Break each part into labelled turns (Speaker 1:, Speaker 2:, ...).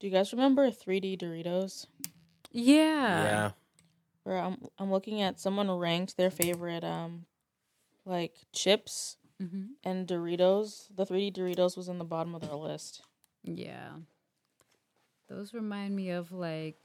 Speaker 1: Do you guys remember 3D Doritos?
Speaker 2: Yeah.
Speaker 3: Yeah.
Speaker 1: Where I'm I'm looking at someone ranked their favorite um like chips
Speaker 2: hmm
Speaker 1: and Doritos. The 3D Doritos was in the bottom of their list.
Speaker 2: Yeah. Those remind me of like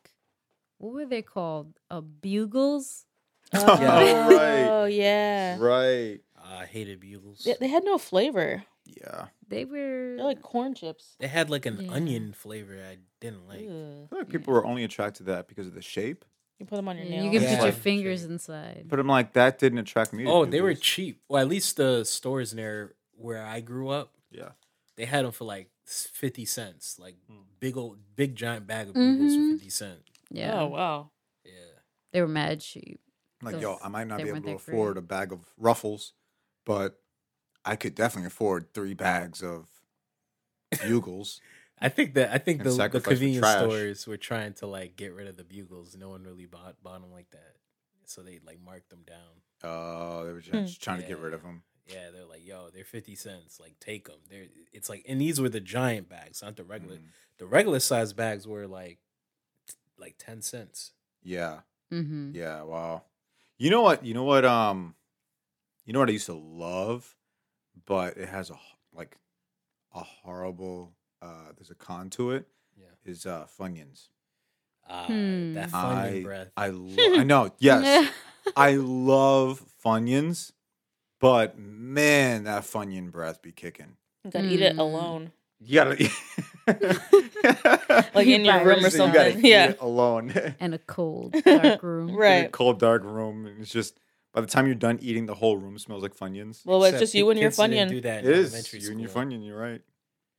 Speaker 2: what were they called? Uh, bugles?
Speaker 1: Oh,
Speaker 4: Yeah. Right.
Speaker 2: Uh,
Speaker 1: yeah.
Speaker 4: Right.
Speaker 3: I hated bugles.
Speaker 1: They, they had no flavor.
Speaker 4: Yeah. I
Speaker 2: They were
Speaker 1: They're like corn chips.
Speaker 3: They had like an
Speaker 2: Yeah.
Speaker 3: onion flavor I didn't like.
Speaker 1: Ugh.
Speaker 4: feel like people were only attracted to that because of the shape.
Speaker 1: You put them on your
Speaker 2: Yeah, Mm, you
Speaker 1: nails.
Speaker 2: can
Speaker 3: Yeah.
Speaker 2: put your
Speaker 3: Fun
Speaker 2: fingers
Speaker 3: shape.
Speaker 2: inside.
Speaker 4: But I'm like, that didn't attract me. to
Speaker 3: Oh, they were
Speaker 4: Doodles.
Speaker 3: cheap. Well, at least the stores near where I grew up,
Speaker 4: Yeah.
Speaker 3: they had them for like fifty cents, like
Speaker 4: Mm.
Speaker 3: big old, big giant bag of bugles
Speaker 2: Mhm.
Speaker 3: for fifty cent.
Speaker 2: Yeah.
Speaker 1: Oh wow.
Speaker 3: Yeah,
Speaker 2: They were mad cheap.
Speaker 4: Like,
Speaker 2: Those-
Speaker 4: yo, I might not
Speaker 2: they
Speaker 4: be able
Speaker 2: weren't
Speaker 4: to
Speaker 2: that great.
Speaker 4: afford a bag of ruffles, but I could definitely afford three bags of bugles.
Speaker 3: I think that I think
Speaker 4: And
Speaker 3: the, the
Speaker 4: sacrifice for
Speaker 3: convenience
Speaker 4: trash.
Speaker 3: stores were trying to like get rid of the bugles. No one really bought bought them like that, so they like marked them down.
Speaker 4: Oh, they were just
Speaker 1: Hmm.
Speaker 4: trying to get
Speaker 3: Yeah.
Speaker 4: rid of them.
Speaker 3: Yeah, they're like, yo, they're fifty cents. Like, take them. They're it's like, and these were the giant bags, not the regular.
Speaker 4: Mm.
Speaker 3: The regular size bags were like, like ten cents.
Speaker 4: Yeah.
Speaker 2: Mm-hmm.
Speaker 4: Yeah. Wow. You know what? You know what? Um, you know what I used to love, but it has a h- like a horrible. uh There's a con to it.
Speaker 3: Yeah.
Speaker 4: Is uh Funyuns.
Speaker 3: Ah,
Speaker 2: Hmm.
Speaker 3: that fun
Speaker 4: I
Speaker 3: breath.
Speaker 4: I lo- I know. Yes, I love Funyuns, but man, that Funyun breath be kicking.
Speaker 1: You gotta eat it
Speaker 2: Mm.
Speaker 1: alone.
Speaker 4: You gotta
Speaker 1: Like in your
Speaker 2: By
Speaker 1: room or
Speaker 2: yourself.
Speaker 4: You
Speaker 1: something.
Speaker 4: gotta eat
Speaker 1: yeah.
Speaker 4: it alone.
Speaker 2: and a cold dark room.
Speaker 1: Right.
Speaker 4: in a cold dark room and it's just by the time you're done eating the whole room smells like funyuns
Speaker 1: Well, it's
Speaker 3: Except
Speaker 1: just
Speaker 3: the
Speaker 1: you and your
Speaker 3: kids
Speaker 1: Funyun.
Speaker 3: didn't Do that
Speaker 4: it
Speaker 3: in
Speaker 4: is
Speaker 3: elementary
Speaker 4: you and your
Speaker 3: school.
Speaker 4: funyun you're right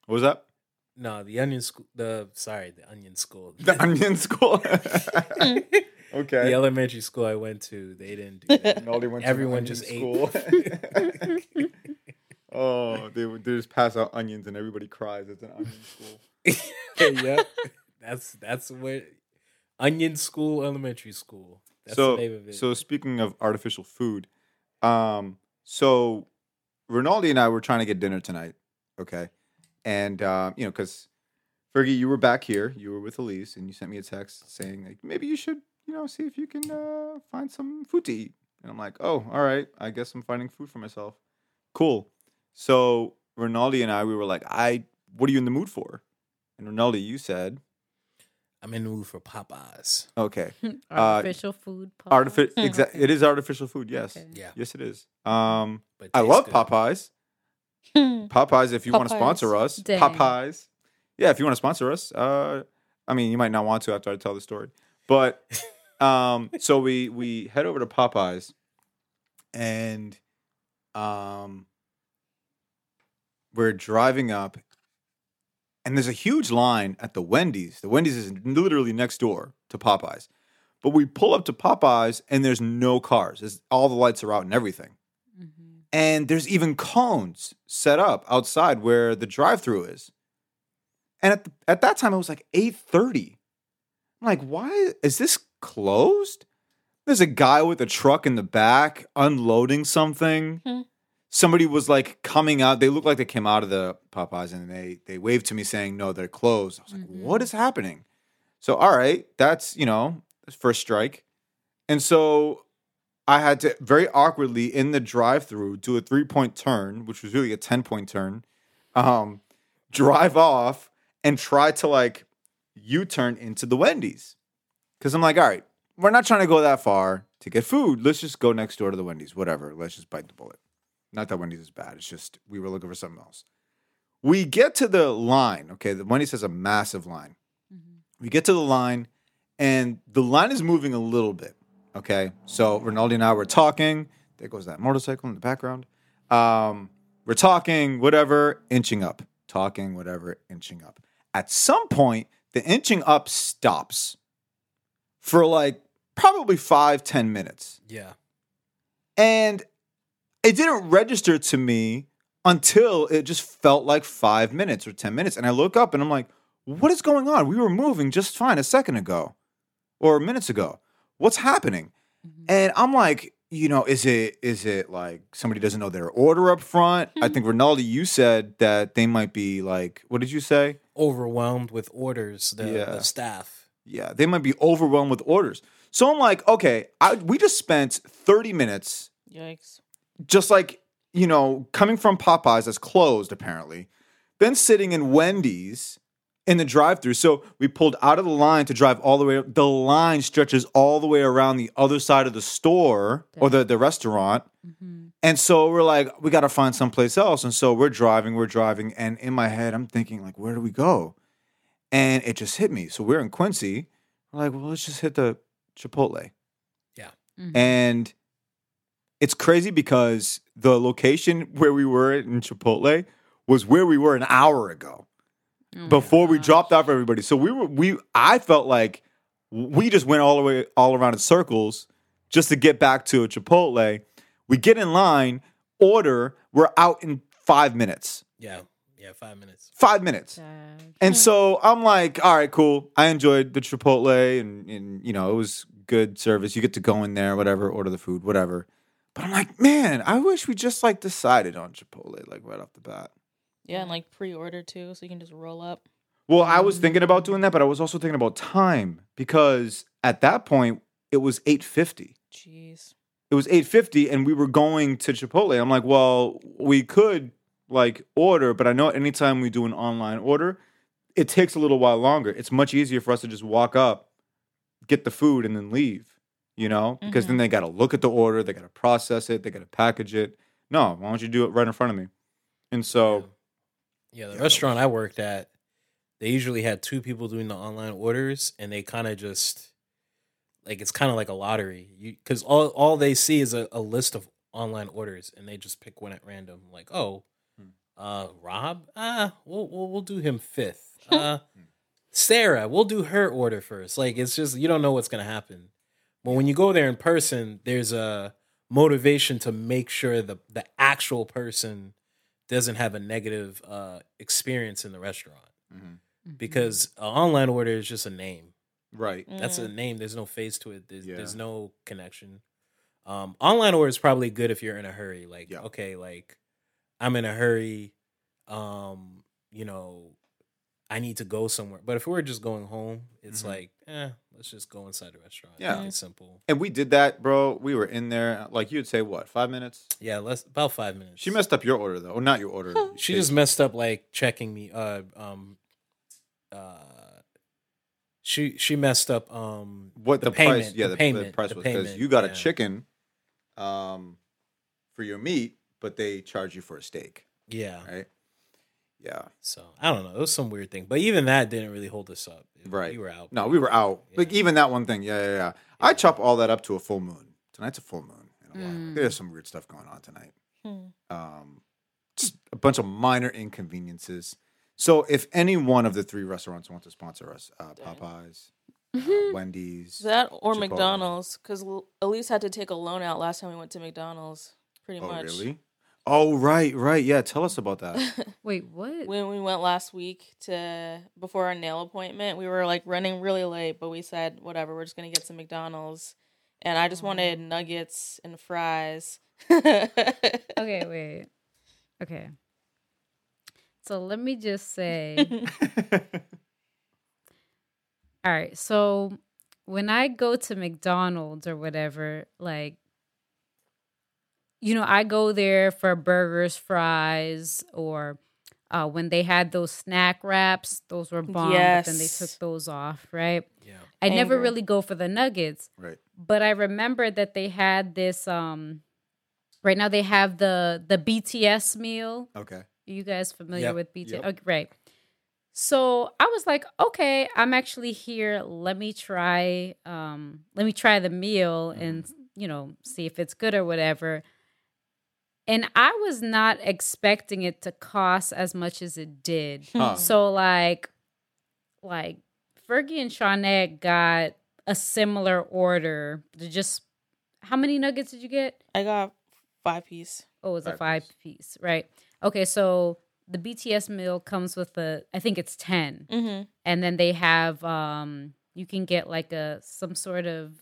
Speaker 4: what was that
Speaker 3: No, the onion school. The sorry, the onion school.
Speaker 4: the onion school
Speaker 3: the
Speaker 4: okay
Speaker 3: elementary school I went to, they didn't do that.
Speaker 4: Nolly went to an
Speaker 3: Everyone
Speaker 4: onion
Speaker 3: just
Speaker 4: school. oh they, would- they just pass out onions and everybody cries it's an onion school
Speaker 3: yeah, that's that's where onion school, elementary school. That's
Speaker 4: so
Speaker 3: the name of it.
Speaker 4: so speaking of artificial food um so Rinaldi and I were trying to get dinner tonight okay and um you know because Fergie you were back here you were with Elise and you sent me a text saying like maybe you should you know see if you can uh find some food to eat and I'm like oh all right I guess I'm finding food for myself cool so Rinaldi and I we were like I what are you in the mood for and Rinaldi you said
Speaker 3: I'm in the mood for Popeyes.
Speaker 4: okay
Speaker 2: Artificial food.
Speaker 4: artificial
Speaker 2: pots.
Speaker 4: exa- it is artificial food yes
Speaker 2: Okay.
Speaker 3: Yeah,
Speaker 4: yes it is um
Speaker 3: but
Speaker 4: I
Speaker 3: tastes
Speaker 4: love
Speaker 3: good.
Speaker 4: Popeyes. Popeyes, if you want to
Speaker 1: Popeyes.
Speaker 4: sponsor us,
Speaker 2: Dang.
Speaker 4: Popeyes. Yeah, if you want to sponsor us, uh, I mean, you might not want to after I tell the story, but um, so we we head over to Popeyes, and um, we're driving up, and there's a huge line at the Wendy's. The Wendy's is literally next door to Popeyes, but we pull up to Popeyes, and there's no cars. There's, all the lights are out and everything
Speaker 2: Mhm.
Speaker 4: and there's even cones set up outside where the drive-through is. And at the, at that time, it was like eight thirty. I'm like, why is this closed? There's a guy with a truck in the back unloading something.
Speaker 1: Hmm.
Speaker 4: Somebody was like coming out. They looked like they came out of the Popeyes, and they they waved to me saying, "No, they're closed." I was like,
Speaker 2: Mhm.
Speaker 4: "What is happening?" So, all right, that's you know, first strike. And so I had to very awkwardly in the drive through do a three point turn, which was really a 10 point turn, um, drive off and try to like U turn into the Wendy's. Cause I'm like, all right, we're not trying to go that far to get food. Let's just go next door to the Wendy's, whatever. Let's just bite the bullet. Not that Wendy's is bad. It's just we were looking for something else. We get to the line. Okay. The Wendy's has a massive line.
Speaker 2: Mhm.
Speaker 4: We get to the line, and the line is moving a little bit. Okay, so Rinaldi and I were talking. There goes that motorcycle in the background. Um, we're talking, whatever, inching up, talking, whatever, inching up. At some point, the inching up stops for like probably five, ten minutes.
Speaker 3: Yeah,
Speaker 4: And it didn't register to me until it just felt like five minutes or 10 minutes. And I look up and I'm like, what is going on? We were moving just fine a second ago or minutes ago. What's happening?
Speaker 2: Mhm.
Speaker 4: And I'm like, you know, is it is it like somebody doesn't know their order up front? I think Rinaldi, you said that they might be like, what did you say?
Speaker 3: overwhelmed with orders. The,
Speaker 4: Yeah.
Speaker 3: the staff.
Speaker 4: Yeah, they might be overwhelmed with orders. So I'm like, okay, I, we just spent 30 minutes
Speaker 1: Yikes.
Speaker 4: just like, you know, coming from Popeyes that's closed apparently, then sitting in Wendy's in the drive through. So we pulled out of the line to drive all the way. The line stretches all the way around the other side of the store or the, the restaurant.
Speaker 2: hmm
Speaker 4: And so we're like, we got to find someplace else. And so we're driving, we're driving. And in my head, I'm thinking, like, where do we go? And it just hit me. So we're in Quincy. We're like, well, let's just hit the Chipotle.
Speaker 3: Yeah.
Speaker 2: Mhm.
Speaker 4: And it's crazy because the location where we were in Chipotle was where we were an hour ago
Speaker 2: Mm. Mm-hmm.
Speaker 4: before
Speaker 2: Oh,
Speaker 4: we dropped off everybody. So we were we I felt like we just went all the way all around in circles just to get back to a Chipotle. We get in line, order, we're out in five minutes.
Speaker 3: Yeah, yeah, five minutes.
Speaker 4: Five minutes.
Speaker 2: Hmm.
Speaker 4: And so I'm like, all right, cool. I enjoyed the Chipotle and, and you know, it was good service. You get to go in there, whatever, order the food, whatever. But I'm like, man, I wish we just like decided on Chipotle, like right off the bat.
Speaker 1: Yeah, and like pre-order too, so you can just roll up.
Speaker 4: Well, I was thinking about doing that, but I was also thinking about time because at that point it was 850.
Speaker 1: Jeez.
Speaker 4: It was 850 and we were going to Chipotle. I'm like, well, we could like order, but I know anytime we do an online order, it takes a little while longer. It's much easier for us to just walk up, get the food, and then leave, you know? Because then they gotta look at the order, they gotta process it, they gotta package it. No, why don't you do it right in front of me? And so
Speaker 3: Yeah, the
Speaker 4: Yeah.
Speaker 3: restaurant I worked at, they usually had two people doing the online orders, and they kind of just like it's kind of like a lottery. You because all all they see is a, a list of online orders, and they just pick one at random. Like, oh, uh, Rob, ah, we'll we'll, we'll do him fifth. Uh, Sarah, we'll do her order first. Like, it's just you don't know what's gonna happen. But when you go there in person, there's a motivation to make sure the the actual person doesn't have a negative uh, experience in the restaurant
Speaker 2: Mm-hmm.
Speaker 3: because an online order is just a name.
Speaker 4: Right.
Speaker 3: That's a name. There's no face to it. There's,
Speaker 4: Yeah.
Speaker 3: there's no connection. Um, online order is probably good if you're in a hurry. Like,
Speaker 4: Yeah.
Speaker 3: okay, like I'm in a hurry. Um, you know, I need to go somewhere. But if we're just going home, it's
Speaker 4: Mhm.
Speaker 3: like, eh, let's just go inside the restaurant.
Speaker 4: Yeah.
Speaker 3: it's simple.
Speaker 4: And we did that, bro. We were in there, like you would say, what, five minutes?
Speaker 3: Yeah, less about five minutes.
Speaker 4: She messed up your order, though. Or not your order.
Speaker 3: She just messed up like checking me. Uh, um, uh, she she messed up. Um,
Speaker 4: what the,
Speaker 3: payment,
Speaker 4: price. Yeah,
Speaker 3: the
Speaker 4: the, the
Speaker 3: payment,
Speaker 4: price
Speaker 3: the
Speaker 4: was because
Speaker 3: payment,
Speaker 4: you got
Speaker 3: yeah.
Speaker 4: a chicken um, for your meat, but they charge you for a steak,
Speaker 3: yeah.
Speaker 4: right? Yeah.
Speaker 3: So I don't know. It was some weird thing, but even that didn't really hold us up.
Speaker 4: Right.
Speaker 3: we were out.
Speaker 4: No, we were out. Like,
Speaker 3: Yeah.
Speaker 4: even that one thing. Yeah, yeah, yeah. I chop all that up to a full moon. Tonight's a full moon. In a while.
Speaker 2: Mm.
Speaker 4: There's some weird stuff going on tonight.
Speaker 1: Hmm.
Speaker 4: um, just a bunch of minor inconveniences. So, if any one of the three restaurants want to sponsor us, uh, Popeyes, uh,
Speaker 2: Mm-hmm.
Speaker 4: Wendy's,
Speaker 1: That or
Speaker 4: Chipotle.
Speaker 1: McDonald's, because Elise had to take a loan out last time we went to McDonald's. Pretty
Speaker 4: oh
Speaker 1: much.
Speaker 4: really? Oh right, right, yeah. Tell us about that.
Speaker 2: Wait, what?
Speaker 1: When we went last week to before our nail appointment, we were like running really late, but we said whatever, we're just gonna get some McDonald's, and I just
Speaker 4: Oh.
Speaker 1: wanted nuggets and fries.
Speaker 2: okay, wait. Okay. So let me just say. All right. So when I go to McDonald's or whatever, like, you know, I go there for burgers, fries, or uh, when they had those snack wraps, those were bomb, but then they
Speaker 1: Yes.
Speaker 2: took those off, right?
Speaker 3: Yeah.
Speaker 2: I never
Speaker 1: Angry.
Speaker 2: really go for the nuggets
Speaker 4: right.
Speaker 2: but I remember that they had this um right now they have the the BTS meal.
Speaker 4: Okay.
Speaker 2: Are you guys familiar
Speaker 3: Yep.
Speaker 2: with BTS?
Speaker 4: Yep.
Speaker 2: Okay, right. So I was like, okay, I'm actually here. Let me try um let me try the meal and you know, see if it's good or whatever. And I was not expecting it to cost as much as it did.
Speaker 1: Oh.
Speaker 4: Huh.
Speaker 2: So like, like Fergie and Shawnette got a similar order. They're Just how many nuggets did you get?
Speaker 1: I got five piece.
Speaker 2: Oh, it was a
Speaker 4: Five
Speaker 2: five piece, right? Okay, so the BTS meal comes with a, I think it's ten,
Speaker 1: Mm-hmm.
Speaker 2: and then they have, um, you can get like a some sort of.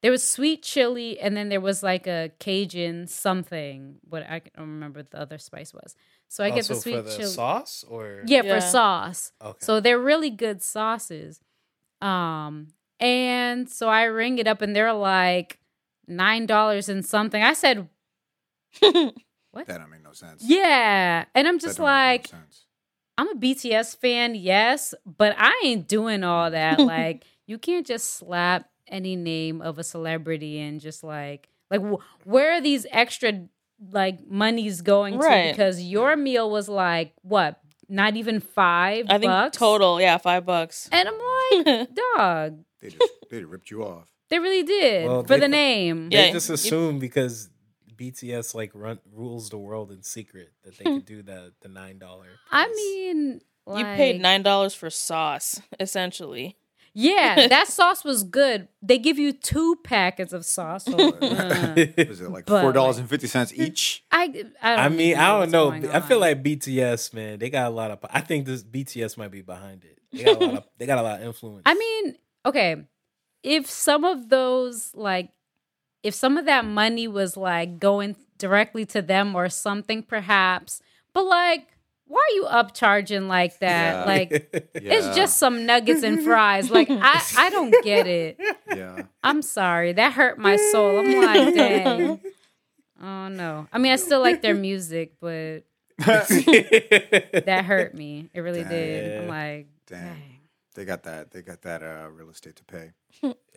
Speaker 2: There was sweet chili, and then there was like a Cajun something. What I don't remember what the other spice was. So I get the
Speaker 3: Also
Speaker 2: sweet
Speaker 3: for the
Speaker 2: chili.
Speaker 3: sauce or
Speaker 2: yeah,
Speaker 1: Yeah.
Speaker 2: for sauce.
Speaker 3: Okay.
Speaker 2: So they're really good sauces. Um, and so I ring it up and they're like nine dollars and something. I said,
Speaker 4: That don't make no sense.
Speaker 2: Yeah. And I'm
Speaker 4: That
Speaker 2: just
Speaker 4: don't make no
Speaker 2: like,
Speaker 4: sense.
Speaker 2: I'm a BTS fan, yes, but I ain't doing all that. like, you can't just slap any name of a celebrity and just like, like, wh- where are these extra like monies going
Speaker 1: Right.
Speaker 2: to? Because your meal was like what, not even five
Speaker 1: I think
Speaker 2: bucks
Speaker 1: total, yeah, five bucks.
Speaker 2: And I'm like, dog,
Speaker 4: they just they ripped you off.
Speaker 2: they really did
Speaker 3: Well,
Speaker 2: for
Speaker 3: they-
Speaker 2: the name.
Speaker 1: Yeah.
Speaker 3: They just assume because BTS like run, rules the world in secret that they could do the the nine dollar.
Speaker 2: Hmm. I mean,
Speaker 1: you paid
Speaker 2: like-
Speaker 1: nine dollars for sauce, essentially.
Speaker 2: Yeah, that sauce was good. They give you two packets of sauce. So, uh,
Speaker 4: Was it like
Speaker 2: But-
Speaker 4: four dollars and fifty cents each?
Speaker 2: I, I, don't
Speaker 3: I mean, I don't
Speaker 2: what's
Speaker 3: know.
Speaker 2: going
Speaker 3: I feel
Speaker 2: on.
Speaker 3: like BTS, man, they got a lot of. I think this BTS might be behind it. They got a lot of. They got a lot of influence.
Speaker 2: I mean, okay, if some of those like, if some of that money was like going directly to them or something, perhaps. But like, why are you upcharging like that?
Speaker 4: Yeah.
Speaker 2: Like,
Speaker 4: Yeah.
Speaker 2: it's just some nuggets and fries. Like, I, I don't get it.
Speaker 4: yeah.
Speaker 2: I'm sorry. That hurt my soul. I'm like, dang. Oh no. I mean, I still like their music, but that hurt me. It really did. I'm
Speaker 3: Dang.
Speaker 2: like,
Speaker 4: Dang.
Speaker 2: dang.
Speaker 4: They got that. They got that uh, real estate to pay.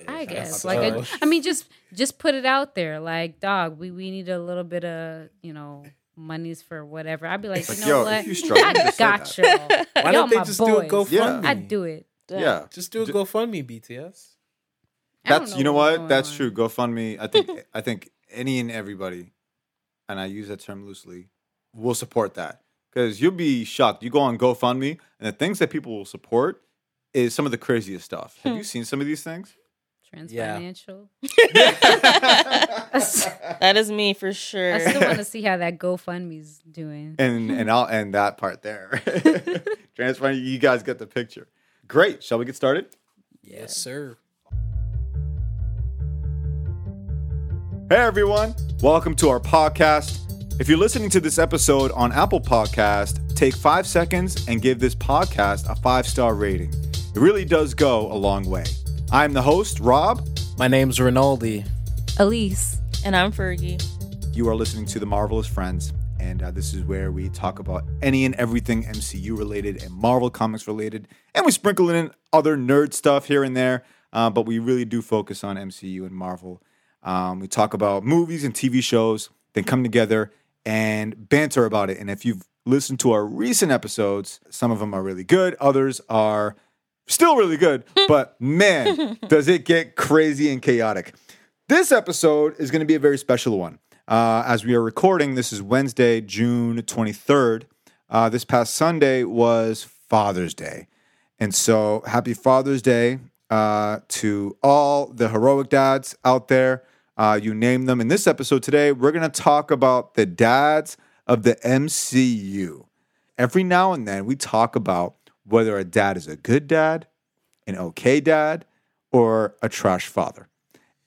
Speaker 2: I guess.
Speaker 3: so.
Speaker 2: Like, I, I mean, just just put it out there. Like, dog, we we need a little bit of you know monies for whatever. I'd be like,
Speaker 4: Like,
Speaker 2: you know
Speaker 4: yo,
Speaker 2: what?
Speaker 4: if you struggle,
Speaker 2: I
Speaker 4: just say
Speaker 2: got you.
Speaker 3: Why
Speaker 2: Y'all
Speaker 3: don't they
Speaker 2: my
Speaker 3: just
Speaker 2: boys.
Speaker 3: do a GoFundMe?
Speaker 4: Yeah.
Speaker 2: I'd do it.
Speaker 1: Damn.
Speaker 4: Yeah.
Speaker 3: Just do a GoFundMe, BTS.
Speaker 2: I don't
Speaker 4: That's
Speaker 2: know
Speaker 4: you know
Speaker 2: what's
Speaker 4: what? That's
Speaker 2: going
Speaker 4: true. GoFundMe. I think I think any and everybody, and I use that term loosely, will support that because you'll be shocked. You go on GoFundMe, and the things that people will support is some of the craziest stuff.
Speaker 2: Hmm.
Speaker 4: Have you seen some of these things?
Speaker 2: on. Trans
Speaker 3: Yeah.
Speaker 2: financial. I
Speaker 4: and
Speaker 2: s-
Speaker 1: That is me for sure.
Speaker 2: I still want to see how that GoFundMe's doing.
Speaker 4: and I'll end that part there. Transfer. You guys get the picture. Great. Shall we get started?
Speaker 3: Yes, sir.
Speaker 4: Hey everyone, welcome to our podcast. If you're listening to this episode on Apple Podcast, take 5 seconds and give this podcast a 5-star rating. It really does go a long way. I'm the host, Rob.
Speaker 3: My name's Rinaldi.
Speaker 2: Elise.
Speaker 1: and I'm Fergie.
Speaker 4: You are listening to The Marvelous Friends, and uh, this is where we talk about any and everything MCU related and Marvel Comics related, and we sprinkle in other nerd stuff here and there, uh, but we really do focus on MCU and Marvel. Um, we talk about movies and TV shows, then come together and banter about it. And if you've listened to our recent episodes, some of them are really good, others are still really good, but man, does it get crazy and chaotic. This episode is going to be a very special one. Uh, as we are recording, this is Wednesday, June 23rd. Uh, this past Sunday was Father's Day. And so, happy Father's Day uh, to all the heroic dads out there. Uh, you name them. In this episode today, we're going to talk about the dads of the MCU. Every now and then, we talk about whether a dad is a good dad, an okay dad, or a trash father.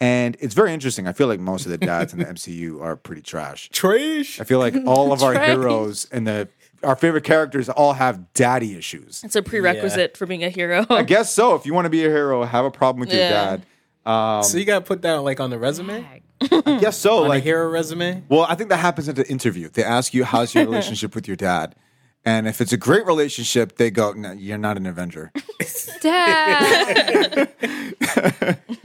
Speaker 4: And it's very interesting. I feel like most of the dads in the MCU are pretty trash.
Speaker 3: Trash.
Speaker 4: I feel like all of our
Speaker 2: Trash.
Speaker 4: heroes and the our favorite characters all have daddy issues.
Speaker 1: It's a prerequisite for being a hero.
Speaker 4: I guess so. If you want to be a hero, have a problem with your
Speaker 1: Yeah.
Speaker 4: dad. Um,
Speaker 3: So you got to put that like on the resume,
Speaker 2: Heck.
Speaker 4: I guess so.
Speaker 3: on a
Speaker 4: Like,
Speaker 3: hero resume.
Speaker 4: well, I think that happens at the interview. They ask you how's your relationship with your dad, and if it's a great relationship, they go, no, "You're not an Avenger."
Speaker 2: Dad.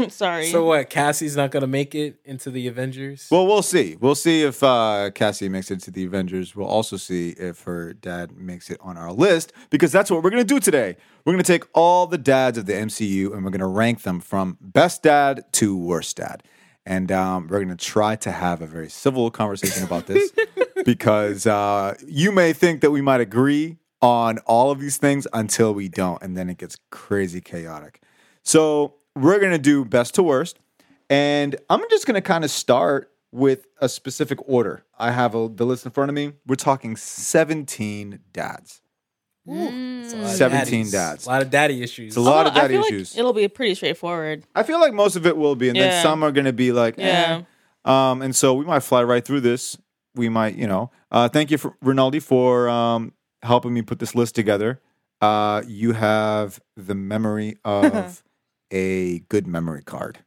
Speaker 1: Sorry.
Speaker 3: So what? Cassie's not gonna make it into the Avengers.
Speaker 4: Well, we'll see. We'll see if uh, Cassie makes it to the Avengers. We'll also see if her dad makes it on our list because that's what we're going to do today. We're going to take all the dads of the MCU and we're going to rank them from best dad to worst dad. And um, we're going to try to have a very civil conversation about this because uh, you may think that we might agree on all of these things until we don't. And then it gets crazy chaotic. So we're going to do best to worst. And I'm just going to kind of start with a specific order. I have a, the list in front of me. We're talking 17 dads.
Speaker 2: Mm.
Speaker 3: It's a lot of
Speaker 4: 17
Speaker 3: daddies.
Speaker 4: dads.
Speaker 3: A lot of daddy issues.
Speaker 4: It's a lot of
Speaker 1: Although I
Speaker 4: daddy
Speaker 1: feel like
Speaker 4: issues.
Speaker 1: it'll be pretty straightforward.
Speaker 4: I feel like most of it will be, and then
Speaker 1: Yeah.
Speaker 4: some are going to be like, eh.
Speaker 1: Yeah.
Speaker 4: Um, and so we might fly right through this. we might, you know. Uh, thank you, for, Rinaldi, for um, helping me put this list together. Uh, you have the memory of a good memory card.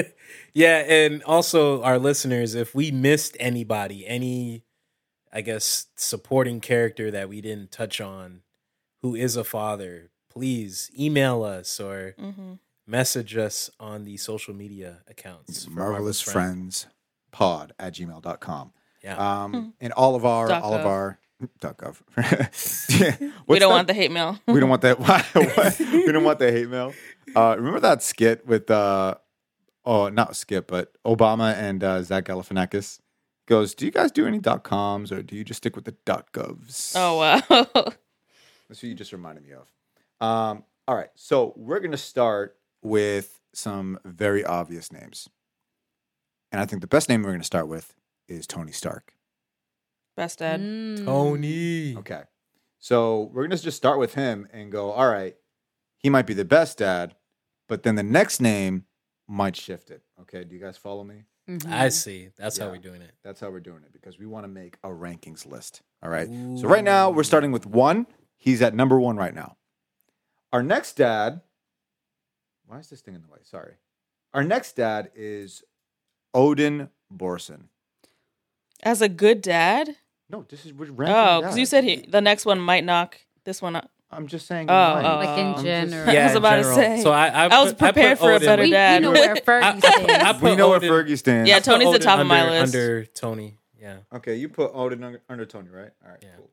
Speaker 3: yeah, and also our listeners, if we missed anybody, any, I guess, supporting character that we didn't touch on who is a father, please email us or
Speaker 1: Mm-hmm.
Speaker 3: message us on the social media accounts. for
Speaker 4: Marvelous friends pod at gmail.com.
Speaker 3: Yeah.
Speaker 4: Um,
Speaker 1: Hmm.
Speaker 4: and all of our,
Speaker 1: Dot
Speaker 4: all of
Speaker 1: gov.
Speaker 4: our, dot gov. yeah.
Speaker 1: We don't
Speaker 4: What's that-
Speaker 1: want the hate mail.
Speaker 4: We don't want that. Why, why- we don't want the hate mail. Uh, remember that skit with, uh, oh, not skit, but Obama and uh, Zach Galifianakis goes, "Do you guys do any dot coms or do you just stick with the dot govs?"
Speaker 1: Oh wow.
Speaker 4: that's what you just reminded me of. Um, all right, so we're gonna start with some very obvious names, and I think the best name we're gonna start with is Tony Stark.
Speaker 1: Best dad.
Speaker 2: Mm.
Speaker 3: Tony.
Speaker 4: Okay. So we're going to just start with him and go, all right, he might be the best dad, but then the next name might shift it. Okay. Do you guys follow me?
Speaker 2: Mhm.
Speaker 3: I see. That's how
Speaker 4: Yeah.
Speaker 3: we're doing it.
Speaker 4: That's how we're doing it because we want to make a rankings list. All right. So right now we're starting with one. He's at number one right now. Our next dad. Why is this thing in the way? Sorry. Our next dad is Odin Borson.
Speaker 1: As a good dad.
Speaker 4: No, this is we're ranking.
Speaker 1: Oh, because you
Speaker 4: dads.
Speaker 1: said he, the next one might knock this one up.
Speaker 4: I'm just saying.
Speaker 1: Oh,
Speaker 4: mine.
Speaker 1: oh,
Speaker 2: Like
Speaker 1: I'm
Speaker 2: in
Speaker 1: just-
Speaker 2: general.
Speaker 1: Yeah. I was about to
Speaker 3: in
Speaker 1: say,
Speaker 3: So I, I,
Speaker 1: I was
Speaker 3: put- put
Speaker 1: prepared for a
Speaker 3: Odin.
Speaker 1: better
Speaker 2: We,
Speaker 1: dad.
Speaker 2: we know where Fergie
Speaker 3: I- I- I
Speaker 2: stands.
Speaker 3: put
Speaker 4: we know where
Speaker 3: Odin-
Speaker 4: Fergie stands.
Speaker 1: Yeah, Tony's the
Speaker 3: Odin
Speaker 1: top of my
Speaker 3: under-
Speaker 1: list.
Speaker 3: Under Tony. Yeah.
Speaker 4: Okay, you put Odin under, under Tony, right? All right,
Speaker 3: Yeah.
Speaker 4: cool.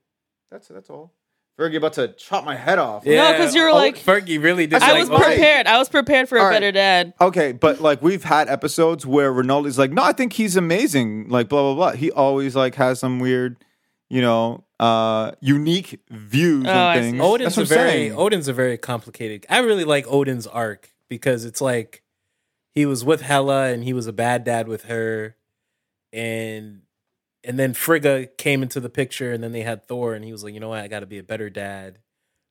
Speaker 4: That's that's all. Fergie about to chop my head off.
Speaker 1: Yeah. No, 'cause you were
Speaker 3: Oh,
Speaker 1: like-
Speaker 3: Fergie really did.
Speaker 4: I
Speaker 1: I
Speaker 3: like
Speaker 1: was
Speaker 4: okay.
Speaker 1: prepared. I was prepared for a
Speaker 4: oh, All right.
Speaker 1: better dad.
Speaker 4: Okay, but like we've had episodes where Ronaldo's like, no, I think he's amazing. Like blah blah blah. He always like has some weird, you know, uh unique views
Speaker 1: Oh, I
Speaker 4: on
Speaker 1: see.
Speaker 4: things.
Speaker 3: Odin's
Speaker 4: That's what
Speaker 3: a
Speaker 4: I'm
Speaker 3: very
Speaker 4: saying.
Speaker 3: Odin's a very complicated. I really like Odin's arc because it's like he was with Hela and he was a bad dad with her, and and then Frigga came into the picture and then they had Thor and he was like, you know what, I got to be a better dad.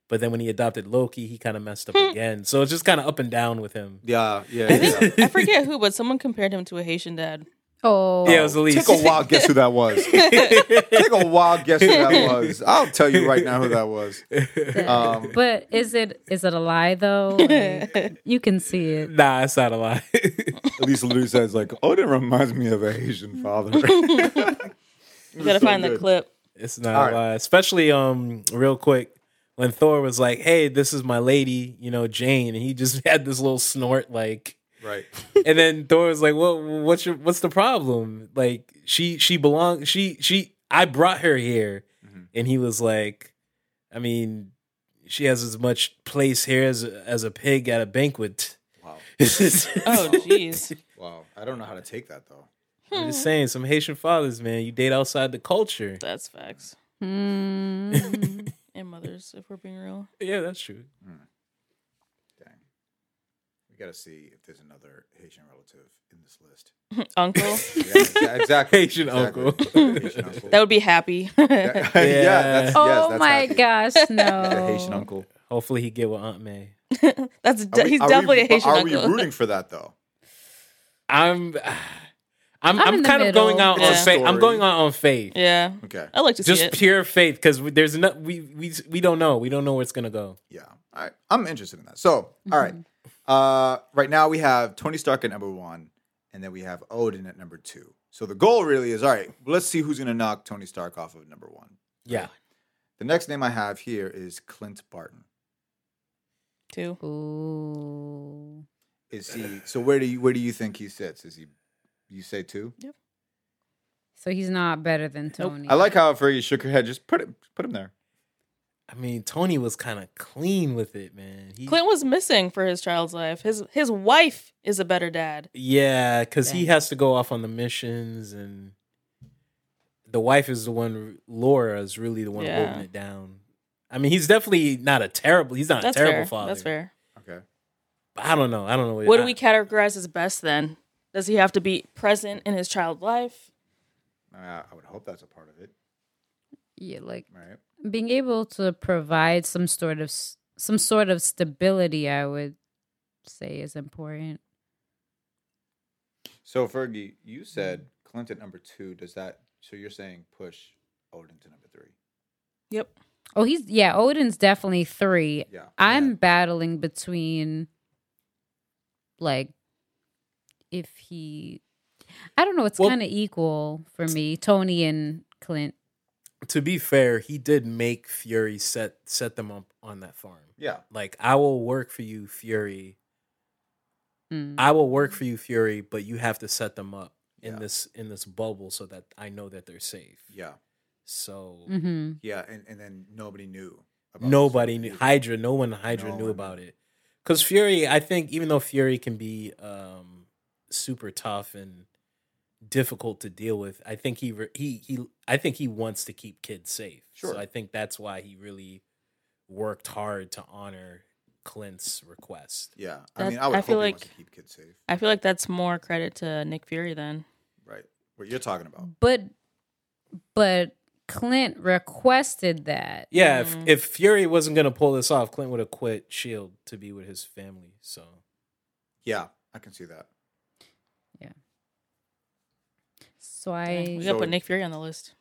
Speaker 3: But then when he adopted Loki, he kind of messed
Speaker 1: Hmm.
Speaker 3: up again. So it's just kind of up and down with him.
Speaker 4: yeah,
Speaker 1: I
Speaker 4: yeah. yeah.
Speaker 1: think I forget who, but someone compared him to a Haitian dad.
Speaker 2: Oh,
Speaker 3: Yeah, it was the least.
Speaker 4: Take a wild guess who that was. Take a wild guess who that was. I'll tell you right now who that was. Um,
Speaker 2: but is it is it a lie though? Like, you can see it.
Speaker 3: nah, it's not a lie.
Speaker 4: At least Lou says like Odin reminds me of a Asian father.
Speaker 1: You gotta find the clip.
Speaker 3: It's not
Speaker 4: All
Speaker 3: a
Speaker 4: right.
Speaker 3: lie. Especially um real quick when Thor was like, "Hey, this is my lady," you know, Jane, and he just had this little snort like
Speaker 4: Right.
Speaker 3: and then Thor was like, "What what's your what's the problem? Like she she belongs she she I brought her here."
Speaker 4: Mhm.
Speaker 3: And he was like, "I mean, she has as much place here as as a pig at a banquet."
Speaker 4: Wow.
Speaker 1: Oh, jeez.
Speaker 4: Wow. I don't know how to take that though.
Speaker 3: I'm just saying, some Haitian fathers, man, you date outside the culture.
Speaker 1: That's facts.
Speaker 2: Mm.
Speaker 1: And mothers, if we're being real.
Speaker 3: Yeah, that's true.
Speaker 4: Dang. We got to see if there's another Haitian relative in this list.
Speaker 1: Uncle.
Speaker 4: Yeah, exa- exactly.
Speaker 3: Haitian
Speaker 4: exactly.
Speaker 3: uncle.
Speaker 4: Haitian uncle.
Speaker 1: That would be happy.
Speaker 4: yeah,
Speaker 1: That's
Speaker 4: that's, yes,
Speaker 2: oh
Speaker 4: that's
Speaker 2: my
Speaker 4: happy.
Speaker 2: gosh, no.
Speaker 4: The Haitian uncle.
Speaker 3: Hopefully, he get with Aunt May.
Speaker 1: de-
Speaker 4: Are we-
Speaker 1: he's
Speaker 4: are we-
Speaker 1: definitely a
Speaker 4: but
Speaker 1: Haitian
Speaker 4: Are we
Speaker 1: uncle.
Speaker 4: rooting for that though?
Speaker 3: I'm I'm I'm,
Speaker 2: in the
Speaker 3: kind of
Speaker 2: middle.
Speaker 3: going out on
Speaker 1: Yeah.
Speaker 3: faith. I'm
Speaker 4: Story.
Speaker 3: going out on faith.
Speaker 1: yeah,
Speaker 4: Okay.
Speaker 1: I like to see
Speaker 3: Just
Speaker 1: it.
Speaker 3: pure faith because there's no we we we don't know. We don't know where it's gonna go.
Speaker 4: Yeah. All right. I'm interested in that. So, all right.
Speaker 1: Mm-hmm.
Speaker 4: Uh, right now we have Tony Stark at number one, and then we have Odin at number two. So the goal really is all right. Let's see who's going to knock Tony Stark off of number one.
Speaker 3: Yeah.
Speaker 4: The next name I have here is Clint Barton.
Speaker 1: too.
Speaker 2: Ooh.
Speaker 4: Is he? So where do you where do you think he sits? Is he? You say two?
Speaker 2: So he's not better than
Speaker 1: Nope.
Speaker 2: Tony.
Speaker 4: I like how Fergie shook her head. Just put it, put him there.
Speaker 3: I mean, Tony was kind of clean with it, man. He,
Speaker 1: Clint was missing for his child's life. His his wife is a better dad.
Speaker 3: yeah, because he has to go off on the missions, and the wife is the one. Laura is really the one
Speaker 1: Yeah.
Speaker 3: holding it down. I mean, he's definitely not a terrible. He's not
Speaker 1: That's
Speaker 3: a terrible
Speaker 1: fair.
Speaker 3: father.
Speaker 1: That's fair.
Speaker 4: Okay.
Speaker 3: But I don't know. I don't know.
Speaker 1: What do
Speaker 3: I-
Speaker 1: we categorize as best then? Does he have to be present in his child life?
Speaker 4: Uh, I would hope that's a part of it.
Speaker 2: yeah, like
Speaker 4: All right.
Speaker 2: being able to provide some sort of s- some sort of stability. I would say is important.
Speaker 4: So Fergie, you said Clint at number two. Does that So you're saying push Odin to number three?
Speaker 1: Yep.
Speaker 2: Oh, he's yeah. Odin's definitely three.
Speaker 4: Yeah.
Speaker 2: I'm battling between like if he I don't know, it's
Speaker 3: Well-
Speaker 2: kind of equal for me, Tony and Clint.
Speaker 3: To be fair, he did make Fury set set them up on that farm.
Speaker 4: Yeah.
Speaker 3: Like I will work for you, Fury.
Speaker 2: Mm.
Speaker 3: I will work for you, Fury, but you have to set them up
Speaker 4: Mm-hmm. Yeah.
Speaker 3: in this in this bubble so that I know that they're safe.
Speaker 4: Yeah. Mm-hmm.
Speaker 3: So
Speaker 2: hmm
Speaker 4: Yeah. And, and then nobody knew. this.
Speaker 3: nobody knew Hydra. No one in Hydra
Speaker 4: No
Speaker 3: knew
Speaker 4: one.
Speaker 3: about it. Because Fury, I think, even though Fury can be um, super tough and difficult to deal with, I think he re- he he I think he wants to keep kids safe.
Speaker 4: Sure.
Speaker 3: So I think that's why he really worked hard to honor Clint's request.
Speaker 4: Yeah. I
Speaker 1: That-
Speaker 4: mean, I would
Speaker 1: I
Speaker 4: hope
Speaker 1: feel
Speaker 4: he wants to
Speaker 1: like-
Speaker 4: keep kids safe.
Speaker 1: I feel like that's more credit to Nick Fury then.
Speaker 4: Right. What you're talking about.
Speaker 2: But but Clint requested that.
Speaker 3: Yeah,
Speaker 1: Mhm.
Speaker 2: Mm-hmm.
Speaker 3: if, if Fury wasn't gonna pull this off, Clint would have quit Shield E to be with his family. So
Speaker 4: Yeah. I can see that.
Speaker 2: So
Speaker 1: We
Speaker 2: I
Speaker 4: got-
Speaker 1: gotta put Nick Fury on the list.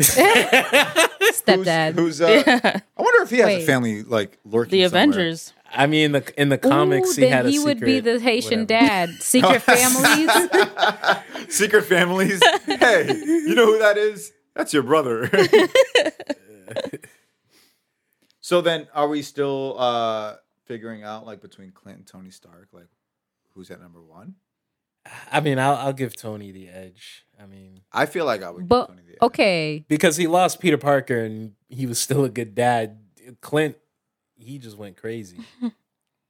Speaker 2: stepdad.
Speaker 4: Who's, who's uh,
Speaker 1: Yeah.
Speaker 4: I wonder if he has a
Speaker 2: Wait.
Speaker 4: family like lurking.
Speaker 1: the
Speaker 4: somewhere.
Speaker 1: Avengers.
Speaker 3: I mean, the in the
Speaker 2: Ooh,
Speaker 3: comics, he
Speaker 2: then
Speaker 3: had a
Speaker 2: he would be
Speaker 3: secret-
Speaker 2: the Haitian
Speaker 3: whatever.
Speaker 2: dad. Secret families.
Speaker 4: Secret families. Hey, you know who that is? That's your brother. so then, are we still uh figuring out like between Clint and Tony Stark, like who's at number one?
Speaker 3: I mean, I'll, I'll give Tony the edge. I mean,
Speaker 4: I feel like I would. give
Speaker 2: But
Speaker 4: Tony the edge.
Speaker 2: okay.
Speaker 3: because he lost Peter Parker and he was still a good dad. Clint, he just went crazy.
Speaker 4: but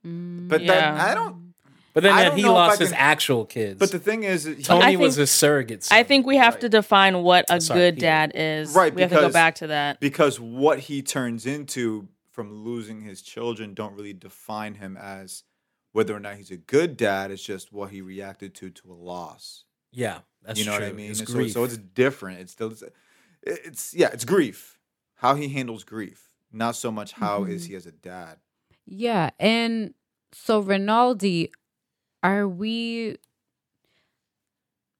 Speaker 4: then
Speaker 1: Yeah.
Speaker 4: I don't.
Speaker 3: But then
Speaker 4: I
Speaker 3: that
Speaker 4: don't
Speaker 3: he
Speaker 4: know if
Speaker 3: lost
Speaker 4: I
Speaker 3: his
Speaker 4: can-
Speaker 3: actual kids.
Speaker 4: But the thing is, he-
Speaker 3: Tony
Speaker 1: I
Speaker 3: was
Speaker 1: think-
Speaker 3: his surrogate. Son.
Speaker 1: I think we have
Speaker 4: Right.
Speaker 1: to define what a
Speaker 3: Sorry,
Speaker 1: good
Speaker 3: Peter.
Speaker 1: dad is.
Speaker 4: Right,
Speaker 1: We have to go
Speaker 4: because-
Speaker 1: back to that.
Speaker 4: because what he turns into from losing his children don't really define him as whether or not he's a good dad. It's just what he reacted to to a loss.
Speaker 3: yeah, that's
Speaker 4: you know
Speaker 3: true.
Speaker 4: what I mean?
Speaker 3: It's
Speaker 4: so,
Speaker 3: grief.
Speaker 4: so it's different. It's still, it's, it's yeah, it's grief. How he handles grief, not so much how is
Speaker 2: Mhm.
Speaker 4: he as a dad.
Speaker 2: Yeah, and so Rinaldi, are we?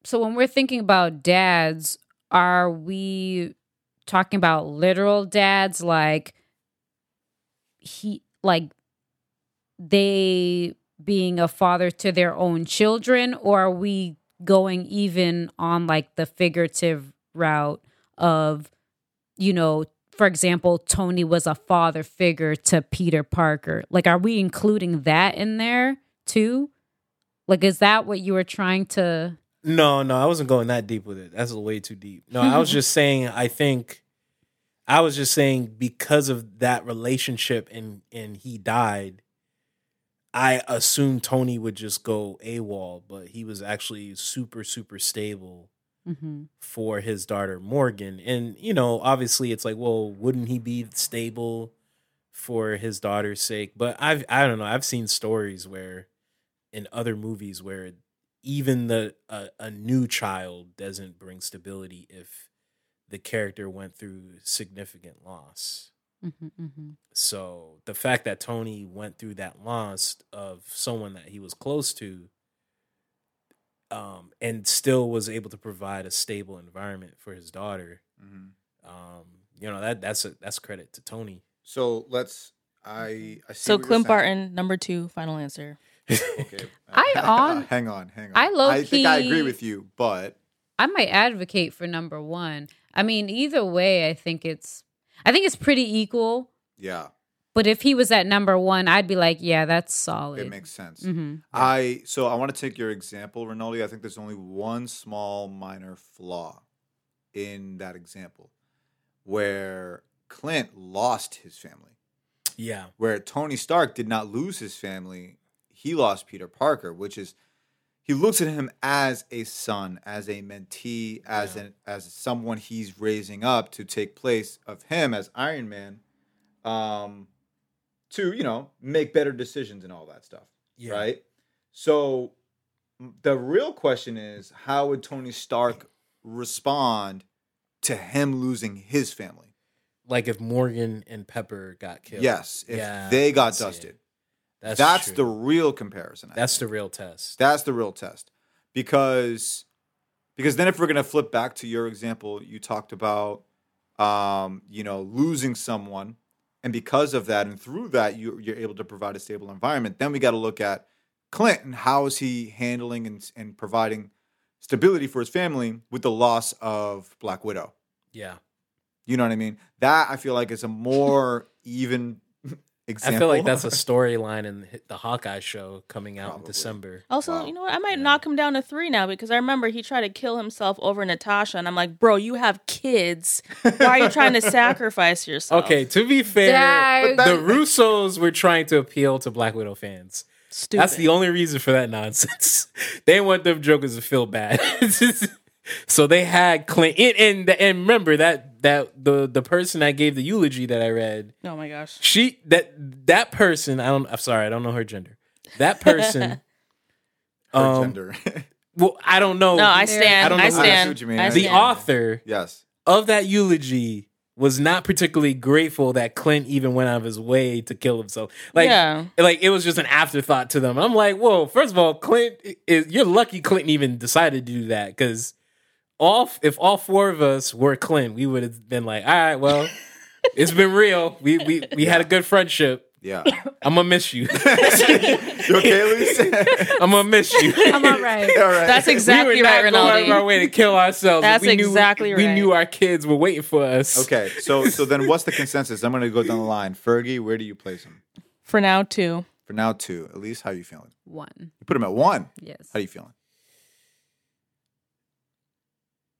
Speaker 2: So when we're thinking about dads, are we talking about literal dads like he like they being a father to their own children, or are we going even on like the figurative route of you know for example, Tony was a father figure to Peter Parker. Like, are we including that in there too? Like, is that what you were trying to?
Speaker 3: No, no, I wasn't going that deep with it. That's way too deep. No, I was just saying I think I was just saying because of that relationship and and he died, I assumed Tony would just go AWOL, but he was actually super, super stable
Speaker 2: Mm-hmm.
Speaker 3: for his daughter Morgan. And, you know, obviously it's like, well, wouldn't he be stable for his daughter's sake? But I've I don't know, I've seen stories where in other movies where even the a, a new child doesn't bring stability if the character went through significant loss.
Speaker 2: Mm-hmm, mm-hmm.
Speaker 3: So the fact that Tony went through that loss of someone that he was close to, um, and still was able to provide a stable environment for his daughter,
Speaker 4: Mhm.
Speaker 3: um, you know that that's a, that's credit to Tony.
Speaker 4: So let's. I, I see
Speaker 1: So
Speaker 4: what you're
Speaker 1: Clint
Speaker 4: saying.
Speaker 1: Barton, number two, final answer.
Speaker 4: Okay.
Speaker 2: I on-
Speaker 4: hang on, hang on.
Speaker 2: I low
Speaker 4: I think I
Speaker 2: key-
Speaker 4: agree with you, but
Speaker 2: I might advocate for number one. I mean, either way, I think it's, I think it's pretty equal.
Speaker 4: yeah,
Speaker 2: But if he was at number one, I'd be like, yeah, that's solid.
Speaker 4: it makes sense.
Speaker 2: hmm
Speaker 4: I so I want to take your example, Rinaldi. I think there's only one small minor flaw in that example, where Clint lost his family.
Speaker 3: Yeah,
Speaker 4: where Tony Stark did not lose his family, he lost Peter Parker, which is he looks at him as a son, as a mentee, as
Speaker 3: Yeah.
Speaker 4: an as someone he's raising up to take place of him as Iron Man, um, to you know make better decisions and all that stuff,
Speaker 3: yeah,
Speaker 4: right? So m- the real question is, how would Tony Stark respond to him losing his family?
Speaker 3: Like if Morgan and Pepper got killed.
Speaker 4: Yes, if
Speaker 3: Yeah,
Speaker 4: they got
Speaker 3: that's it.
Speaker 4: dusted.
Speaker 3: that's
Speaker 4: That's, the
Speaker 3: true.
Speaker 4: real comparison. I
Speaker 3: that's
Speaker 4: think.
Speaker 3: the real test.
Speaker 4: that's the real test because because then if we're gonna flip back to your example, you talked about um, you know losing someone, and because of that and through that, you, you're able to provide a stable environment. Then we got to look at Clinton. How is he handling and and providing stability for his family with the loss of Black Widow?
Speaker 3: Yeah.
Speaker 4: You know what I mean? That I feel like is a more even example.
Speaker 3: I feel like that's a storyline in the Hawkeye show coming out in
Speaker 4: Probably.
Speaker 3: December.
Speaker 1: Also,
Speaker 4: Wow.
Speaker 1: you know what? I might
Speaker 3: Yeah.
Speaker 1: knock him down to three now because I remember he tried to kill himself over Natasha, and I'm like, bro, you have kids. Why are you trying to sacrifice yourself?
Speaker 3: Okay, to be fair,
Speaker 2: Dag.
Speaker 4: But
Speaker 3: the
Speaker 4: that-
Speaker 3: Russos were trying to appeal to Black Widow fans.
Speaker 1: stupid.
Speaker 3: That's the only reason for that nonsense. they want them jokers to feel bad. so they had Clint and, and and remember that that the the person that gave the eulogy that I read,
Speaker 1: oh my gosh.
Speaker 3: she that that person, I don't I'm sorry, I don't know her gender. That person
Speaker 4: Her
Speaker 3: um,
Speaker 4: gender.
Speaker 3: Well, I don't know.
Speaker 1: No, I
Speaker 2: there-
Speaker 1: stand.
Speaker 3: I
Speaker 1: I,
Speaker 3: don't know who- I see
Speaker 1: stand.
Speaker 4: what you mean.
Speaker 1: I
Speaker 3: the
Speaker 1: stand.
Speaker 3: author
Speaker 4: yes.
Speaker 3: of that eulogy was not particularly grateful that Clint even went out of his way to kill himself. Like,
Speaker 1: yeah.
Speaker 3: like it was just an afterthought to them. I'm like, whoa. First of all, Clint is you're lucky Clinton even decided to do that because all if all four of us were Clint, we would have been like, all right, well, it's been real. We we we had a good friendship.
Speaker 4: Yeah.
Speaker 3: I'm gonna miss you.
Speaker 4: You okay, Luis?
Speaker 3: I'm gonna miss you.
Speaker 2: I'm all right.
Speaker 4: All right.
Speaker 1: That's exactly
Speaker 3: we were
Speaker 1: right,
Speaker 3: not going out of our
Speaker 1: Ronaldo.
Speaker 3: way to kill ourselves.
Speaker 1: That's
Speaker 3: we knew,
Speaker 1: exactly
Speaker 3: We
Speaker 1: right.
Speaker 3: knew our kids were waiting for us.
Speaker 4: Okay, so so then what's the consensus? I'm gonna go down the line. Fergie, where do you place him?
Speaker 1: For now, too.
Speaker 4: For now, two. At least, how you feeling?
Speaker 2: One.
Speaker 4: You put him at one.
Speaker 2: Yes.
Speaker 4: How you feeling?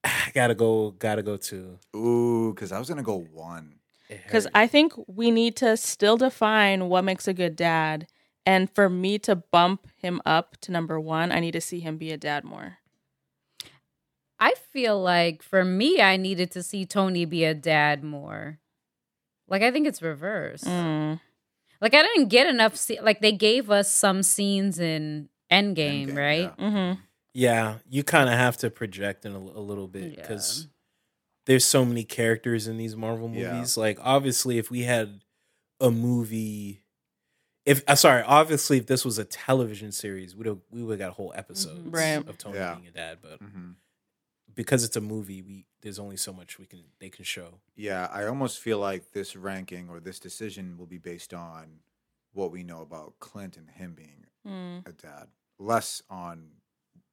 Speaker 3: I gotta go. Gotta go to.
Speaker 4: Ooh, because I was gonna go one.
Speaker 1: Because I think we need to still define what makes a good dad. And for me to bump him up to number one, I need to see him be a dad more.
Speaker 2: I feel like for me, I needed to see Tony be a dad more. Like I think it's reverse.
Speaker 1: Mm.
Speaker 2: Like I didn't get enough. Se- like they gave us some scenes in Endgame,
Speaker 4: Endgame,
Speaker 2: right?
Speaker 1: hmm
Speaker 3: Yeah, you kind of have to project in a, a little bit because
Speaker 2: Yeah.
Speaker 3: there's so many characters in these Marvel
Speaker 4: Yeah.
Speaker 3: movies. Like, obviously, if we had a movie, if uh, sorry, obviously, if this was a television series, we'd have, we would have got whole episodes
Speaker 1: Mhm. Right.
Speaker 3: of Tony
Speaker 4: Yeah.
Speaker 3: being a dad. But
Speaker 4: Mhm.
Speaker 3: because it's a movie, we there's only so much we can they can show.
Speaker 4: Yeah, I almost feel like this ranking or this decision will be based on what we know about Clint and him being
Speaker 1: Mm.
Speaker 4: a dad, less on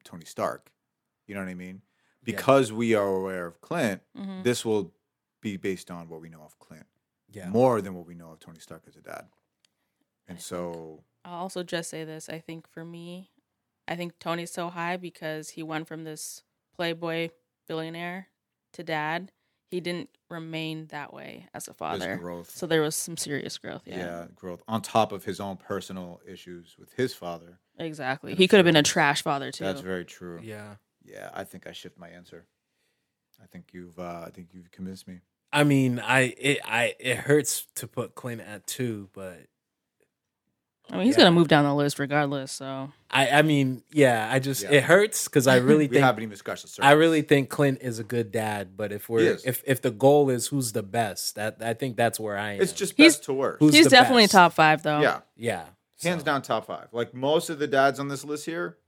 Speaker 4: Tony Stark. You know what I mean?
Speaker 3: Yeah.
Speaker 4: Because we are aware of Clint,
Speaker 1: hmm
Speaker 3: Mm-hmm.
Speaker 4: this will be based on what we know of Clint.
Speaker 3: Yeah,
Speaker 4: more than what we know of Tony Stark as a dad. And so,
Speaker 1: I'll also just say this. I think for me, I think Tony's so high because he went from this playboy billionaire to dad. He didn't remain that way as a
Speaker 4: there's
Speaker 1: father.
Speaker 4: growth.
Speaker 1: So there was some serious growth.
Speaker 4: yeah.
Speaker 1: Yeah.
Speaker 4: growth on top of his own personal issues with his father.
Speaker 1: Exactly.
Speaker 4: And
Speaker 1: He
Speaker 4: it's
Speaker 1: could have
Speaker 4: true.
Speaker 1: been a trash father too.
Speaker 4: That's very true. Yeah.
Speaker 3: yeah.
Speaker 4: I think I shift my answer. I think you've, uh, I think you've convinced me.
Speaker 3: I mean, I it I it hurts to put Clint at two, but
Speaker 1: I mean, he's
Speaker 3: Yeah.
Speaker 1: gonna move down the list regardless. So
Speaker 3: I I mean, yeah, I just
Speaker 4: Yeah.
Speaker 3: it hurts because I really
Speaker 4: We
Speaker 3: think
Speaker 4: haven't even scratched the surface.
Speaker 3: I really think Clint is a good dad, but if
Speaker 4: He
Speaker 3: we're
Speaker 4: is.
Speaker 3: if if the goal is who's the best, that I think that's where I am.
Speaker 4: it's just
Speaker 1: He's-
Speaker 4: best to worst.
Speaker 3: Who's
Speaker 1: he's
Speaker 3: the
Speaker 1: definitely
Speaker 3: best?
Speaker 1: top five though.
Speaker 4: yeah,
Speaker 3: yeah,
Speaker 4: hands
Speaker 3: so.
Speaker 4: down, top five. Like most of the dads on this list here,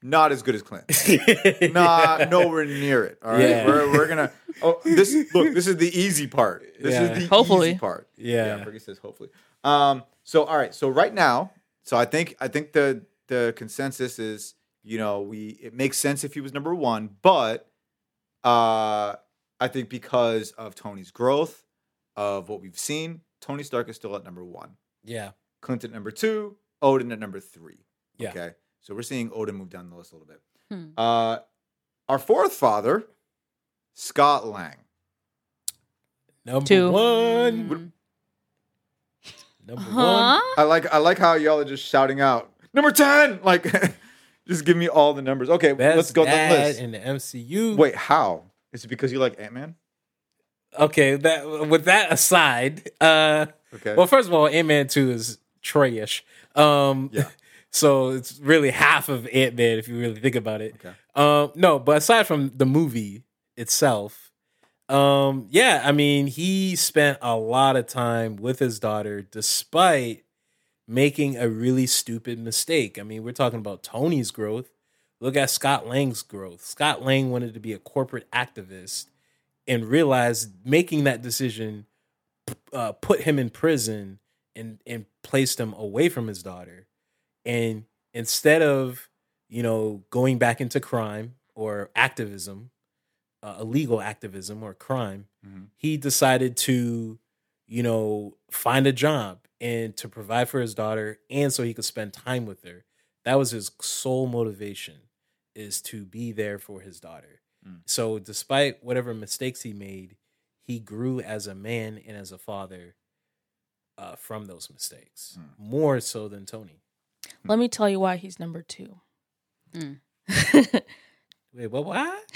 Speaker 4: not as good as Clint.
Speaker 3: Yeah.
Speaker 4: nah, nowhere near it. All right,
Speaker 3: Yeah.
Speaker 4: we're, we're gonna. Oh, this look. This is the easy part. This
Speaker 3: Yeah.
Speaker 4: is the
Speaker 1: Hopefully.
Speaker 4: easy part.
Speaker 3: Yeah.
Speaker 4: yeah. Fergie says hopefully. Um. So all right. So right now. So I think I think the the consensus is you know we it makes sense if he was number one, but uh I think because of Tony's growth of what we've seen, Tony Stark is still at number one.
Speaker 3: yeah,
Speaker 4: Clinton number two, Odin at number three.
Speaker 3: Yeah.
Speaker 4: Okay. So we're seeing Odin move down the list a little bit.
Speaker 2: Hmm.
Speaker 4: Uh, our fourth father, Scott Lang.
Speaker 3: number
Speaker 1: Two.
Speaker 3: one,
Speaker 2: Mm.
Speaker 3: number
Speaker 2: Huh?
Speaker 3: one.
Speaker 4: I like I like how y'all are just shouting out number ten. Like, just give me all the numbers. Okay,
Speaker 3: Best
Speaker 4: let's go down the
Speaker 3: dad
Speaker 4: list.
Speaker 3: in the MCU.
Speaker 4: Wait, how? Is it because you like Ant Man?
Speaker 3: okay. That with that aside, uh,
Speaker 4: Okay.
Speaker 3: well, first of all, Ant Man two is trayish. Um,
Speaker 4: Yeah.
Speaker 3: So it's really half of Ant Man if you really think about it.
Speaker 4: okay.
Speaker 3: Um, no, but aside from the movie itself, um, yeah, I mean, he spent a lot of time with his daughter despite making a really stupid mistake. I mean, we're talking about Tony's growth. Look at Scott Lang's growth. Scott Lang wanted to be a corporate activist and realized making that decision p- uh, put him in prison and and placed him away from his daughter. And instead of you know going back into crime or activism, uh, illegal activism or crime,
Speaker 4: Mhm.
Speaker 3: he decided to you know find a job and to provide for his daughter and so he could spend time with her that was his sole motivation is to be there for his daughter
Speaker 4: Mm.
Speaker 3: so despite whatever mistakes he made he grew as a man and as a father uh, from those mistakes
Speaker 4: Mm.
Speaker 3: more so than tony
Speaker 1: Let me tell you why he's number two.
Speaker 2: Mm.
Speaker 3: wait what what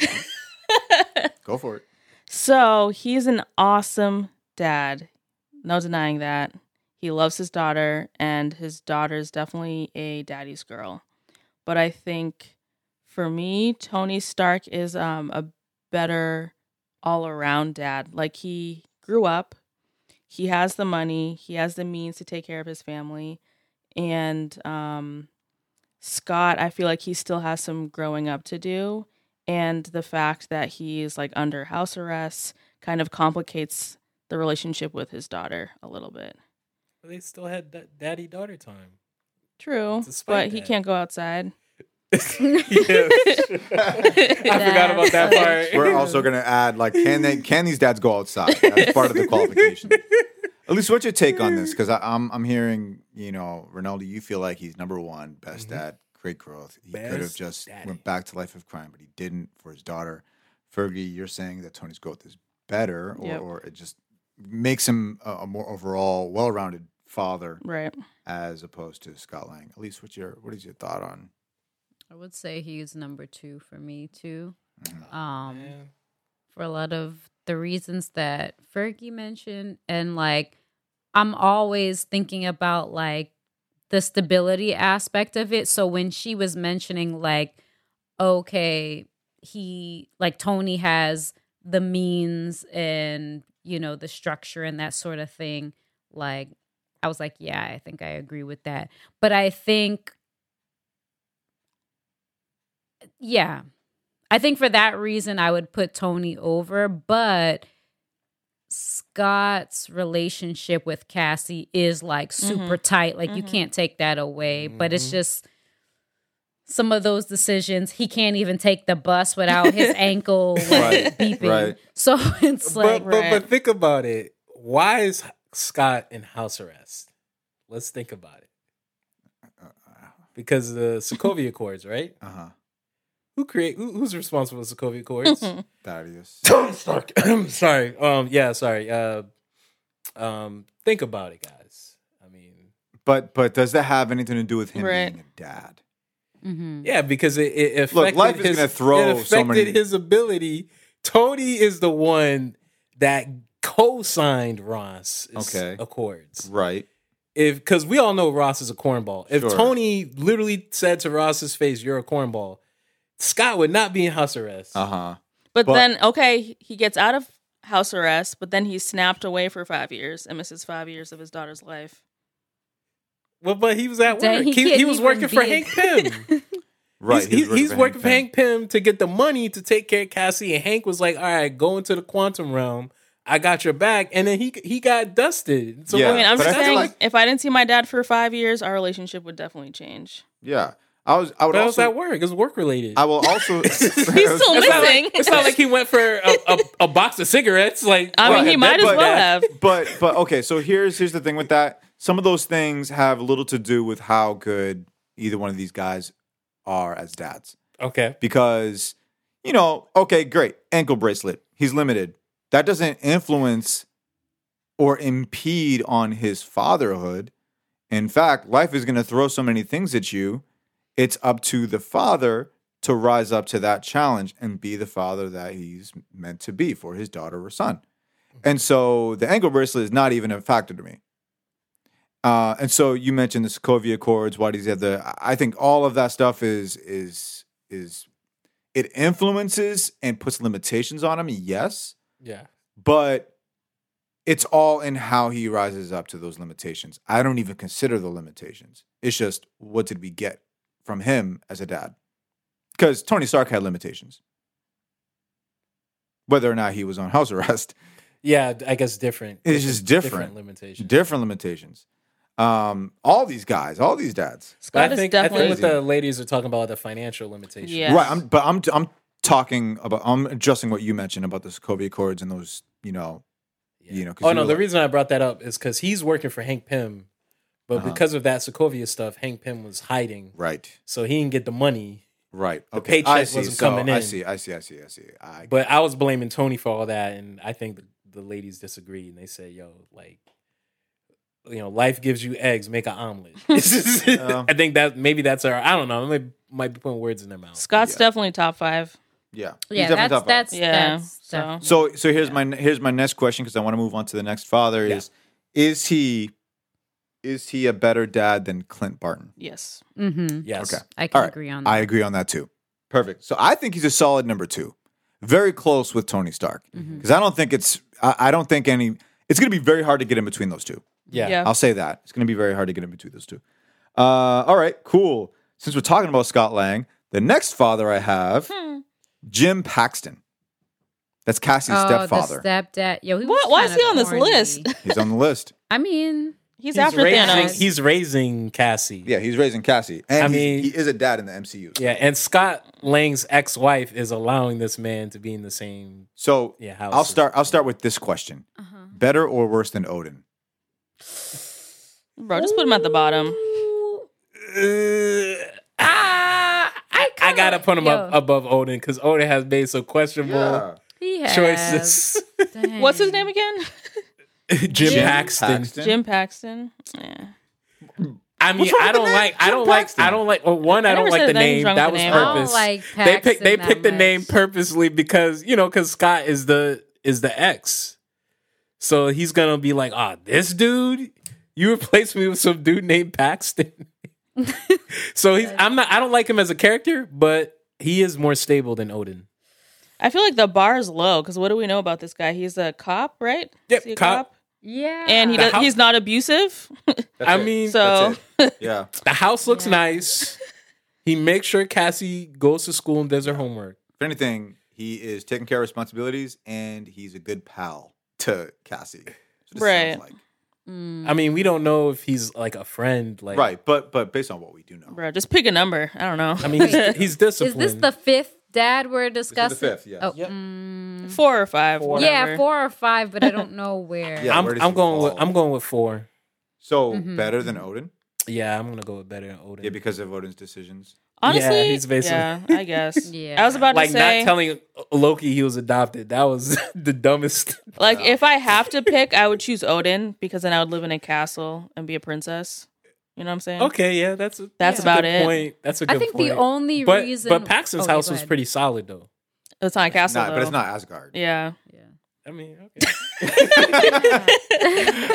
Speaker 4: Go for it.
Speaker 1: so he's an awesome dad. No denying that. He loves his daughter, and his daughter is definitely a daddy's girl. But I think for me, Tony Stark is um, a better all around dad. Like he grew up, he has the money, he has the means to take care of his family. And um, Scott, I feel like he still has some growing up to do. And the fact that he's like under house arrest kind of complicates the relationship with his daughter a little bit.
Speaker 3: they still had that daddy daughter time
Speaker 1: True,
Speaker 3: Despite
Speaker 1: but he
Speaker 3: that.
Speaker 1: can't go outside.
Speaker 3: yeah. i forgot about that
Speaker 2: That's-
Speaker 3: part
Speaker 4: We're also gonna add like can they can these dads go outside? That's part of the qualification. At least, what's your take on
Speaker 3: Mm.
Speaker 4: this? Because I'm I'm hearing you know Ronaldo, you feel like he's number one, best
Speaker 3: Mhm.
Speaker 4: dad, great growth. He could have
Speaker 3: Best
Speaker 4: just
Speaker 3: daddy.
Speaker 4: went back to life of crime, but he didn't for his daughter. Fergie, you're saying that Tony's growth is better, or,
Speaker 1: Yep.
Speaker 4: or it just makes him a, a more overall well-rounded father
Speaker 1: Right.
Speaker 4: as opposed to Scott Lang. At least, what's your what is your thought on?
Speaker 2: I would say he's number two for me too.
Speaker 4: Mhm.
Speaker 2: Um,
Speaker 3: Yeah.
Speaker 2: for a lot of the reasons that Fergie mentioned. And like, I'm always thinking about like the stability aspect of it. So when she was mentioning, like, okay, he, like, Tony has the means and, you know, the structure and that sort of thing, like, I was like, yeah, I think I agree with that. But I think, yeah, I think for that reason, I would put Tony over, but Scott's relationship with Cassie is like super tight. Like you
Speaker 1: Mhm.
Speaker 2: can't take that away, but it's
Speaker 3: Mhm.
Speaker 2: just some of those decisions. He can't even take the bus without his ankle like,
Speaker 4: Right,
Speaker 2: beeping.
Speaker 4: right.
Speaker 2: So it's like,
Speaker 3: but, but, but
Speaker 1: Right.
Speaker 3: think about it. Why is Scott in house arrest? Let's think about it. Because the Sokovia Accords, right?
Speaker 4: Uh huh.
Speaker 3: Who create? Who, who's responsible for the Sokovia Accords?
Speaker 4: Thaddeus.
Speaker 3: Tony Stark. sorry. Um. Yeah. Sorry. Uh. Um. Think about it, guys. I mean,
Speaker 4: But but does that have anything to do with him
Speaker 1: Right.
Speaker 4: being a dad?
Speaker 2: Mhm.
Speaker 3: yeah, because it, it affected
Speaker 4: Look, life is
Speaker 3: his,
Speaker 4: gonna throw
Speaker 3: it
Speaker 4: so
Speaker 3: affected
Speaker 4: many-
Speaker 3: his ability. Tony is the one that co-signed Ross
Speaker 4: Okay.
Speaker 3: Accords.
Speaker 4: Right.
Speaker 3: if because we all know Ross is a cornball. If
Speaker 4: Sure.
Speaker 3: Tony literally said to Ross's face, "You're a cornball," Scott would not be in house arrest.
Speaker 4: Uh huh.
Speaker 1: But,
Speaker 4: But-
Speaker 1: then, okay, he gets out of house arrest, but then he's snapped away for five years and misses five years of his daughter's life.
Speaker 3: Well, but he was at
Speaker 2: Dang,
Speaker 3: work.
Speaker 2: he
Speaker 3: He, he,
Speaker 2: can't
Speaker 3: was
Speaker 2: even
Speaker 3: working for
Speaker 2: be-
Speaker 3: Hank Pym.
Speaker 4: Right.
Speaker 3: He's,
Speaker 4: he was
Speaker 3: he's working for
Speaker 4: Hank
Speaker 3: Hank Pym to get the money to take care of Cassie, and Hank was like, "All right, go into the quantum realm. I got your back." And then he he got dusted. So
Speaker 4: Yeah,
Speaker 1: I mean, I'm
Speaker 4: but
Speaker 1: just
Speaker 4: I feel
Speaker 1: saying,
Speaker 4: like-
Speaker 1: if I didn't see my dad for five years, our relationship would definitely change.
Speaker 4: Pym. Yeah. I was. I would
Speaker 3: But that was
Speaker 4: also.
Speaker 3: that work. It was work related.
Speaker 4: I will also.
Speaker 1: He's still
Speaker 3: it's, not
Speaker 1: missing.
Speaker 3: like, it's not like he went for a, a, a box of cigarettes. Like
Speaker 1: I mean,
Speaker 3: well,
Speaker 1: he
Speaker 3: at
Speaker 1: might
Speaker 3: that
Speaker 1: as
Speaker 3: point,
Speaker 1: well
Speaker 3: that-
Speaker 1: have.
Speaker 4: but but okay. So here's here's the thing with that. Some of those things have little to do with how good either one of these guys are as dads.
Speaker 3: Okay.
Speaker 4: because you know, okay, great, ankle bracelet. He's limited. That doesn't influence or impede on his fatherhood. In fact, life is going to throw so many things at you. It's up to the father to rise up to that challenge and be the father that he's meant to be for his daughter or son. And so the ankle bracelet is not even a factor to me. Uh, and so you mentioned the Sokovia Accords. Why does he have the? I- I think all of that stuff is is is it influences and puts limitations on him. Yes,
Speaker 3: Yeah.
Speaker 4: but it's all in how he rises up to those limitations. I don't even consider the limitations. It's just what did we get from him as a dad? because Tony Stark had limitations, whether or not he was on house arrest.
Speaker 3: Yeah, I guess different.
Speaker 4: It's just different.
Speaker 3: limitation.
Speaker 4: Different limitations. Um, all these guys, all these dads.
Speaker 1: Scott
Speaker 3: But I
Speaker 1: is
Speaker 3: think I
Speaker 1: definitely
Speaker 3: think what the ladies are talking about are the financial limitations.
Speaker 1: Yeah. Yes.
Speaker 4: Right. I'm, but I'm I'm talking about I'm adjusting what you mentioned about the Sokovia Accords and those you know You know, 'cause
Speaker 3: Oh
Speaker 4: you
Speaker 3: no,
Speaker 4: were
Speaker 3: the
Speaker 4: like-
Speaker 3: reason I brought that up is because he's working for Hank Pym, but
Speaker 4: Uh-huh.
Speaker 3: because of that Sokovia stuff, Hank Pym was hiding,
Speaker 4: right
Speaker 3: so he didn't get the money.
Speaker 4: right
Speaker 3: The
Speaker 4: okay I
Speaker 3: paycheck
Speaker 4: see.
Speaker 3: wasn't
Speaker 4: So,
Speaker 3: coming
Speaker 4: I
Speaker 3: in.
Speaker 4: see I see I see I see I
Speaker 3: But I was blaming Tony for all that, and I think the, the ladies disagreed, and they said, "Yo, like." You know, life gives you eggs. Make an omelet.
Speaker 4: Yeah.
Speaker 3: I think that maybe that's our. I don't know. I might, might be putting words in their mouth.
Speaker 1: Scott's
Speaker 4: Yeah.
Speaker 1: definitely top five.
Speaker 4: yeah He's
Speaker 2: Yeah,
Speaker 4: definitely
Speaker 2: that's
Speaker 4: top five.
Speaker 2: that's
Speaker 1: Yeah,
Speaker 2: that's
Speaker 1: so-
Speaker 2: definitely-
Speaker 4: So so here's my here's my next question because I want to move on to the next father
Speaker 3: Yeah.
Speaker 4: is is he is he a better dad than Clint Barton?
Speaker 1: Yes.
Speaker 2: Mhm.
Speaker 3: Yes.
Speaker 4: Okay.
Speaker 2: I can
Speaker 4: All right.
Speaker 2: agree on that.
Speaker 4: I agree on that too. Perfect. So I think he's a solid number two, very close with Tony Stark
Speaker 2: Mhm.
Speaker 4: because I don't think it's I, I don't think any it's going to be very hard to get in between those two.
Speaker 3: Yeah.
Speaker 1: Yeah.
Speaker 4: I'll say that it's going to be very hard to get in between those two. Uh, all right, cool. Since we're talking about Scott Lang, the next father I have
Speaker 1: Hmm.
Speaker 4: Jim Paxton. That's Cassie's stepfather.
Speaker 2: Oh, The stepdad. Yo, he was
Speaker 1: What? Why is
Speaker 2: kinda
Speaker 1: he on this
Speaker 2: corny.
Speaker 1: list?
Speaker 4: he's on the list.
Speaker 2: I mean,
Speaker 1: He's, after
Speaker 3: raising,
Speaker 1: Thanos.
Speaker 3: He's raising Cassie.
Speaker 4: Yeah, he's raising Cassie. And
Speaker 3: I
Speaker 4: he's-
Speaker 3: mean-
Speaker 4: he is a dad in the MCU.
Speaker 3: Yeah, and Scott Lang's ex-wife is allowing this man to be in the same.
Speaker 4: So
Speaker 3: Yeah, house
Speaker 4: I'll
Speaker 3: as-
Speaker 4: start. I'll start with this question:
Speaker 2: uh-huh.
Speaker 4: Better or worse than Odin?
Speaker 1: Bro, just put him at the bottom.
Speaker 2: Ooh.
Speaker 3: Uh,
Speaker 2: Ah, I,
Speaker 3: I
Speaker 2: kinda-
Speaker 3: gotta put him up
Speaker 2: Yo,
Speaker 3: above Odin because Odin has made some questionable
Speaker 2: He has.
Speaker 3: choices.
Speaker 2: Dang.
Speaker 1: What's his name again?
Speaker 3: Jim,
Speaker 2: Jim
Speaker 3: Paxton.
Speaker 1: Jim Paxton. Yeah.
Speaker 3: I mean,
Speaker 4: What's wrong
Speaker 3: I
Speaker 4: with the
Speaker 3: don't
Speaker 4: name?
Speaker 3: like. I
Speaker 4: Jim
Speaker 3: don't like.
Speaker 4: Paxton.
Speaker 3: I don't like. Well, one, I,
Speaker 1: I
Speaker 3: don't
Speaker 1: never
Speaker 3: like
Speaker 1: said
Speaker 3: the
Speaker 1: there's anything
Speaker 3: name.
Speaker 1: wrong with
Speaker 3: That was
Speaker 1: the name.
Speaker 2: I don't
Speaker 3: purpose.
Speaker 2: like
Speaker 3: they
Speaker 2: Paxton
Speaker 3: picked. They
Speaker 2: that
Speaker 3: picked the
Speaker 2: much.
Speaker 3: name purposely because you know because Scott is the is the ex, so he's gonna be like, ah, this dude. You replaced me with some dude named Paxton. so he's. I'm not. I don't like him as a character, but he is more stable than Odin.
Speaker 1: I feel like the bar is low because what do we know about this guy? He's a cop, right?
Speaker 3: Yep,
Speaker 1: Is he a
Speaker 3: cop.
Speaker 2: Yeah.
Speaker 1: And he
Speaker 3: The
Speaker 1: does,
Speaker 3: hou-
Speaker 1: he's not abusive.
Speaker 3: I mean,
Speaker 1: So
Speaker 4: yeah,
Speaker 3: The house looks
Speaker 2: Yeah.
Speaker 3: nice. He makes sure Cassie goes to school and does her homework.
Speaker 4: if anything, he is taking care of responsibilities, and he's a good pal to Cassie. So this
Speaker 1: Right.
Speaker 4: sounds like-
Speaker 2: Mm.
Speaker 3: I mean, we don't know if he's like a friend. Like,
Speaker 4: right. But but based on what we do know,
Speaker 1: Bro, just pick a number. I don't know.
Speaker 3: I mean, he's, he's
Speaker 2: Is
Speaker 3: disciplined.
Speaker 2: this the fifth dad we're
Speaker 4: This
Speaker 2: discussing?
Speaker 4: is the fifth. Yeah.
Speaker 2: Oh,
Speaker 3: Yep.
Speaker 2: mm.
Speaker 1: four or five.
Speaker 3: Four.
Speaker 2: yeah,
Speaker 1: whatever.
Speaker 2: four or five, but I don't know where.
Speaker 4: Yeah,
Speaker 3: I'm,
Speaker 4: where does
Speaker 3: I'm
Speaker 4: he
Speaker 3: going with
Speaker 4: fall?
Speaker 3: I'm going with four.
Speaker 4: So
Speaker 1: Mm-hmm.
Speaker 2: Mhm.
Speaker 4: better than Odin.
Speaker 3: Yeah, I'm gonna go with better than Odin.
Speaker 4: Yeah, because of Odin's decisions.
Speaker 1: Honestly,
Speaker 3: Yeah,
Speaker 1: yeah,
Speaker 3: he's basically-
Speaker 1: I guess.
Speaker 2: Yeah.
Speaker 1: I was about
Speaker 3: like
Speaker 1: to say,
Speaker 3: not telling Loki he was adopted. That was the dumbest.
Speaker 1: like,
Speaker 4: No.
Speaker 1: if I have to pick, I would choose Odin because then I would live in a castle and be a princess. You know what I'm saying?
Speaker 3: okay, yeah, that's a,
Speaker 1: That's
Speaker 3: a
Speaker 1: about
Speaker 3: good
Speaker 1: it.
Speaker 3: Point. That's a good
Speaker 2: I think
Speaker 3: point.
Speaker 2: the only
Speaker 3: but
Speaker 2: reason.
Speaker 3: but Paxton's
Speaker 2: Oh, yeah,
Speaker 3: house
Speaker 2: go
Speaker 3: was
Speaker 2: ahead.
Speaker 3: pretty solid though.
Speaker 1: It's not a castle.
Speaker 4: Nah, but it's
Speaker 1: though.
Speaker 4: not Asgard.
Speaker 1: Yeah.
Speaker 2: Yeah.
Speaker 3: I mean, okay.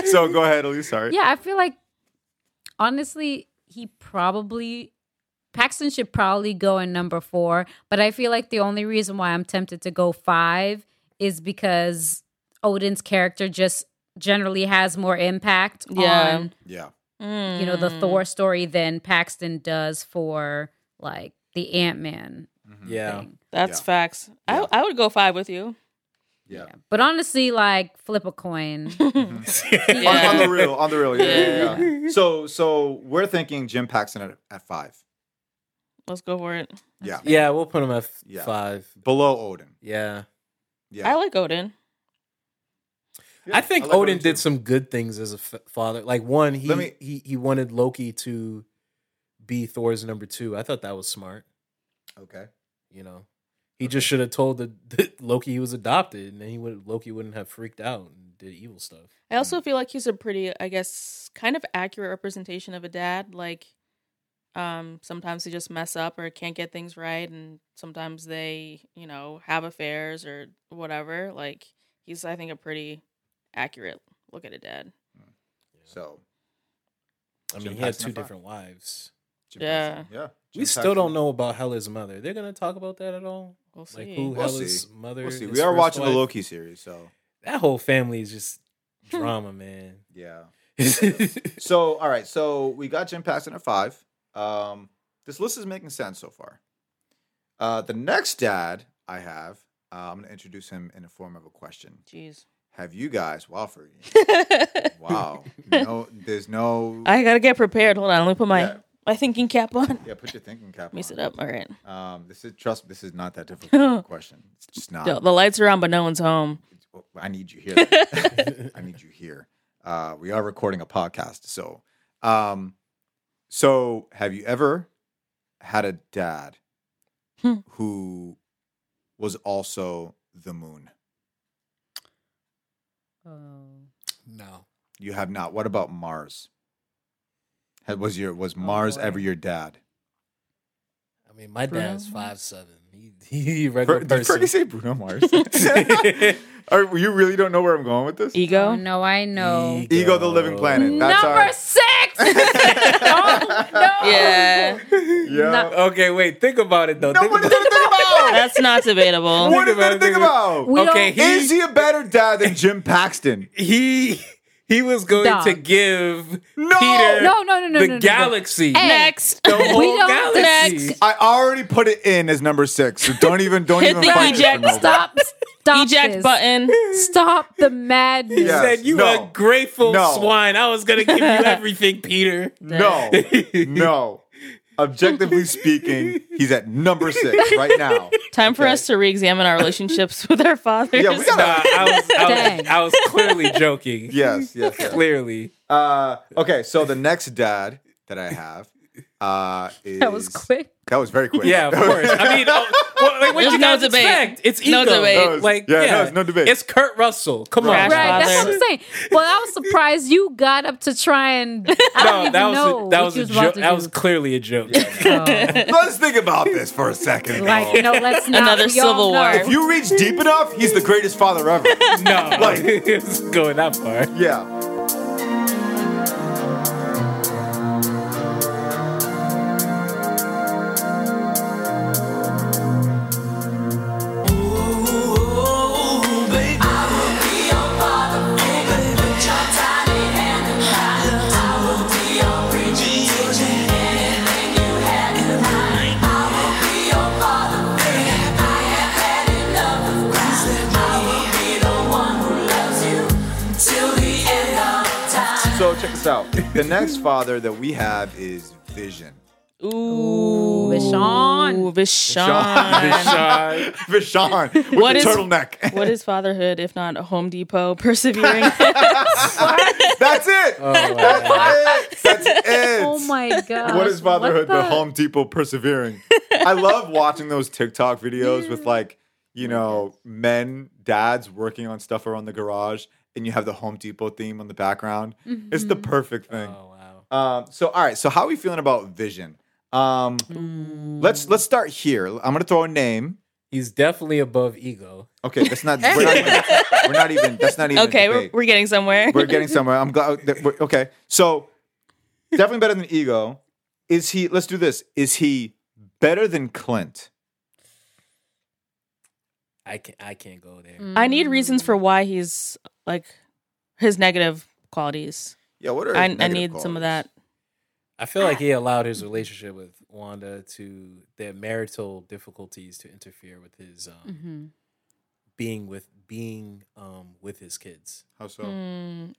Speaker 4: so go ahead, Elise. Sorry.
Speaker 2: Yeah, I feel like honestly, he probably Paxton should probably go in number four, but I feel like the only reason why I'm tempted to go five is because Odin's character just generally has more impact
Speaker 1: Yeah.
Speaker 2: on
Speaker 4: Yeah.
Speaker 2: you know the
Speaker 1: Mm.
Speaker 2: Thor story than Paxton does for like the Ant Man
Speaker 4: Mhm.
Speaker 3: yeah,
Speaker 2: thing.
Speaker 1: Mm, That's
Speaker 4: Yeah.
Speaker 1: facts.
Speaker 4: Yeah.
Speaker 1: I I would go five with you.
Speaker 4: Yeah. Mm-hmm.
Speaker 2: But honestly, like flip a coin.
Speaker 3: Mm-hmm.
Speaker 4: On, on
Speaker 1: Yeah.
Speaker 4: the real, on the real, yeah, yeah, yeah. So, so we're thinking Jim Paxton at, at five,
Speaker 1: Let's go for it.
Speaker 4: yeah,
Speaker 3: yeah, we'll put him at f-
Speaker 4: Yeah.
Speaker 3: five.
Speaker 4: below Odin,
Speaker 3: Yeah.
Speaker 4: yeah.
Speaker 1: I like Odin.
Speaker 4: Yeah,
Speaker 3: I think
Speaker 4: like
Speaker 3: Odin did
Speaker 4: too.
Speaker 3: some good things as a f- father. Like one, he,
Speaker 4: Let me-
Speaker 3: he he wanted Loki to be Thor's number two. I thought that was smart.
Speaker 4: Okay,
Speaker 3: You know, he just should have told the, the Loki he was adopted, and then he would Loki wouldn't have freaked out and did evil stuff.
Speaker 1: I also feel like he's a pretty, I guess, kind of accurate representation of a dad. Like, um, sometimes they just mess up or can't get things right, and sometimes they, you know, have affairs or whatever. Like, he's, I think, a pretty accurate look at a dad.
Speaker 4: so
Speaker 3: I
Speaker 4: Jim
Speaker 3: mean, he had
Speaker 4: Paxton
Speaker 3: two
Speaker 4: at five.
Speaker 3: different wives.
Speaker 4: Jim
Speaker 1: Yeah.
Speaker 4: Paxton, yeah.
Speaker 3: we
Speaker 4: Jim
Speaker 3: still don't
Speaker 4: Paxton.
Speaker 3: know about Hela's mother. They're gonna talk about that at all?
Speaker 1: We'll see.
Speaker 3: Like who
Speaker 4: We'll
Speaker 3: Hela's
Speaker 4: see.
Speaker 3: mother?
Speaker 4: We'll see.
Speaker 3: his
Speaker 4: We are
Speaker 3: first
Speaker 4: watching
Speaker 3: wife-
Speaker 4: the Loki series, so
Speaker 3: That whole family is just drama, man.
Speaker 4: yeah.
Speaker 3: yeah,
Speaker 4: So, all right, so we got Jim Paxton at five. Um, this list is making sense so far. Uh, the next dad I have, uh, I'm going to introduce him in the form of a question.
Speaker 1: Jeez.
Speaker 4: Have you guys, wow, for wow, no, there's no.
Speaker 1: I gotta get prepared. Hold on, let me put my
Speaker 4: Yeah.
Speaker 1: my thinking cap on. Let
Speaker 4: yeah, put your thinking cap
Speaker 1: me
Speaker 4: on.
Speaker 1: sit up. All right.
Speaker 4: Um, this is trust. me, This is not that difficult of a question. It's just not.
Speaker 1: The, the lights are on, but no one's home.
Speaker 4: oh, I need you here. I need you here. Uh, we are recording a podcast, so um, so have you ever had a dad
Speaker 1: Hmm.
Speaker 4: who was also the moon?
Speaker 2: Oh.
Speaker 3: No.
Speaker 4: You have not. What about Mars? Had- Was your was Mars
Speaker 2: boy.
Speaker 4: ever your dad?
Speaker 3: I mean, my
Speaker 1: Bruno
Speaker 3: dad's
Speaker 1: Mars?
Speaker 3: five seven. He he a
Speaker 4: Fr-
Speaker 3: regular
Speaker 4: Did
Speaker 3: person.
Speaker 4: Fergie say Bruno Mars? Are, you really don't know where I'm going with this?
Speaker 1: Ego.
Speaker 2: Oh, no, I know.
Speaker 3: Ego.
Speaker 4: Ego, the living planet. That's
Speaker 2: Number
Speaker 4: our-
Speaker 2: six. no, no.
Speaker 1: Yeah,
Speaker 4: Yeah.
Speaker 2: Not-
Speaker 3: okay, wait. Think about it though. Think
Speaker 4: Nobody's
Speaker 3: about
Speaker 4: gonna think about. it.
Speaker 1: Oh, that's not debatable.
Speaker 4: What is there
Speaker 3: about
Speaker 4: to
Speaker 3: it,
Speaker 4: think
Speaker 3: think
Speaker 4: about?
Speaker 2: We
Speaker 3: Okay,
Speaker 2: don't-
Speaker 3: he-
Speaker 4: Is he a better dad than Jim Paxton?
Speaker 3: he he was going to
Speaker 2: Dog.
Speaker 3: give
Speaker 4: No!
Speaker 3: Peter
Speaker 2: No, no, no, no,
Speaker 3: the
Speaker 2: no, no, no.
Speaker 3: galaxy.
Speaker 2: Hey,
Speaker 1: Next.
Speaker 3: The whole
Speaker 2: don't
Speaker 3: galaxy.
Speaker 2: next.
Speaker 4: I already put it in as number six. So don't even don't
Speaker 1: Hit
Speaker 4: even
Speaker 1: the
Speaker 4: fight
Speaker 1: eject
Speaker 4: this one over.
Speaker 2: Stop. Stop
Speaker 1: Eject
Speaker 2: this.
Speaker 1: button.
Speaker 2: Stop the madness.
Speaker 4: Yeah.
Speaker 3: Said you
Speaker 4: No.
Speaker 3: ungrateful
Speaker 4: No.
Speaker 3: swine. I was gonna give you everything, Peter.
Speaker 4: No, no. Objectively speaking, he's at number six right now.
Speaker 1: Time for
Speaker 4: Okay.
Speaker 1: us to re-examine our relationships with our fathers.
Speaker 4: Yeah, we
Speaker 3: Nah,
Speaker 4: gotta-
Speaker 3: I was, I was,
Speaker 2: Dang.
Speaker 3: I was clearly joking.
Speaker 4: Yes, yes. yes.
Speaker 3: clearly.
Speaker 4: Uh, okay, so the next dad that I have uh, is
Speaker 2: That was quick.
Speaker 4: That was very quick.
Speaker 3: Yeah, of course. I mean, oh, well, like, what
Speaker 1: There's
Speaker 3: you
Speaker 1: no
Speaker 3: guys
Speaker 1: debate.
Speaker 3: expect? It's ego.
Speaker 1: No debate. No,
Speaker 4: it's-
Speaker 3: like,
Speaker 4: yeah,
Speaker 3: yeah,
Speaker 4: no, it's no debate.
Speaker 3: It's Kurt Russell. Come
Speaker 1: Right.
Speaker 3: on,
Speaker 2: Right,
Speaker 1: Father.
Speaker 2: that's what I'm saying. Well, I was surprised you got up to try and. I don't
Speaker 3: No,
Speaker 2: even
Speaker 3: that was
Speaker 2: know
Speaker 3: a, that
Speaker 2: what
Speaker 3: was
Speaker 2: you
Speaker 3: a
Speaker 2: about
Speaker 3: joke.
Speaker 2: to
Speaker 3: That
Speaker 2: do.
Speaker 3: was clearly a joke.
Speaker 2: Oh.
Speaker 4: Let's think about this for a second.
Speaker 2: like, no, let's not.
Speaker 1: Another
Speaker 2: we all
Speaker 1: Civil
Speaker 2: know.
Speaker 1: War.
Speaker 4: If you reach deep enough, he's the greatest father ever.
Speaker 3: no,
Speaker 4: Like-
Speaker 3: like it's going that far.
Speaker 4: yeah. So check this out. The next father that we have is Vision.
Speaker 1: Ooh,
Speaker 2: Vishon.
Speaker 1: Vishon.
Speaker 3: Sean.
Speaker 4: Vishon with
Speaker 1: What
Speaker 4: the
Speaker 1: is-
Speaker 4: turtleneck.
Speaker 1: What is fatherhood if not a Home Depot persevering?
Speaker 4: That's it.
Speaker 3: Oh,
Speaker 4: That's it. That's it.
Speaker 2: Oh my god.
Speaker 4: What is fatherhood but Home Depot persevering? I love watching those TikTok videos with like, you know, men, dads working on stuff around the garage and you have the Home Depot theme on the background. It's the
Speaker 1: Mm-hmm.
Speaker 4: perfect thing.
Speaker 3: Oh wow.
Speaker 4: Um, so all right, so how are we feeling about Vision? Um,
Speaker 1: Mm.
Speaker 4: let's let's start here. I'm gonna throw a name.
Speaker 3: He's definitely above ego.
Speaker 4: Okay, that's not. We're not even. We're not even that's not even. a
Speaker 1: okay, we're,
Speaker 4: debate.
Speaker 1: we're getting somewhere.
Speaker 4: We're getting somewhere. I'm glad. That we're, okay, so definitely better than Ego. Is he? Let's do this. Is he better than Clint?
Speaker 3: I can I can't go there.
Speaker 1: I
Speaker 2: Mm-hmm.
Speaker 1: need reasons for why he's like his negative qualities.
Speaker 4: Yeah. What are? his
Speaker 1: I, I
Speaker 4: negative
Speaker 1: need some of
Speaker 4: qualities?
Speaker 1: that.
Speaker 3: I feel like he allowed his relationship with Wanda to their marital difficulties to interfere with his um,
Speaker 1: Mm-hmm.
Speaker 2: hmm
Speaker 3: being with being um, with his kids.
Speaker 4: How so?
Speaker 1: Mm,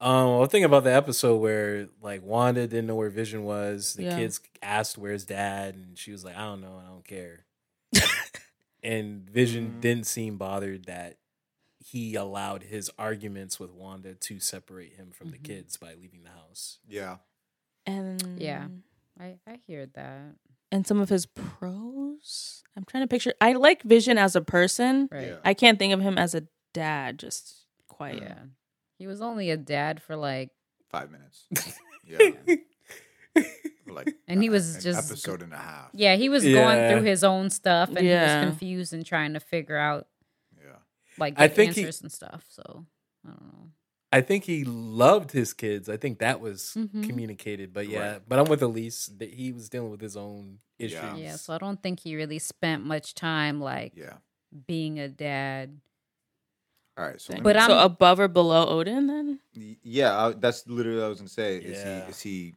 Speaker 3: Um, I was thinking about the episode where like Wanda didn't know where Vision was. The
Speaker 1: Yeah.
Speaker 3: kids asked where's Dad, and she was like, "I don't know, I don't care." and Vision
Speaker 4: Mm.
Speaker 3: didn't seem bothered that he allowed his arguments with Wanda to separate him from
Speaker 2: Mhm.
Speaker 3: the kids by leaving the house.
Speaker 4: Yeah.
Speaker 1: and
Speaker 2: Yeah. I, I hear that.
Speaker 1: and some of his pros. I'm trying to picture. I like Vision as a person.
Speaker 2: Right.
Speaker 4: Yeah.
Speaker 1: I can't think of him as a dad. Just quite.
Speaker 2: Yeah. He was only a dad for like,
Speaker 4: Five minutes. Yeah. like.
Speaker 2: And he was
Speaker 4: an
Speaker 2: just-
Speaker 4: episode and a half.
Speaker 2: yeah, he was
Speaker 3: Yeah.
Speaker 2: going through his own stuff and he
Speaker 1: Yeah.
Speaker 2: was confused and trying to figure out
Speaker 4: Yeah.
Speaker 2: like the
Speaker 3: I think he-
Speaker 2: answers and stuff. So I don't know.
Speaker 3: I think he loved his kids. I think that was
Speaker 2: Mhm.
Speaker 3: communicated. But yeah,
Speaker 4: Right.
Speaker 3: but I'm with Elise that he was dealing with his own issues.
Speaker 4: Yeah.
Speaker 2: Yeah, so I don't think he really spent much time like
Speaker 4: Yeah.
Speaker 2: being a dad.
Speaker 4: All right. So.
Speaker 1: Thing.
Speaker 4: let
Speaker 2: But
Speaker 4: me-
Speaker 2: I'm-
Speaker 1: so uh, above or below Odin then?
Speaker 4: Y- Yeah, I, that's literally what I was gonna say. Is
Speaker 3: Yeah.
Speaker 4: he is he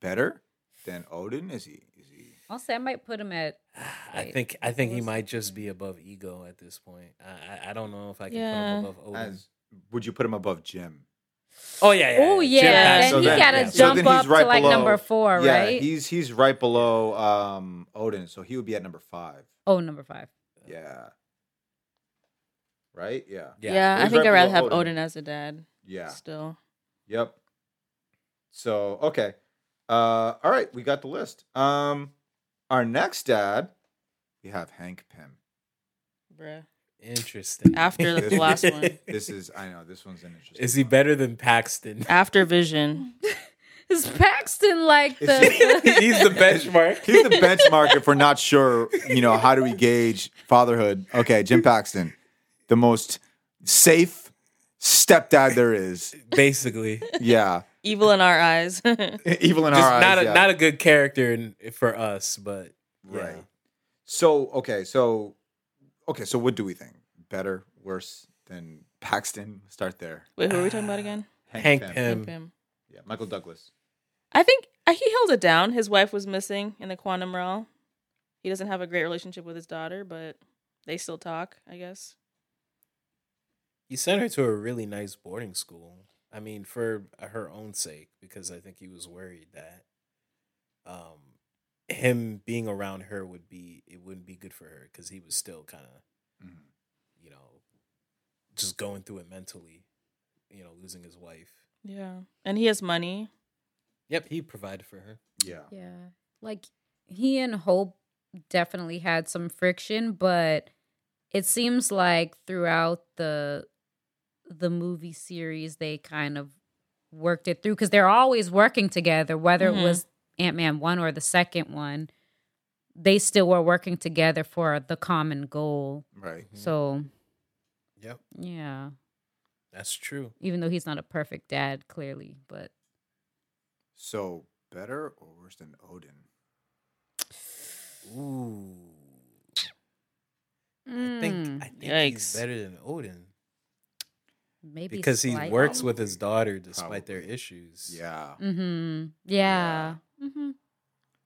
Speaker 4: better than Odin? Is he is he
Speaker 2: I'll say I might put him at
Speaker 3: I
Speaker 2: Right.
Speaker 3: think I think he
Speaker 2: Was-
Speaker 3: might just be above ego at this point. I I, I don't know if I can
Speaker 1: Yeah.
Speaker 3: put him above Odin.
Speaker 4: As, would you put him above Jim?
Speaker 3: oh yeah, yeah.
Speaker 2: Oh
Speaker 3: Jim
Speaker 2: yeah,
Speaker 3: Pass-
Speaker 2: then
Speaker 4: so
Speaker 2: he
Speaker 4: then-
Speaker 2: got to
Speaker 4: yeah,
Speaker 3: so
Speaker 2: jump
Speaker 4: then he's
Speaker 2: up
Speaker 4: right
Speaker 2: to like
Speaker 4: below.
Speaker 2: number four,
Speaker 4: yeah,
Speaker 2: right?
Speaker 4: he's he's right below um, Odin, so he would be at number five.
Speaker 2: oh, number five.
Speaker 4: Yeah. Right? Yeah.
Speaker 1: Yeah,
Speaker 4: He's
Speaker 1: I think
Speaker 4: right
Speaker 1: I'd rather
Speaker 4: below
Speaker 1: have
Speaker 4: Odin.
Speaker 1: Odin. as a dad
Speaker 4: Yeah.
Speaker 1: still.
Speaker 4: Yep. So okay. Uh all right, we got the list. Um our next dad, we have Hank Pym.
Speaker 1: Bruh.
Speaker 3: Interesting.
Speaker 1: After
Speaker 4: the
Speaker 1: last one.
Speaker 4: This is I know this one's an interesting.
Speaker 3: Is he
Speaker 4: one.
Speaker 3: better than Paxton?
Speaker 1: After Vision.
Speaker 2: Is Paxton like
Speaker 4: Is
Speaker 2: the?
Speaker 3: He's the benchmark.
Speaker 4: He's the benchmark if we're not sure, you know, how do we gauge fatherhood? Okay, Jim Paxton, the most safe stepdad there is.
Speaker 3: Basically, just
Speaker 4: Yeah.
Speaker 1: Evil in our eyes.
Speaker 4: Evil in our eyes.
Speaker 3: not a,
Speaker 4: yeah.
Speaker 3: not a good character in, for us, but yeah.
Speaker 4: Right. So okay, so okay, so what do we think? Better, worse than Paxton? Start there.
Speaker 1: Wait, who are we talking about again?
Speaker 3: Hank, Pym.
Speaker 1: Pym.
Speaker 4: Yeah, Michael Douglas.
Speaker 1: I think uh, he held it down. His wife was missing in the quantum realm. He doesn't have a great relationship with his daughter, but they still talk, I guess.
Speaker 3: He sent her to a really nice boarding school. I mean, for uh, her own sake, because I think he was worried that um him being around her would be it wouldn't be good for her because he was still kind of
Speaker 4: Mm-hmm.
Speaker 3: you know just going through it mentally, you know, losing his wife.
Speaker 1: Yeah. And he has money.
Speaker 3: Yep, he provided for her.
Speaker 4: Yeah.
Speaker 2: yeah, like he and Hope definitely had some friction, but it seems like throughout the the movie series they kind of worked it through because they're always working together, whether
Speaker 1: Mhm.
Speaker 2: it was Ant Man one or the second one. They still were working together for the common goal.
Speaker 4: Right.
Speaker 3: Mm-hmm.
Speaker 2: So
Speaker 3: Yep,
Speaker 2: yeah,
Speaker 3: that's true.
Speaker 2: even though he's not a perfect dad, clearly, but
Speaker 4: So better or worse than Odin?
Speaker 3: Ooh.
Speaker 2: Mm.
Speaker 3: I
Speaker 2: Hmm,
Speaker 3: think I think he's
Speaker 1: Yikes.
Speaker 3: better than Odin
Speaker 2: maybe
Speaker 3: because he
Speaker 2: slight-
Speaker 3: works with his daughter despite
Speaker 4: Probably.
Speaker 3: their issues.
Speaker 4: Yeah.
Speaker 2: Mm-hmm. Yeah. Mm-hmm.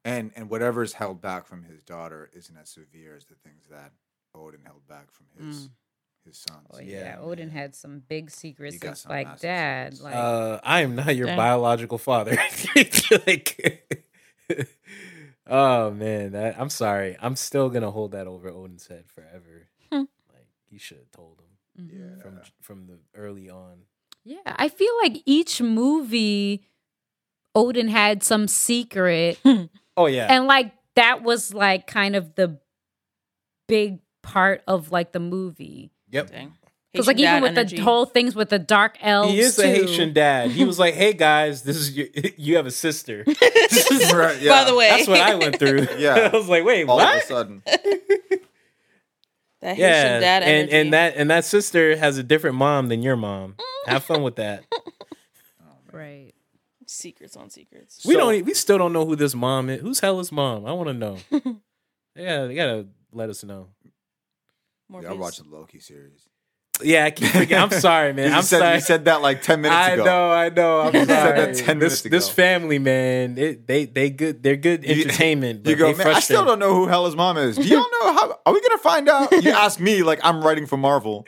Speaker 4: And and whatever is held back from his daughter isn't as severe as the things that Odin held back from his his sons.
Speaker 2: Oh,
Speaker 3: Yeah,
Speaker 2: yeah. Odin
Speaker 3: man.
Speaker 2: had some big secrets,
Speaker 4: got
Speaker 2: just
Speaker 4: some
Speaker 2: like
Speaker 4: massive
Speaker 2: dad.
Speaker 4: secrets.
Speaker 2: Like,
Speaker 3: uh, I am not your
Speaker 1: Damn.
Speaker 3: biological father. like, oh man, that, I'm sorry. I'm still gonna hold that over Odin's head forever.
Speaker 1: Hmm.
Speaker 3: like he should have told him
Speaker 2: mhm.
Speaker 4: Yeah.
Speaker 3: from from the early on.
Speaker 2: yeah. I feel like each movie, Odin had some secret,
Speaker 3: Oh yeah,
Speaker 2: and like that was like kind of the big part of like the movie.
Speaker 3: yep.
Speaker 1: Dang.
Speaker 2: Because like
Speaker 1: Haitian dad
Speaker 2: even with
Speaker 1: energy.
Speaker 2: the whole things with the dark elves,
Speaker 3: He is
Speaker 2: too.
Speaker 3: a Haitian dad. He was like, "Hey guys, this is your, you have a sister."
Speaker 4: right. Yeah.
Speaker 1: By the way,
Speaker 3: That's what I went through.
Speaker 4: Yeah.
Speaker 3: I was like, "Wait,
Speaker 4: All
Speaker 3: what?"
Speaker 4: of a sudden.
Speaker 1: that Haitian
Speaker 3: yeah,
Speaker 1: dad
Speaker 3: and
Speaker 1: energy.
Speaker 3: and that and that sister has a different mom than your mom. Have fun with that.
Speaker 2: right?
Speaker 1: secrets on secrets.
Speaker 3: We
Speaker 4: So-
Speaker 3: don't. e-, We still don't know who this mom is. Who's Hella's mom? I want to know. yeah, they gotta let us know.
Speaker 1: More
Speaker 4: Yeah, I watched the Loki series.
Speaker 3: Yeah, I keep forgetting. I'm sorry, man.
Speaker 4: You
Speaker 3: I'm
Speaker 4: said,
Speaker 3: sorry.
Speaker 4: You said that like ten minutes
Speaker 3: I
Speaker 4: ago.
Speaker 3: know. I know. I'm
Speaker 4: You
Speaker 3: sorry.
Speaker 4: said that 10
Speaker 3: this,
Speaker 4: minutes
Speaker 3: This
Speaker 4: ago.
Speaker 3: family, man. It, they they good. They're good
Speaker 4: You-
Speaker 3: entertainment.
Speaker 4: You
Speaker 3: but
Speaker 4: go,
Speaker 3: they
Speaker 4: man, I still
Speaker 3: frustrate.
Speaker 4: don't know who Hella's mom is. Do y'all know how are we gonna find out? You ask me like I'm writing for Marvel.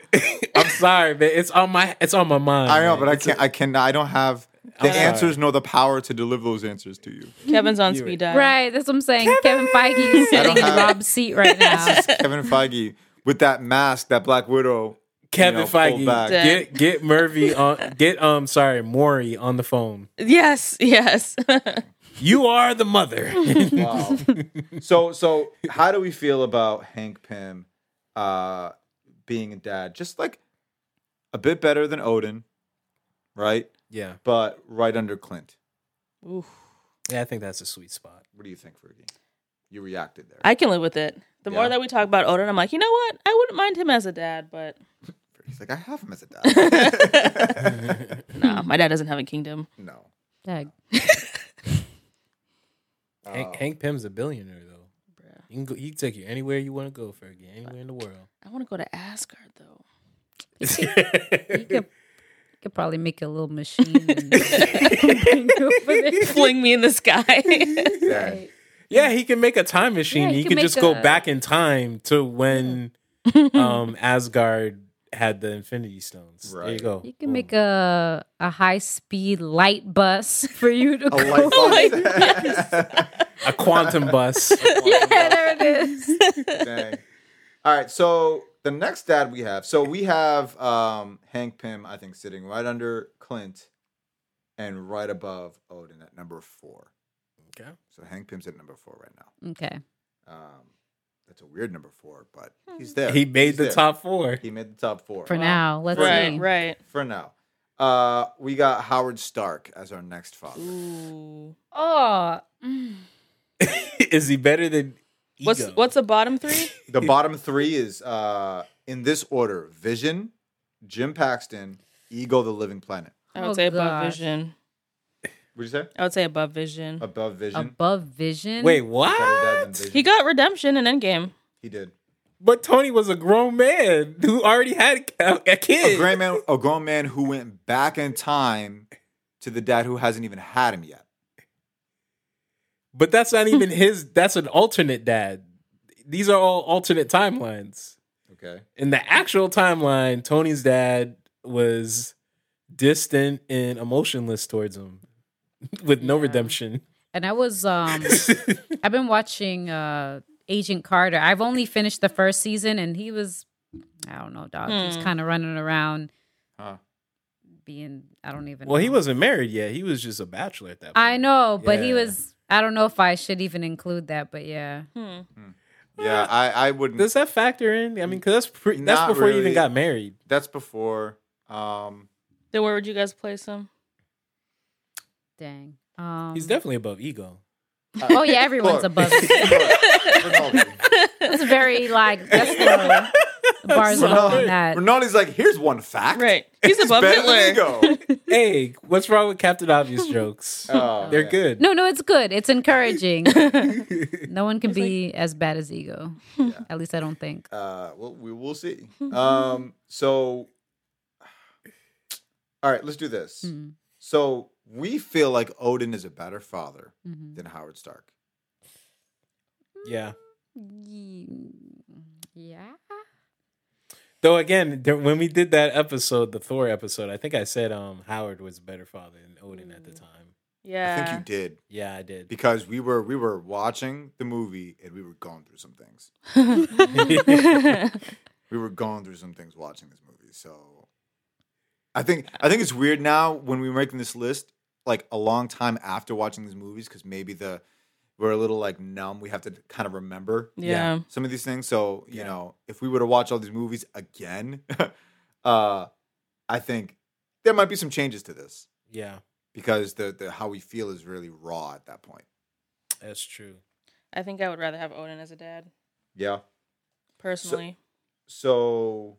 Speaker 3: I'm sorry, man. It's on my. It's on my mind.
Speaker 4: I know,
Speaker 3: man.
Speaker 4: but I
Speaker 3: It's
Speaker 4: can't I can I don't have the
Speaker 3: I'm sorry.
Speaker 4: answers nor the power to deliver those answers to you.
Speaker 1: Kevin's on
Speaker 3: You were-
Speaker 1: speed dial.
Speaker 2: Right. That's what I'm saying. Kevin Feige is
Speaker 4: I don't
Speaker 2: sitting in
Speaker 4: have-
Speaker 2: Rob's seat right now.
Speaker 4: Kevin Feige with that mask, that Black Widow.
Speaker 3: Kevin
Speaker 4: you know, pulled
Speaker 3: Feige.
Speaker 4: back.
Speaker 3: Get get Murphy on. Get um. Sorry, Maury on the phone.
Speaker 1: Yes, yes.
Speaker 3: You are the mother.
Speaker 4: Wow. so so how do we feel about Hank Pym uh being a dad? Just like a bit better than Odin, right?
Speaker 3: yeah.
Speaker 4: But right under Clint.
Speaker 1: Oof.
Speaker 3: Yeah. I think that's a sweet spot.
Speaker 4: What do you think, Fergie? You reacted there.
Speaker 1: I can live with it. The
Speaker 4: Yeah.
Speaker 1: more that we talk about Odin, I'm like, you know what? I wouldn't mind him as a dad, but
Speaker 4: He's like, I have him as a dad.
Speaker 1: nah, my dad doesn't have a kingdom.
Speaker 4: no.
Speaker 2: Like,
Speaker 3: Hank,
Speaker 4: Uh,
Speaker 3: Hank Pym's a billionaire though. You can go, he can take you anywhere you want to go, Fergie. Anywhere in the world.
Speaker 1: I want to go to Asgard though.
Speaker 2: You could, you could probably make a little machine. And bring you over there.
Speaker 1: Fling me in the sky.
Speaker 4: Yeah.
Speaker 3: Yeah, he can make a time machine.
Speaker 2: Yeah, he
Speaker 3: he,
Speaker 2: can
Speaker 3: can,
Speaker 2: make
Speaker 3: just go
Speaker 2: a-
Speaker 3: back in time to when um Asgard had the Infinity Stones. There you
Speaker 4: Right.
Speaker 3: go.
Speaker 2: You can make a a high speed light bus for you to
Speaker 4: A
Speaker 2: go.
Speaker 4: light
Speaker 1: my
Speaker 4: bulb.
Speaker 3: a quantum bus.
Speaker 2: yeah, there it is.
Speaker 4: Dang. All right, so the next dad we have, so we have um, Hank Pym, I think, sitting right under Clint, and right above Odin at number four.
Speaker 3: Okay.
Speaker 4: So Hank Pym's at number four right now.
Speaker 2: Okay.
Speaker 4: Um, that's a weird number four, but he's there.
Speaker 3: He made
Speaker 4: He's
Speaker 3: the
Speaker 4: there.
Speaker 3: top four.
Speaker 4: He made the top four
Speaker 2: For
Speaker 1: Wow.
Speaker 2: now, let's see.
Speaker 1: right, right.
Speaker 4: for now. Uh, we got Howard Stark as our next father.
Speaker 1: Ooh.
Speaker 2: Oh,
Speaker 3: Is he better than Ego?
Speaker 1: What's what's the bottom three?
Speaker 4: The bottom three is uh, in this order: Vision, Jim Paxton, Ego, the Living Planet.
Speaker 1: I would
Speaker 2: Oh,
Speaker 1: say above
Speaker 2: gosh.
Speaker 1: vision.
Speaker 4: What'd you say?
Speaker 1: I would say above vision.
Speaker 4: Above Vision.
Speaker 2: above vision.
Speaker 3: Wait,
Speaker 4: Better dad
Speaker 3: what?
Speaker 4: than Vision.
Speaker 1: He got redemption in Endgame.
Speaker 4: He did.
Speaker 3: But Tony was a grown man who already had a, a
Speaker 4: A
Speaker 3: kid.
Speaker 4: grown man, a grown man who went back in time to the dad who hasn't even had him yet.
Speaker 3: but that's not even his. That's an alternate dad. These are all alternate timelines.
Speaker 4: Okay.
Speaker 3: In the actual timeline, Tony's dad was distant and emotionless towards him with no
Speaker 2: Yeah.
Speaker 3: redemption.
Speaker 2: And I was um I've been watching uh Agent Carter. I've only finished the first season and he was I don't know, dog. He was
Speaker 1: Hmm.
Speaker 2: kind of running around
Speaker 4: Huh.
Speaker 2: being I don't even
Speaker 3: well, he
Speaker 2: know.
Speaker 3: wasn't married yet. He was just a bachelor at that point.
Speaker 2: I know, but he
Speaker 3: Yeah.
Speaker 2: was I don't know if I should even include that, but yeah.
Speaker 1: Hmm.
Speaker 4: Yeah, I, I wouldn't.
Speaker 3: Does that factor in? I mean, because that's pre- that's
Speaker 4: Not
Speaker 3: before you
Speaker 4: really.
Speaker 3: even got married.
Speaker 4: that's before. Um,
Speaker 1: Then where would you guys place him?
Speaker 2: Dang. Um
Speaker 3: He's definitely above ego.
Speaker 2: Oh yeah, everyone's
Speaker 4: look.
Speaker 2: above.
Speaker 4: Rinaldi.
Speaker 2: That's very like that's the bars low on
Speaker 3: sorry.
Speaker 2: that.
Speaker 4: Rinaldi's like, here's one fact.
Speaker 1: Right. He's above
Speaker 4: better
Speaker 1: Hitler.
Speaker 4: Than ego.
Speaker 3: hey, what's wrong with Captain Obvious jokes?
Speaker 4: Oh,
Speaker 3: They're
Speaker 4: man.
Speaker 3: good.
Speaker 2: No, no, it's good. It's encouraging. no one can be as bad as ego. At least I don't think.
Speaker 4: Uh, well, we will see. Um, so, all right, let's do this.
Speaker 1: Hmm.
Speaker 2: Mhm,
Speaker 4: So we feel like Odin is a better father
Speaker 2: mhm.
Speaker 4: than Howard Stark.
Speaker 3: Yeah.
Speaker 2: Ye- Yeah.
Speaker 3: Though again, there, when we did that episode, the Thor episode, I think I said um Howard was a better father than Odin at the time.
Speaker 1: Yeah.
Speaker 4: I think you did
Speaker 3: Yeah, I did.
Speaker 4: because we were we were watching the movie and we were going through some things. We were going through some things watching this movie. So I think I think it's weird now when we were making this list like a long time after watching these movies because maybe the we're a little like numb. We have to kind of remember
Speaker 1: yeah.
Speaker 4: some of these things. So you
Speaker 3: Yeah.
Speaker 4: know, if we were to watch all these movies again, uh, I think there might be some changes to this
Speaker 3: Yeah,
Speaker 4: because the, the how we feel is really raw at that point.
Speaker 3: that's true.
Speaker 1: I think I would rather have Odin as a dad,
Speaker 4: Yeah.
Speaker 1: personally.
Speaker 4: So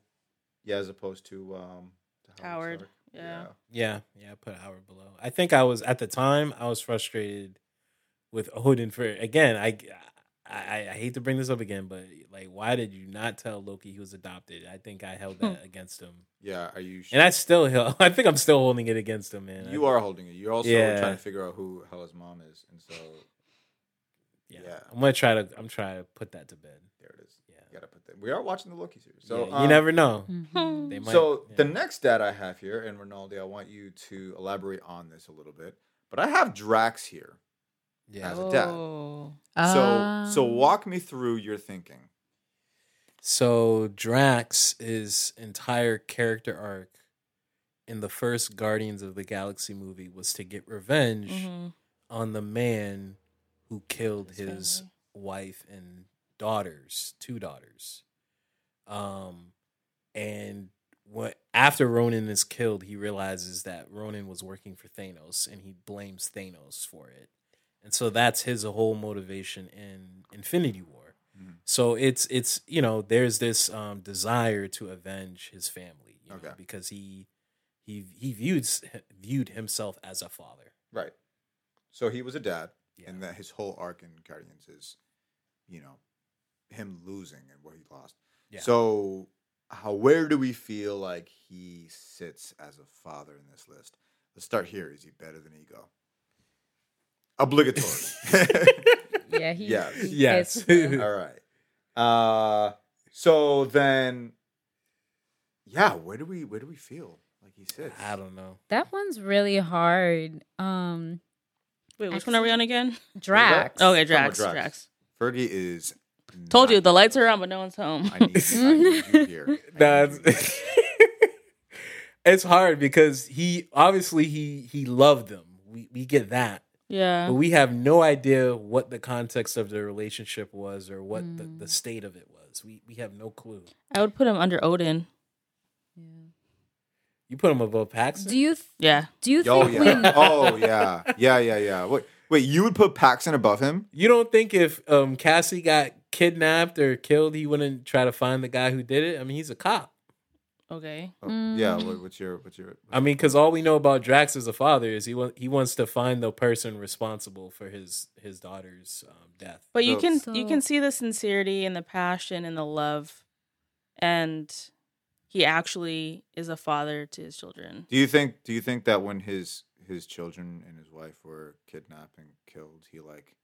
Speaker 4: yeah, as opposed to um to
Speaker 1: Howard,
Speaker 4: Stark.
Speaker 1: yeah.
Speaker 3: Yeah, yeah, I put Howard below. I think I was at the time I was frustrated with Odin for again, I I, I hate to bring this up again, but like why did you not tell Loki he was adopted? I think I held that against him.
Speaker 4: Yeah. Are you?
Speaker 3: And I still held, I think I'm still holding it against him, man.
Speaker 4: you
Speaker 3: I-
Speaker 4: are holding it. You're also
Speaker 3: Yeah.
Speaker 4: trying to figure out who Hella's mom is, and so
Speaker 3: yeah.
Speaker 4: yeah.
Speaker 3: I'm going to try to I'm trying to put that to bed.
Speaker 4: there it is.
Speaker 3: Yeah.
Speaker 4: You gotta put that. We are watching the Loki series, so
Speaker 3: Yeah,
Speaker 4: um,
Speaker 3: you never know.
Speaker 2: Mhm.
Speaker 3: They might,
Speaker 4: So the
Speaker 3: yeah.
Speaker 4: next dad I have here, and Rinaldi, I want you to elaborate on this a little bit. But I have Drax here.
Speaker 3: yeah.
Speaker 4: as a dad.
Speaker 1: Oh.
Speaker 2: Um,
Speaker 4: so so walk me through your thinking.
Speaker 3: So Drax his entire character arc in the first Guardians of the Galaxy movie was to get revenge
Speaker 4: Mm-hmm.
Speaker 1: Mhm.
Speaker 3: on the man who killed
Speaker 1: His
Speaker 3: his
Speaker 1: family.
Speaker 3: wife and daughters, two daughters. Um and what after Ronan is killed, he realizes that Ronan was working for Thanos and he blames Thanos for it. And so that's his whole motivation in Infinity War.
Speaker 4: Mhm.
Speaker 3: So it's it's you know there's this um, desire to avenge his family, you know,
Speaker 4: Okay.
Speaker 3: because he he he viewed viewed himself as a father.
Speaker 4: Right. So he was a dad,
Speaker 3: Yeah.
Speaker 4: and that his whole arc in Guardians is, you know, him losing and what he lost.
Speaker 3: Yeah.
Speaker 4: So how where do we feel like he sits as a father in this list? Let's start here. Is he better than ego? Obligatory.
Speaker 2: Yeah, he,
Speaker 4: Yes.
Speaker 2: he
Speaker 3: Yes.
Speaker 2: gets the-
Speaker 4: All right. Uh, so then, yeah, where do we where do we feel like he sits?
Speaker 3: I don't know.
Speaker 2: that one's really hard. Um,
Speaker 1: Wait, which one are we on again?
Speaker 2: Drax.
Speaker 1: Okay,
Speaker 4: Talking about
Speaker 1: Drax.
Speaker 4: Drax.
Speaker 1: Drax.
Speaker 4: Fergie is.
Speaker 1: Told you
Speaker 4: not-
Speaker 1: the lights are on, but no one's home.
Speaker 4: I need, I need you here. I need
Speaker 3: Nah,
Speaker 4: you here.
Speaker 3: it's, it's hard because he obviously he he loved them. We we get that,
Speaker 2: Uh-huh.
Speaker 3: but
Speaker 1: yeah.
Speaker 3: we have no idea what the context of the relationship was or what
Speaker 2: Mm.
Speaker 3: the, the state of it was. We we have no clue.
Speaker 1: I would put him under Odin.
Speaker 3: You put him above Paxton.
Speaker 2: Do you th-
Speaker 1: Yeah.
Speaker 2: do you
Speaker 4: Oh
Speaker 2: think we?
Speaker 4: yeah. Oh yeah. Yeah yeah yeah. Wait wait. You would put Paxton above him?
Speaker 3: You don't think if um, Cassie got kidnapped or killed, he wouldn't try to find the guy who did it? I mean, he's a cop.
Speaker 1: Okay.
Speaker 4: Oh, Yeah.
Speaker 2: Mm.
Speaker 4: What, what's your what's your?
Speaker 3: I mean, because all we know about Drax as a father is he wa- he wants to find the person responsible for his his daughter's um, death.
Speaker 1: But you
Speaker 4: So-
Speaker 1: can you can
Speaker 2: So-
Speaker 1: see the sincerity and the passion and the love and he actually is a father to his children.
Speaker 4: Do you think do you think that when his his children and his wife were kidnapped and killed, he like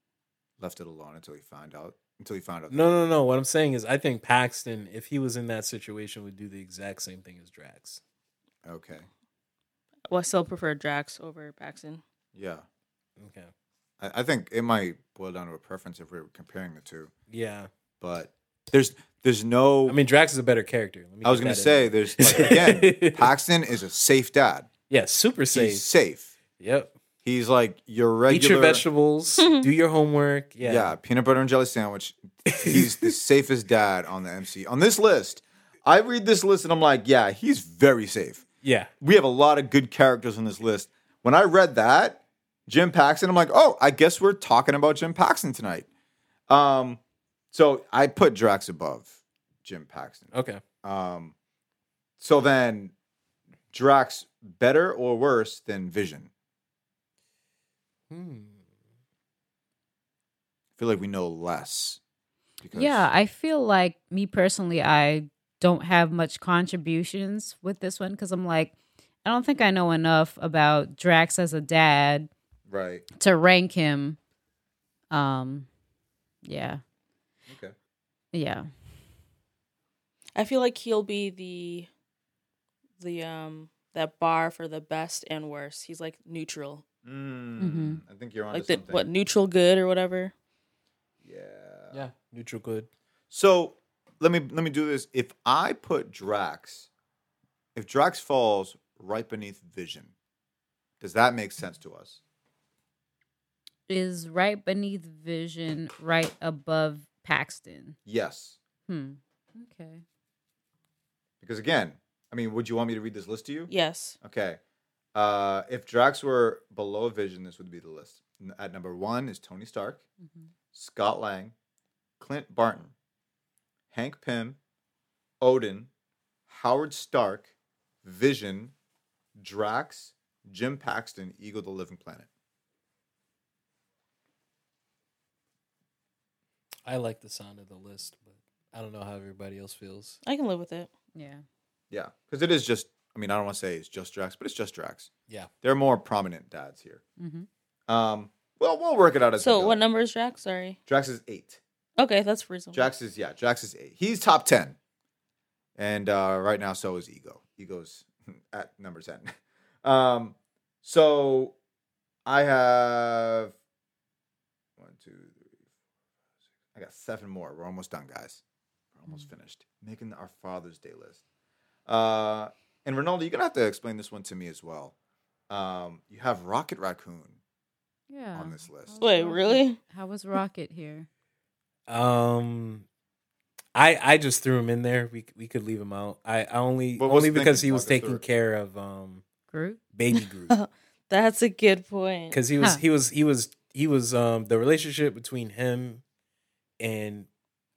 Speaker 4: left it alone until he found out until he found out?
Speaker 3: No, no, no. What I'm saying is, I think Paxton, if he was in that situation, would do the exact same thing as Drax.
Speaker 4: Okay.
Speaker 1: Well, I still prefer Drax over Paxton.
Speaker 4: Yeah.
Speaker 3: Okay.
Speaker 4: I, I think it might boil down to a preference if we're comparing the two,
Speaker 3: Yeah.
Speaker 4: but there's there's no.
Speaker 3: I mean, Drax is a better character. Let me
Speaker 4: I was
Speaker 3: get
Speaker 4: gonna
Speaker 3: that in
Speaker 4: say
Speaker 3: there.
Speaker 4: there's like, again, Paxton is a safe dad.
Speaker 3: yeah, super safe.
Speaker 4: He's safe.
Speaker 3: Yep.
Speaker 4: He's like your
Speaker 3: Eat your
Speaker 4: regular.
Speaker 3: vegetables. do your homework.
Speaker 4: yeah.
Speaker 3: Yeah.
Speaker 4: peanut butter and jelly sandwich. He's the safest dad on the MC on this list. I read this list and I'm like, yeah, he's very safe.
Speaker 3: Yeah.
Speaker 4: we have a lot of good characters on this list. When I read that, Jim Paxton, I'm like, oh, I guess we're talking about Jim Paxton tonight. Um, so I put Drax above Jim Paxton.
Speaker 3: Okay.
Speaker 4: Um, so then Drax better or worse than Vision?
Speaker 3: Hmm.
Speaker 4: I feel like we know less. Because
Speaker 2: Yeah, I feel like me personally, I don't have much contributions with this one because I'm like, I don't think I know enough about Drax as a dad
Speaker 4: right.
Speaker 2: to rank him. Um, yeah,
Speaker 4: Okay.
Speaker 2: yeah.
Speaker 1: I feel like he'll be the the um that bar for the best and worst. He's like neutral.
Speaker 4: Mm, I think you're on
Speaker 1: Like the
Speaker 4: something.
Speaker 1: what neutral good or whatever.
Speaker 4: Yeah.
Speaker 3: Yeah. Neutral good.
Speaker 4: So let me let me do this. If I put Drax, if Drax falls right beneath Vision, does that make sense to us?
Speaker 2: Is right beneath Vision, right above Paxton.
Speaker 4: Yes,
Speaker 2: Hmm. Okay.
Speaker 4: because again, I mean, would you want me to read this list to you?
Speaker 1: Yes.
Speaker 4: Okay. Uh, if Drax were below Vision, this would be the list. N- At number one is Tony Stark, Scott Lang, Clint Barton, Hank Pym, Odin, Howard Stark, Vision, Drax, Jim Paxton, Eagle the Living Planet.
Speaker 3: I like the sound of the list, but I don't know how everybody else feels.
Speaker 1: I can live with it.
Speaker 2: Yeah.
Speaker 4: Yeah, because it is just. I mean, I don't want to say it's just Drax, but it's just Drax.
Speaker 3: Yeah.
Speaker 4: They're more prominent dads here.
Speaker 2: hmm
Speaker 4: Um, well, we'll work it out as we
Speaker 1: So
Speaker 4: go.
Speaker 1: what number is Drax? Sorry.
Speaker 4: Drax is eight.
Speaker 1: Okay, that's reasonable.
Speaker 4: Drax is yeah. Drax is eight. He's top ten, and uh, right now so is Ego. Ego's at number ten. Um, so I have one, two, three. I got seven more. We're almost done, guys. We're almost finished making our Father's Day list. Uh, and Ronaldo, you're gonna have to explain this one to me as well. Um, you have Rocket Raccoon.
Speaker 2: Yeah.
Speaker 4: On this list.
Speaker 1: Wait,
Speaker 2: Rocket-
Speaker 1: really?
Speaker 2: How was Rocket here?
Speaker 3: Um, I I just threw him in there. We we could leave him out. I, I only
Speaker 4: What was
Speaker 3: only because
Speaker 4: thinking?
Speaker 3: he was
Speaker 4: Walk us through
Speaker 3: taking
Speaker 4: it.
Speaker 3: care of um
Speaker 2: Groot.
Speaker 3: baby Groot
Speaker 1: That's a good point.
Speaker 3: because he was
Speaker 2: Huh.
Speaker 3: he was he was he was um the relationship between him and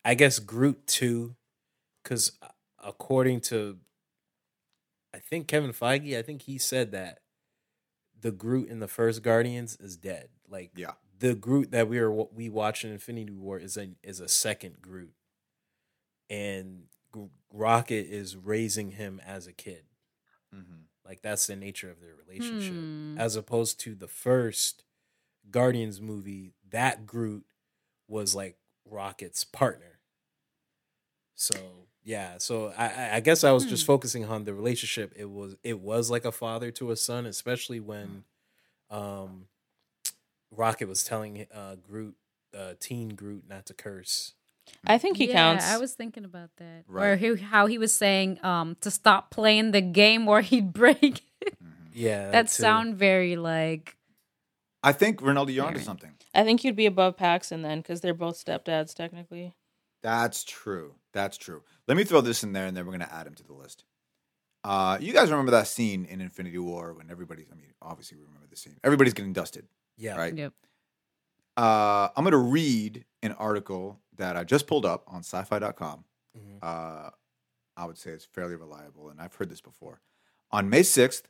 Speaker 3: I guess Groot too, because according to I think Kevin Feige, I think he said that the Groot in the first Guardians is dead. Like
Speaker 4: Yeah.
Speaker 3: the Groot that we were we watched in Infinity War is a is a second Groot, and Gr- Rocket is raising him as a kid.
Speaker 4: Mm-hmm.
Speaker 3: Like that's the nature of their relationship,
Speaker 2: Hmm.
Speaker 3: as opposed to the first Guardians movie. That Groot was like Rocket's partner. So yeah, so I- I, I guess I was just focusing on the relationship. It was it was like a father to a son, especially when um Rocket was telling uh Groot, uh teen Groot not to curse.
Speaker 1: I think he
Speaker 2: yeah,
Speaker 1: counts.
Speaker 2: I was thinking about that. Or
Speaker 4: Right.
Speaker 2: he, how he was saying um, to stop playing the game or he'd break.
Speaker 3: Yeah.
Speaker 2: that
Speaker 3: too.
Speaker 2: sound very like
Speaker 4: I think Ronaldo, you're onto
Speaker 1: Alright.
Speaker 4: something.
Speaker 1: I think you'd be above Paxton then, because they're both stepdads technically.
Speaker 4: That's true. That's true. Let me throw this in there, and then we're gonna add him to the list. Uh, you guys remember that scene in Infinity War when everybody's? I mean, obviously, we remember the scene. Everybody's getting dusted,
Speaker 3: Yeah.
Speaker 4: right?
Speaker 2: yep.
Speaker 4: Uh, I'm gonna read an article that I just pulled up on Sci-Fi.com.
Speaker 3: Mhm.
Speaker 4: Uh, I would say it's fairly reliable, and I've heard this before. On May 6th,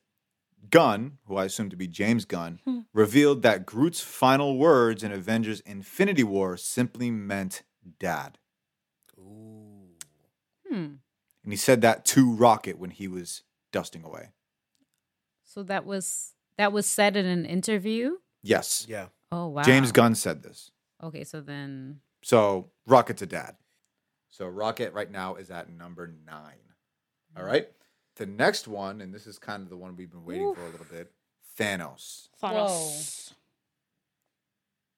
Speaker 4: Gunn, who I assume to be James Gunn,
Speaker 1: Hmm.
Speaker 4: revealed that Groot's final words in Avengers: Infinity War simply meant "Dad."
Speaker 3: Ooh.
Speaker 2: Hmm.
Speaker 4: And he said that to Rocket when he was dusting away.
Speaker 2: So that was that was said in an interview.
Speaker 4: Yes.
Speaker 3: Yeah.
Speaker 2: Oh wow.
Speaker 4: James Gunn said this.
Speaker 2: Okay, so then
Speaker 4: So Rocket's a dad. So Rocket right now is at number nine. All right. The next one, and this is kind of the one we've been waiting for a little bit Thanos.
Speaker 1: Thanos.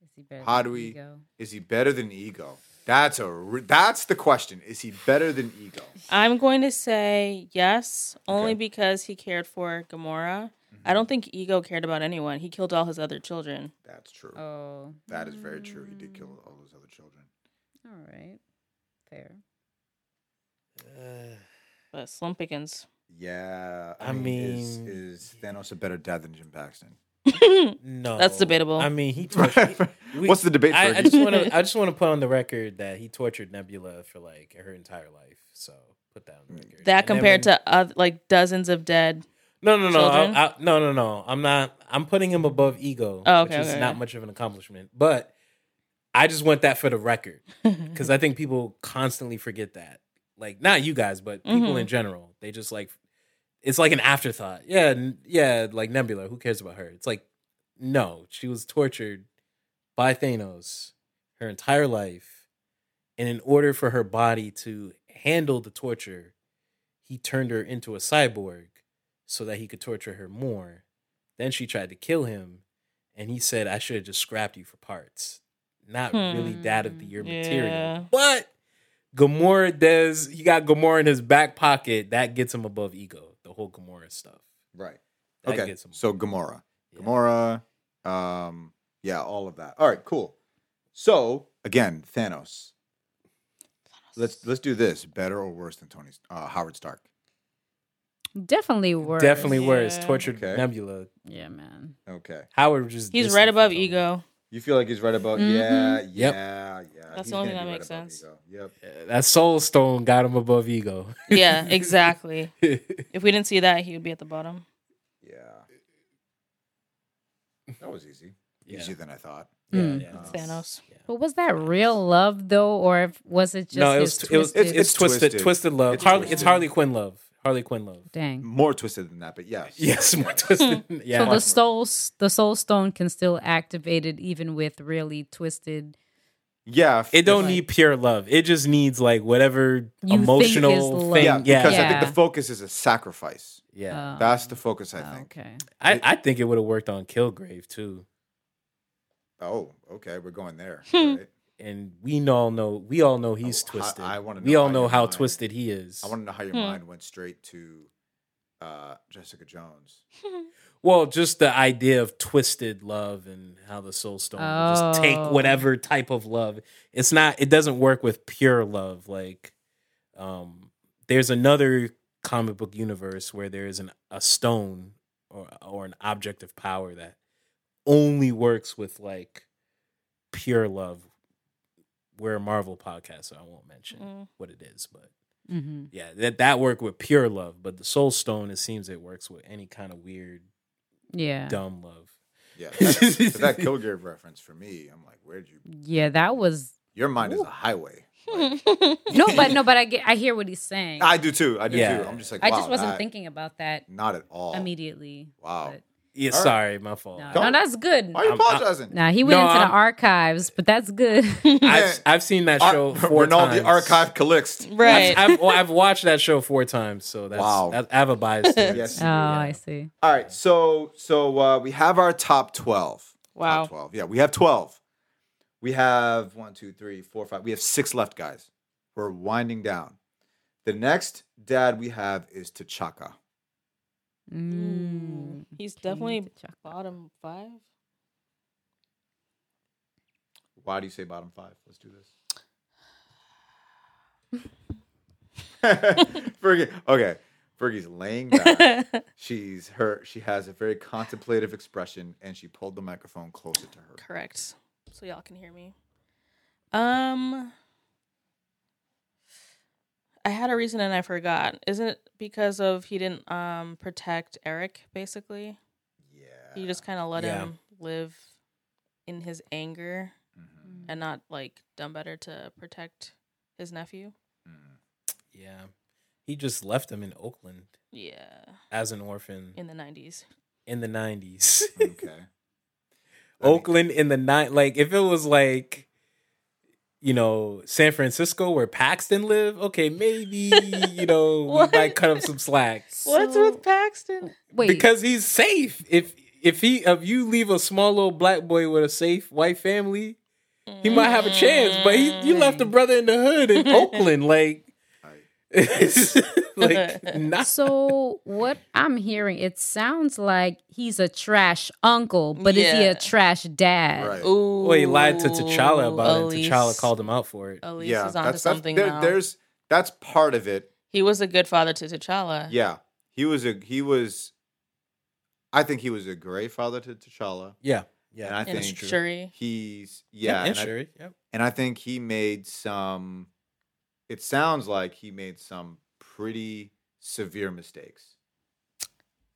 Speaker 2: is he better
Speaker 4: How
Speaker 2: than
Speaker 4: do we-
Speaker 2: Ego?
Speaker 4: Is he better than Ego? That's a re- that's the question. Is he better than Ego?
Speaker 1: I'm going to say yes, only
Speaker 4: Okay.
Speaker 1: because he cared for Gamora. I don't think Ego cared about anyone. He killed all his other children.
Speaker 4: Mm-hmm. That's true.
Speaker 2: Oh,
Speaker 4: That is very true. He did kill all those other children.
Speaker 2: All right, fair.
Speaker 3: Uh,
Speaker 1: But Slim Pickens.
Speaker 4: Yeah.
Speaker 3: I
Speaker 4: is,
Speaker 3: mean-
Speaker 4: is Thanos a better dad than Jim Paxton?
Speaker 3: no.
Speaker 1: That's debatable.
Speaker 3: I mean, he touched we-
Speaker 4: What's the debate?
Speaker 3: I, I
Speaker 4: Fergie?
Speaker 3: just want to. I just want to put on the record that he tortured Nebula for like her entire life. So put that on the record.
Speaker 1: That
Speaker 3: And then
Speaker 1: compared
Speaker 3: when-
Speaker 1: to oth- like dozens of dead.
Speaker 3: no, no, no,
Speaker 1: children?
Speaker 3: I, I, no, no, no. I'm not. I'm putting him above ego,
Speaker 1: Oh, okay,
Speaker 3: which is
Speaker 1: okay,
Speaker 3: not
Speaker 1: okay.
Speaker 3: much of an accomplishment. But I just want that for the record because I think people constantly forget that. Like not you guys, but people
Speaker 1: Mhm.
Speaker 3: in general, they just like it's like an afterthought. Yeah, n- yeah. Like Nebula, who cares about her? It's like no, she was tortured by Thanos her entire life, and in order for her body to handle the torture, he turned her into a cyborg so that he could torture her more. Then she tried to kill him, and he said, "I should have just scrapped you for parts, not really
Speaker 2: Hmm.
Speaker 3: that of the year material."
Speaker 1: Yeah.
Speaker 3: But Gamora does. He got Gamora in his back pocket. That gets him above ego. The whole Gamora stuff.
Speaker 4: right.
Speaker 3: That
Speaker 4: okay.
Speaker 3: Gets him
Speaker 4: So Gamora.
Speaker 3: Yeah.
Speaker 4: Gamora. Um, yeah, all of that. All right, cool. So again, Thanos. Let's let's do this. Better or worse than Tony uh, Howard Stark?
Speaker 2: Definitely worse.
Speaker 3: Definitely worse.
Speaker 1: Yeah.
Speaker 3: Tortured
Speaker 4: Okay.
Speaker 3: Nebula.
Speaker 2: Yeah, man.
Speaker 4: Okay.
Speaker 3: Howard was just.
Speaker 1: He's
Speaker 3: distant
Speaker 1: right
Speaker 3: from
Speaker 1: above
Speaker 3: Tony.
Speaker 1: ego.
Speaker 4: You feel like he's right about
Speaker 2: Mhm.
Speaker 4: yeah,
Speaker 3: Yep.
Speaker 4: yeah, yeah.
Speaker 1: Mm-hmm. That's
Speaker 4: He's
Speaker 1: the only thing
Speaker 4: gonna be
Speaker 1: that
Speaker 4: right
Speaker 1: makes
Speaker 4: above
Speaker 1: sense.
Speaker 4: Ego. Yep.
Speaker 3: Yeah, That Soul Stone got him above ego.
Speaker 1: Yeah, exactly. if we didn't see that, he would be at the bottom.
Speaker 4: Yeah. That was easy.
Speaker 3: Yeah.
Speaker 4: Easier than I thought.
Speaker 3: Yeah,
Speaker 2: Mm.
Speaker 3: yeah.
Speaker 4: Uh,
Speaker 1: Thanos.
Speaker 2: But was that real love though, or if- was it just
Speaker 3: no, it was
Speaker 2: his
Speaker 3: t- it was it's,
Speaker 2: twisted-
Speaker 3: it's twisted, twisted
Speaker 4: twisted.
Speaker 3: love.
Speaker 4: It's
Speaker 3: Harley, it's
Speaker 4: twisted.
Speaker 3: Harley Quinn love. Harley Quinn love.
Speaker 2: dang.
Speaker 4: More twisted than that, but yes.
Speaker 3: Yes, more twisted. yeah,
Speaker 2: Hmm. So the soul, the soul stone can still activate it even with really twisted.
Speaker 4: Yeah.
Speaker 3: it don't
Speaker 2: Like-
Speaker 3: need pure love. It just needs like whatever
Speaker 2: You think is
Speaker 3: emotional
Speaker 2: love.
Speaker 3: thing.
Speaker 4: Yeah,
Speaker 3: Yeah, yeah.
Speaker 4: because I
Speaker 2: Yeah.
Speaker 4: think the focus is a sacrifice.
Speaker 3: yeah.
Speaker 2: um,
Speaker 4: That's the focus,
Speaker 1: Oh.
Speaker 4: I think.
Speaker 2: Okay.
Speaker 3: I, I think it would have worked on Kilgrave too.
Speaker 4: Oh, okay. We're going there.
Speaker 1: Hmm.
Speaker 4: right?
Speaker 3: And we all know we all know he's
Speaker 4: Oh, I-
Speaker 3: twisted.
Speaker 4: I wanna
Speaker 3: we
Speaker 4: know
Speaker 3: all
Speaker 4: how
Speaker 3: know
Speaker 4: your
Speaker 3: how
Speaker 4: mind-
Speaker 3: twisted he is.
Speaker 4: I want to know how your
Speaker 1: Hmm.
Speaker 4: mind went straight to uh, Jessica Jones.
Speaker 1: Mm.
Speaker 3: Well, just the idea of twisted love and how the soul stone will just take
Speaker 2: Oh.
Speaker 3: whatever type of love. It's not it doesn't work with pure love. Like um there's another comic book universe where there is an a stone or or an object of power that only works with like pure love. We're a Marvel podcast, so I won't mention
Speaker 1: Mm.
Speaker 3: what it is, but
Speaker 2: Mm-hmm.
Speaker 3: yeah, that that worked with pure love, but the soul stone it seems it works with any kind of weird
Speaker 2: Yeah.
Speaker 3: dumb love.
Speaker 4: Yeah, that, that Kilgrave reference for me, I'm like, where'd you?
Speaker 2: Yeah, that was
Speaker 4: Your mind is a highway. Like,
Speaker 2: no, but no, but I get, I hear what he's saying. I,
Speaker 4: I do too. I do
Speaker 3: Yeah.
Speaker 4: too. I'm just like,
Speaker 2: just
Speaker 4: wow,
Speaker 2: wasn't
Speaker 4: that-
Speaker 2: thinking about that
Speaker 4: Not at all.
Speaker 2: immediately.
Speaker 4: Wow.
Speaker 2: but-
Speaker 3: Yeah,
Speaker 4: All right.
Speaker 3: sorry, my fault.
Speaker 2: No,
Speaker 4: Don't-
Speaker 2: no, that's good.
Speaker 4: Why are you
Speaker 3: I'm- I-
Speaker 4: apologizing?
Speaker 2: Nah, he went
Speaker 3: No,
Speaker 2: into
Speaker 3: I'm-
Speaker 2: the archives, but that's good.
Speaker 4: Yeah.
Speaker 3: I've, I've seen that
Speaker 4: Ar-
Speaker 3: show four
Speaker 4: Ronaldo,
Speaker 3: times.
Speaker 4: the archive Calixte.
Speaker 1: Right.
Speaker 3: I've, I've, well, I've watched that show four times, so that's
Speaker 4: Wow.
Speaker 3: I, I have a bias. to it.
Speaker 4: Yes.
Speaker 2: oh, I see.
Speaker 4: All right, so so uh, we have our top twelve.
Speaker 1: Wow.
Speaker 4: Top twelve. Yeah, we have twelve. We have one, two, three, four, five. We have six left, guys. We're winding down. The next dad we have is T'Chaka.
Speaker 2: Mm.
Speaker 1: He's
Speaker 2: King
Speaker 1: definitely
Speaker 2: T'Chaka.
Speaker 1: bottom five.
Speaker 4: Why do you say bottom five? Let's do this. Fergie, okay. Fergie's laying back. She's her. She has a very contemplative expression, and she pulled the microphone closer to her.
Speaker 1: Correct. So y'all can hear me. Um I had a reason and I forgot. Isn't it because of he didn't um protect Eric basically?
Speaker 4: Yeah.
Speaker 1: He just kind of let
Speaker 3: Yeah.
Speaker 1: him live in his anger
Speaker 4: Mhm.
Speaker 1: and not like done better to protect his nephew.
Speaker 4: Mhm.
Speaker 3: Yeah. He just left him in Oakland
Speaker 1: Yeah,
Speaker 3: as an orphan
Speaker 1: in the 90s.
Speaker 3: in the 90s.
Speaker 4: Okay.
Speaker 3: Oakland in the night. Like if it was like, you know, San Francisco where Paxton live, okay, maybe you know
Speaker 1: What?
Speaker 3: we might cut him some slack
Speaker 1: What's
Speaker 2: So-
Speaker 1: with Paxton?
Speaker 2: Wait,
Speaker 3: because he's safe. If if he if you leave a small little black boy with a safe white family, he might have a chance. But he
Speaker 2: Mm.
Speaker 3: you left a brother in the hood in Oakland, like.
Speaker 4: Right.
Speaker 3: it's like not
Speaker 2: so what I'm hearing, it sounds like he's a trash uncle, but is he
Speaker 1: Yeah.
Speaker 2: a trash dad?
Speaker 4: Right.
Speaker 1: Ooh.
Speaker 3: Well, he lied to T'Challa about
Speaker 1: Elise-
Speaker 3: it. T'Challa called him out for it.
Speaker 1: Elise
Speaker 4: Yeah.
Speaker 1: is onto
Speaker 4: That's, that's
Speaker 1: something
Speaker 4: there-
Speaker 1: now.
Speaker 4: there's that's part of it.
Speaker 1: He was a good father to T'Challa.
Speaker 4: Yeah. He was a he was. I think he was a great father to T'Challa.
Speaker 3: Yeah,
Speaker 4: And I
Speaker 3: yeah,
Speaker 1: and
Speaker 4: think
Speaker 1: Shuri.
Speaker 4: he's yeah,
Speaker 3: yeah, and
Speaker 4: and I-
Speaker 3: Shuri, yep.
Speaker 4: and I think he made some. It sounds like he made some pretty severe mistakes.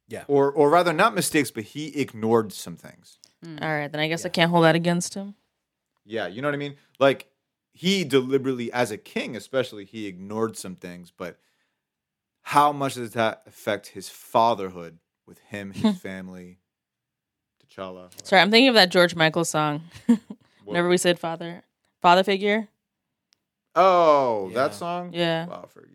Speaker 3: Yeah.
Speaker 4: Or or rather, not mistakes, but he ignored some things.
Speaker 2: Mm.
Speaker 1: All right, then I guess I
Speaker 3: Yeah.
Speaker 1: can't hold that against him.
Speaker 4: Yeah, you know what I mean? Like he deliberately as a king especially he ignored some things, but how much does that affect his fatherhood with him, his family, T'Challa?
Speaker 1: Sorry, I'm thinking of that George Michael song.
Speaker 4: What-
Speaker 1: Whenever we said father, father figure.
Speaker 4: Oh, that
Speaker 3: Yeah.
Speaker 4: song?
Speaker 1: Yeah.
Speaker 4: Wow, Fergie.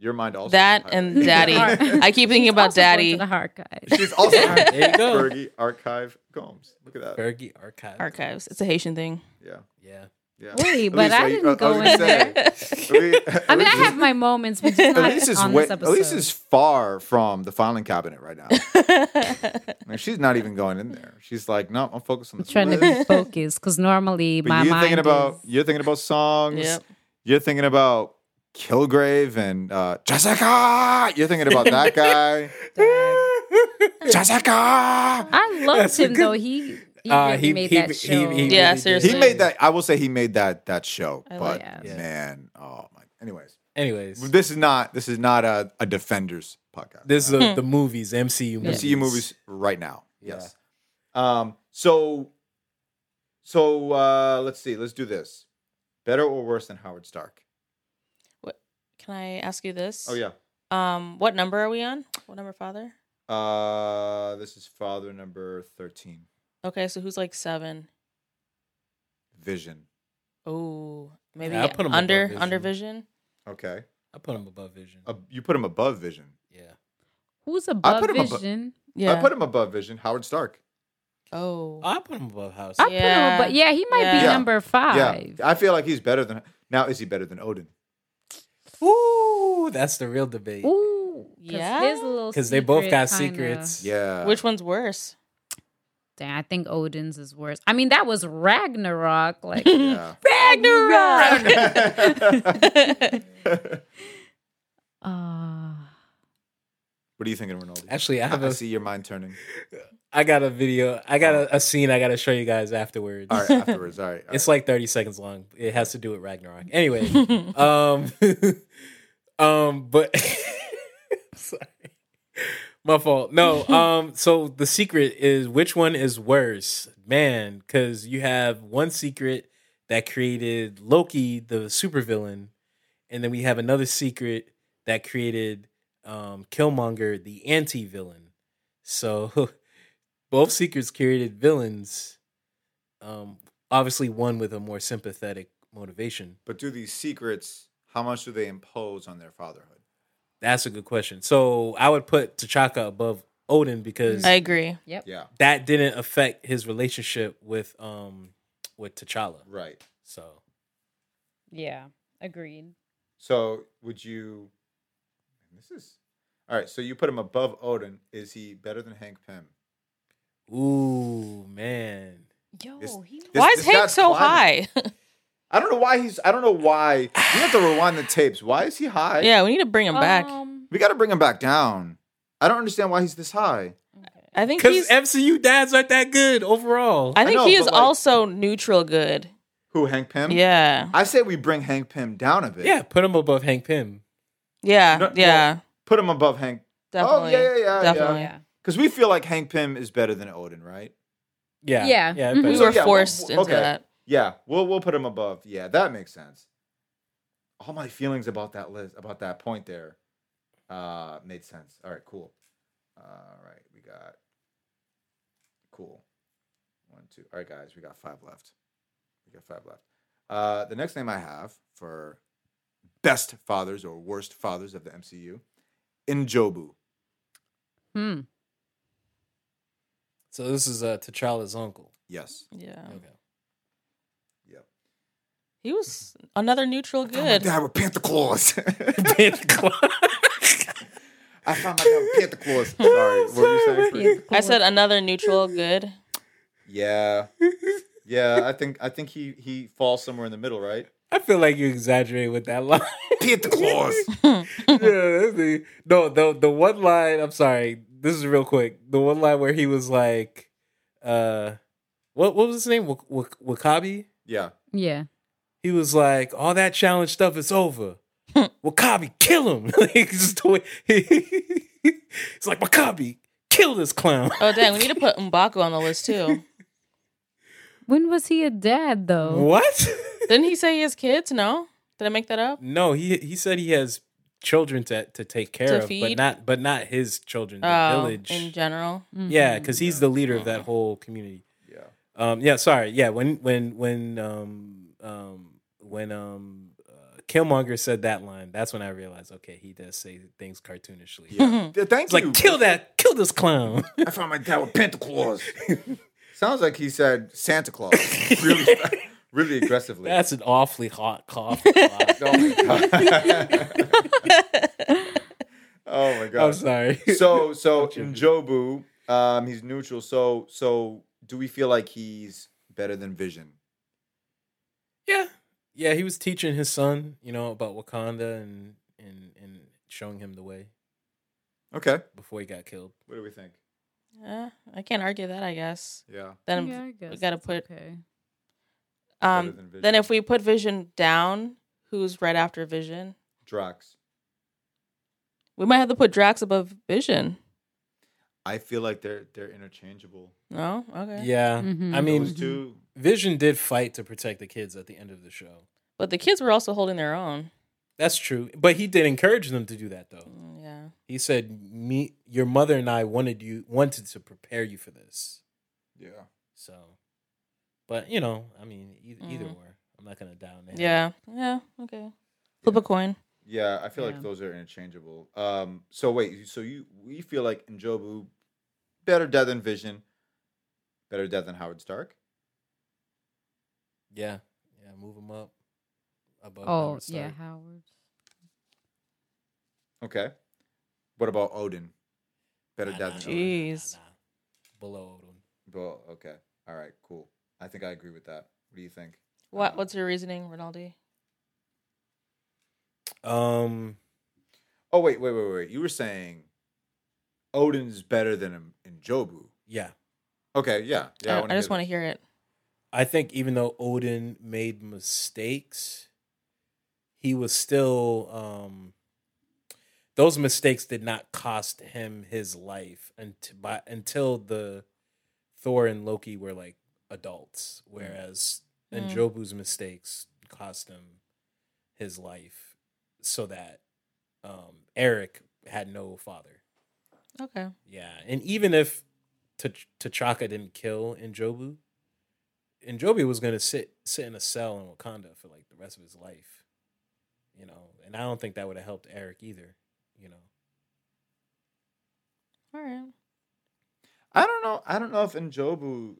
Speaker 4: Your mind also
Speaker 1: That
Speaker 4: is
Speaker 1: and
Speaker 4: highlighted.
Speaker 1: daddy. I keep thinking
Speaker 2: He's
Speaker 1: about
Speaker 2: also going
Speaker 1: daddy
Speaker 2: to the archives.
Speaker 4: She's also
Speaker 3: There you go.
Speaker 4: Fergie Archive Gomes. Look at that.
Speaker 3: Fergie archive.
Speaker 1: archives. It's a Haitian thing.
Speaker 4: Yeah.
Speaker 3: Yeah.
Speaker 4: Yeah.
Speaker 2: Wait, but I
Speaker 4: uh,
Speaker 2: didn't go in there. I mean, I have my moments, but just not
Speaker 4: Elise is
Speaker 2: on
Speaker 4: way,
Speaker 2: this episode.
Speaker 4: Elise is far from the filing cabinet right now. I mean, she's not even going in there. She's like, no, I'm focused on
Speaker 2: I'm
Speaker 4: the
Speaker 2: trying to be focused because normally my
Speaker 4: you're
Speaker 2: mind
Speaker 4: thinking about
Speaker 2: is-
Speaker 4: you're thinking about songs.
Speaker 1: Yep.
Speaker 4: You're thinking about Kilgrave and uh, Jessica. You're thinking about that guy, Jessica.
Speaker 2: I loved
Speaker 3: That's a
Speaker 2: him
Speaker 3: good-
Speaker 2: though. He he,
Speaker 3: Uh,
Speaker 2: really made that show.
Speaker 1: Yeah,
Speaker 3: really did.
Speaker 1: seriously.
Speaker 4: He made that. I will say he made that that show,
Speaker 1: I like
Speaker 4: but
Speaker 2: that.
Speaker 3: Yeah.
Speaker 4: man, oh my. Anyways,
Speaker 3: Anyways,
Speaker 4: this is not this is not a, a Defenders podcast.
Speaker 3: this is
Speaker 2: Hmm.
Speaker 3: the, the movies, MCU movies.
Speaker 4: MCU movies right now.
Speaker 3: Yeah.
Speaker 4: Yes. Um. So. So uh, let's see. Let's do this. Better or worse than Howard Stark?
Speaker 1: Can I ask you this?
Speaker 4: Oh yeah.
Speaker 1: Um, what number are we on? What number, father?
Speaker 4: Uh, this is father number thirteen.
Speaker 1: Okay, so who's like seven?
Speaker 4: Vision.
Speaker 1: Oh, maybe
Speaker 3: Yeah, I put 'em above
Speaker 1: under
Speaker 3: Vision.
Speaker 1: under vision.
Speaker 4: Okay.
Speaker 3: I put him above Vision.
Speaker 4: Uh, you put him above Vision.
Speaker 3: yeah.
Speaker 2: Who's above
Speaker 4: put him above-
Speaker 2: vision?
Speaker 1: Yeah.
Speaker 4: I put him above Vision. Howard Stark.
Speaker 1: oh.
Speaker 3: I put him above House.
Speaker 2: I put him
Speaker 1: Yeah.
Speaker 2: above. Yeah, he might be
Speaker 1: Yeah.
Speaker 2: number five.
Speaker 4: Yeah. I feel like he's better than. Now is he better than Odin?
Speaker 3: Ooh, that's the real debate.
Speaker 2: Ooh,
Speaker 1: Yeah?
Speaker 3: Because they both got secrets.
Speaker 4: Yeah.
Speaker 1: Which one's worse?
Speaker 2: Damn, I think Odin's is worse. I mean, that was Ragnarok. Like
Speaker 4: Yeah.
Speaker 1: Ragnarok.
Speaker 4: what
Speaker 2: uh,
Speaker 4: are you thinking, Ronaldo?
Speaker 3: Actually, I have
Speaker 4: I
Speaker 3: a,
Speaker 4: see your mind turning.
Speaker 3: I got a video. I got a, a scene I got to show you guys afterwards.
Speaker 4: All right. Afterwards. All right. all
Speaker 3: It's
Speaker 4: right.
Speaker 3: like 30 seconds long. It has to do with Ragnarok. Anyway, um um but sorry. My fault. No, um so the secret is which one is worse? Man, cuz you have one secret that created Loki the supervillain and then we have another secret that created um Killmonger the anti-villain. So both seekers created villains. Um, obviously, one with a more sympathetic motivation.
Speaker 4: But do these secrets? How much do they impose on their fatherhood?
Speaker 3: That's a good question. So I would put T'Chaka above Odin because
Speaker 1: I agree.
Speaker 4: Yeah,
Speaker 3: that didn't affect his relationship with um with T'Challa.
Speaker 4: right.
Speaker 3: So
Speaker 2: Yeah, agreed.
Speaker 4: So would you? This is all right. So you put him above Odin. Is he better than Hank Pym?
Speaker 3: ooh man.
Speaker 2: Yo,
Speaker 4: This-
Speaker 2: he
Speaker 4: This-
Speaker 1: Why is
Speaker 4: this
Speaker 1: Hank
Speaker 4: guy's
Speaker 1: so
Speaker 4: climbing.
Speaker 1: high?
Speaker 4: I don't know why he's. I don't know why. We have to rewind the tapes. Why is he high?
Speaker 1: yeah, we need to bring him back.
Speaker 2: Um,
Speaker 4: we got to bring him back down. I don't understand why he's this high.
Speaker 2: okay.
Speaker 1: I think
Speaker 3: Because
Speaker 1: he's.
Speaker 3: MCU dads aren't that good overall.
Speaker 1: I think
Speaker 4: know,
Speaker 1: he is
Speaker 4: but, like-
Speaker 1: also neutral good.
Speaker 4: Who Hank Pym?
Speaker 1: Yeah,
Speaker 4: I say we bring Hank Pym down a bit.
Speaker 3: yeah, put him above Hank Pym.
Speaker 1: yeah,
Speaker 4: No-
Speaker 1: yeah.
Speaker 4: Put him above Hank.
Speaker 1: Definitely.
Speaker 4: Oh yeah, yeah, yeah.
Speaker 1: Definitely.
Speaker 2: Yeah.
Speaker 4: Because we feel like Hank Pym is better than Odin, right?
Speaker 3: Yeah,
Speaker 2: Yeah.
Speaker 3: yeah.
Speaker 2: Mhm.
Speaker 3: but-
Speaker 1: We
Speaker 4: So,
Speaker 1: were
Speaker 4: yeah,
Speaker 1: forced
Speaker 4: well,
Speaker 1: into
Speaker 4: okay.
Speaker 1: that.
Speaker 4: Yeah, we'll we'll put him above. Yeah, that makes sense. All my feelings about that list, about that point there, uh, made sense. All right, cool. All right, we got cool. One, two. All right, guys, we got five left. We got five left. Uh, the next name I have for best fathers or worst fathers of the MCU, Injobu.
Speaker 2: Hmm.
Speaker 3: So this is uh T'Challa's uncle.
Speaker 4: Yes.
Speaker 1: Yeah,
Speaker 3: Okay.
Speaker 4: Yep. Oh
Speaker 1: he was another neutral good.
Speaker 4: I with Pantaclaws.
Speaker 3: Pantaclaw.
Speaker 4: I found my dad with Pantaclaws. Sorry, what were you saying? Free?
Speaker 1: I
Speaker 2: uh,
Speaker 1: said another neutral good.
Speaker 4: Yeah. Yeah, I think I think he he falls somewhere in the middle, right?
Speaker 3: I feel like you exaggerate with that line.
Speaker 4: Pete the claws.
Speaker 3: yeah, that's the, no, the the one line. I'm sorry. This is real quick. The one line where he was like, uh, what what was his name? Wak- Wak- Wakabi.
Speaker 4: Yeah.
Speaker 2: Yeah.
Speaker 3: He was like, all that challenge stuff is over. Wakabi, kill him. like, it's just the way it's like Wakabi, kill this clown.
Speaker 1: Oh dang, we need to put Mbaku on the list too.
Speaker 2: When was he a dad though?
Speaker 3: What?
Speaker 1: Didn't he say he has kids? No, did I make that up?
Speaker 3: no, he he said he has children to to take care
Speaker 1: To
Speaker 3: of, but
Speaker 1: feed?
Speaker 3: not but not his children. The
Speaker 1: Oh,
Speaker 3: village.
Speaker 1: in general.
Speaker 2: Mm-hmm.
Speaker 3: Yeah, because he's the leader of that whole community.
Speaker 4: Yeah.
Speaker 3: Um, yeah, sorry. Yeah, when when when um um when um uh, Killmonger said that line, that's when I realized, okay, he does say things cartoonishly.
Speaker 4: Yeah. Yeah, Thank
Speaker 3: It's
Speaker 4: you.
Speaker 3: like kill that, kill this clown.
Speaker 4: I found my dad with Pantaclaws. Sounds like he said Santa Claus. Really really aggressively.
Speaker 3: that's an awfully hot cough. I'm
Speaker 4: oh my god. oh my god.
Speaker 3: sorry.
Speaker 4: So so Njobu, um, he's neutral. So so do we feel like he's better than Vision?
Speaker 3: yeah, yeah, he was teaching his son, you know, about Wakanda and and and showing him the way
Speaker 4: Okay.
Speaker 3: before he got killed.
Speaker 4: What do we think?
Speaker 1: Yeah, I can't argue that. I guess
Speaker 4: Yeah.
Speaker 1: then
Speaker 2: Yeah, I guess
Speaker 1: we gotta
Speaker 2: that's
Speaker 1: put
Speaker 2: Okay.
Speaker 1: um
Speaker 4: than Vision.
Speaker 1: then if we put Vision down, who's right after Vision?
Speaker 4: Drax.
Speaker 1: We might have to put Drax above Vision.
Speaker 4: I feel like they're they're interchangeable.
Speaker 1: No, okay.
Speaker 3: Yeah,
Speaker 2: Mhm.
Speaker 3: I mean,
Speaker 4: Those two.
Speaker 3: Vision did fight to protect the kids at the end of the show.
Speaker 1: But the kids were also holding their own.
Speaker 3: That's true. But he did encourage them to do that though.
Speaker 1: Mm, Yeah.
Speaker 3: He said, "Me your mother and I wanted you wanted to prepare you for this."
Speaker 4: Yeah.
Speaker 3: So but you know, I mean, either, either
Speaker 1: Mhm.
Speaker 3: or. I'm not going to down that.
Speaker 1: Yeah. Yeah. Okay. Flip a coin.
Speaker 4: Yeah, I feel
Speaker 2: Yeah.
Speaker 4: like those are interchangeable. Um so wait, you- so you we feel like Njobu better dead than Vision, better dead than Howard Stark?
Speaker 3: Yeah. Yeah, move him up above
Speaker 2: Oh
Speaker 3: Howard
Speaker 2: yeah,
Speaker 3: Stark.
Speaker 2: Howard.
Speaker 4: Okay. What about Odin? Better
Speaker 3: Nah,
Speaker 4: dead
Speaker 3: nah,
Speaker 4: than
Speaker 3: nah,
Speaker 4: Odin.
Speaker 1: Jeez.
Speaker 3: nah, nah. Below Odin.
Speaker 4: Well, okay. All right, cool. I think I agree with that. What do you think?
Speaker 1: What what's your reasoning, Rinaldi?
Speaker 3: Um
Speaker 4: Oh wait, wait, wait, wait. You were saying Odin's better than Njobu.
Speaker 3: yeah.
Speaker 4: Okay, yeah. Yeah,
Speaker 1: I, I just want
Speaker 4: to
Speaker 1: to hear it.
Speaker 3: I think even though Odin made mistakes, he was still um those mistakes did not cost him his life until by, until the Thor and Loki were like adults, whereas
Speaker 1: Mm.
Speaker 3: Njobu's mistakes cost him his life, so that um Eric had no father.
Speaker 1: Okay.
Speaker 3: Yeah, and even if T- T'Chaka didn't kill Njobu. Njobu was gonna sit sit in a cell in Wakanda for like the rest of his life, you know. And I don't think that would have helped Eric either, you know.
Speaker 1: All right.
Speaker 4: I don't know. I don't know if Njobu.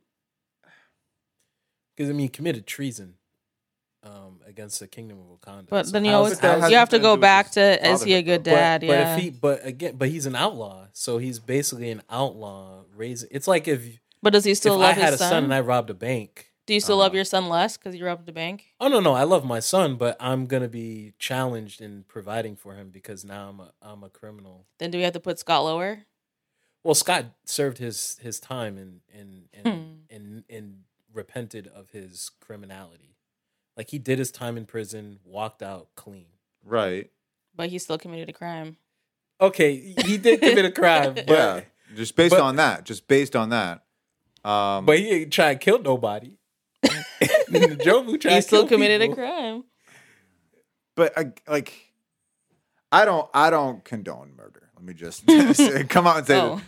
Speaker 3: Because I mean, he committed treason um, against the kingdom of Wakanda.
Speaker 1: But
Speaker 3: So
Speaker 1: then you
Speaker 3: how's-
Speaker 1: always
Speaker 4: But that
Speaker 3: how's-
Speaker 4: has
Speaker 1: you have to
Speaker 4: nothing to
Speaker 1: go
Speaker 4: do with
Speaker 1: back
Speaker 4: his
Speaker 1: to is he a
Speaker 4: fatherhood,
Speaker 1: good
Speaker 4: though.
Speaker 1: dad?
Speaker 3: but,
Speaker 1: yeah.
Speaker 3: But if he, but again, but he's an outlaw, so he's basically an outlaw. Raising, it's like if
Speaker 1: but does he still
Speaker 3: if
Speaker 1: love
Speaker 3: I had a
Speaker 1: his
Speaker 3: son?
Speaker 1: son?
Speaker 3: and I robbed a bank.
Speaker 1: Do you still
Speaker 3: Uh-huh.
Speaker 1: love your son less because you robbed the bank?
Speaker 3: Oh no, no, I love my son, but I'm gonna be challenged in providing for him because now I'm a I'm a criminal.
Speaker 1: Then do we have to put Scott lower?
Speaker 3: Well, Scott served his his time and and and
Speaker 1: Hmm.
Speaker 3: and, and repented of his criminality. Like he did his time in prison, walked out clean.
Speaker 4: Right.
Speaker 1: But he still committed a crime.
Speaker 3: Okay, he did commit a crime, but
Speaker 4: Yeah. Just based
Speaker 3: But-
Speaker 4: on that. Just based on that. Um,
Speaker 3: but he ain't trying to kill nobody. Jobu tried
Speaker 1: he
Speaker 3: to
Speaker 1: still
Speaker 3: kill
Speaker 1: committed
Speaker 3: people.
Speaker 1: a crime.
Speaker 4: but I, like I don't I don't condone murder. Let me just come out and say
Speaker 1: Oh,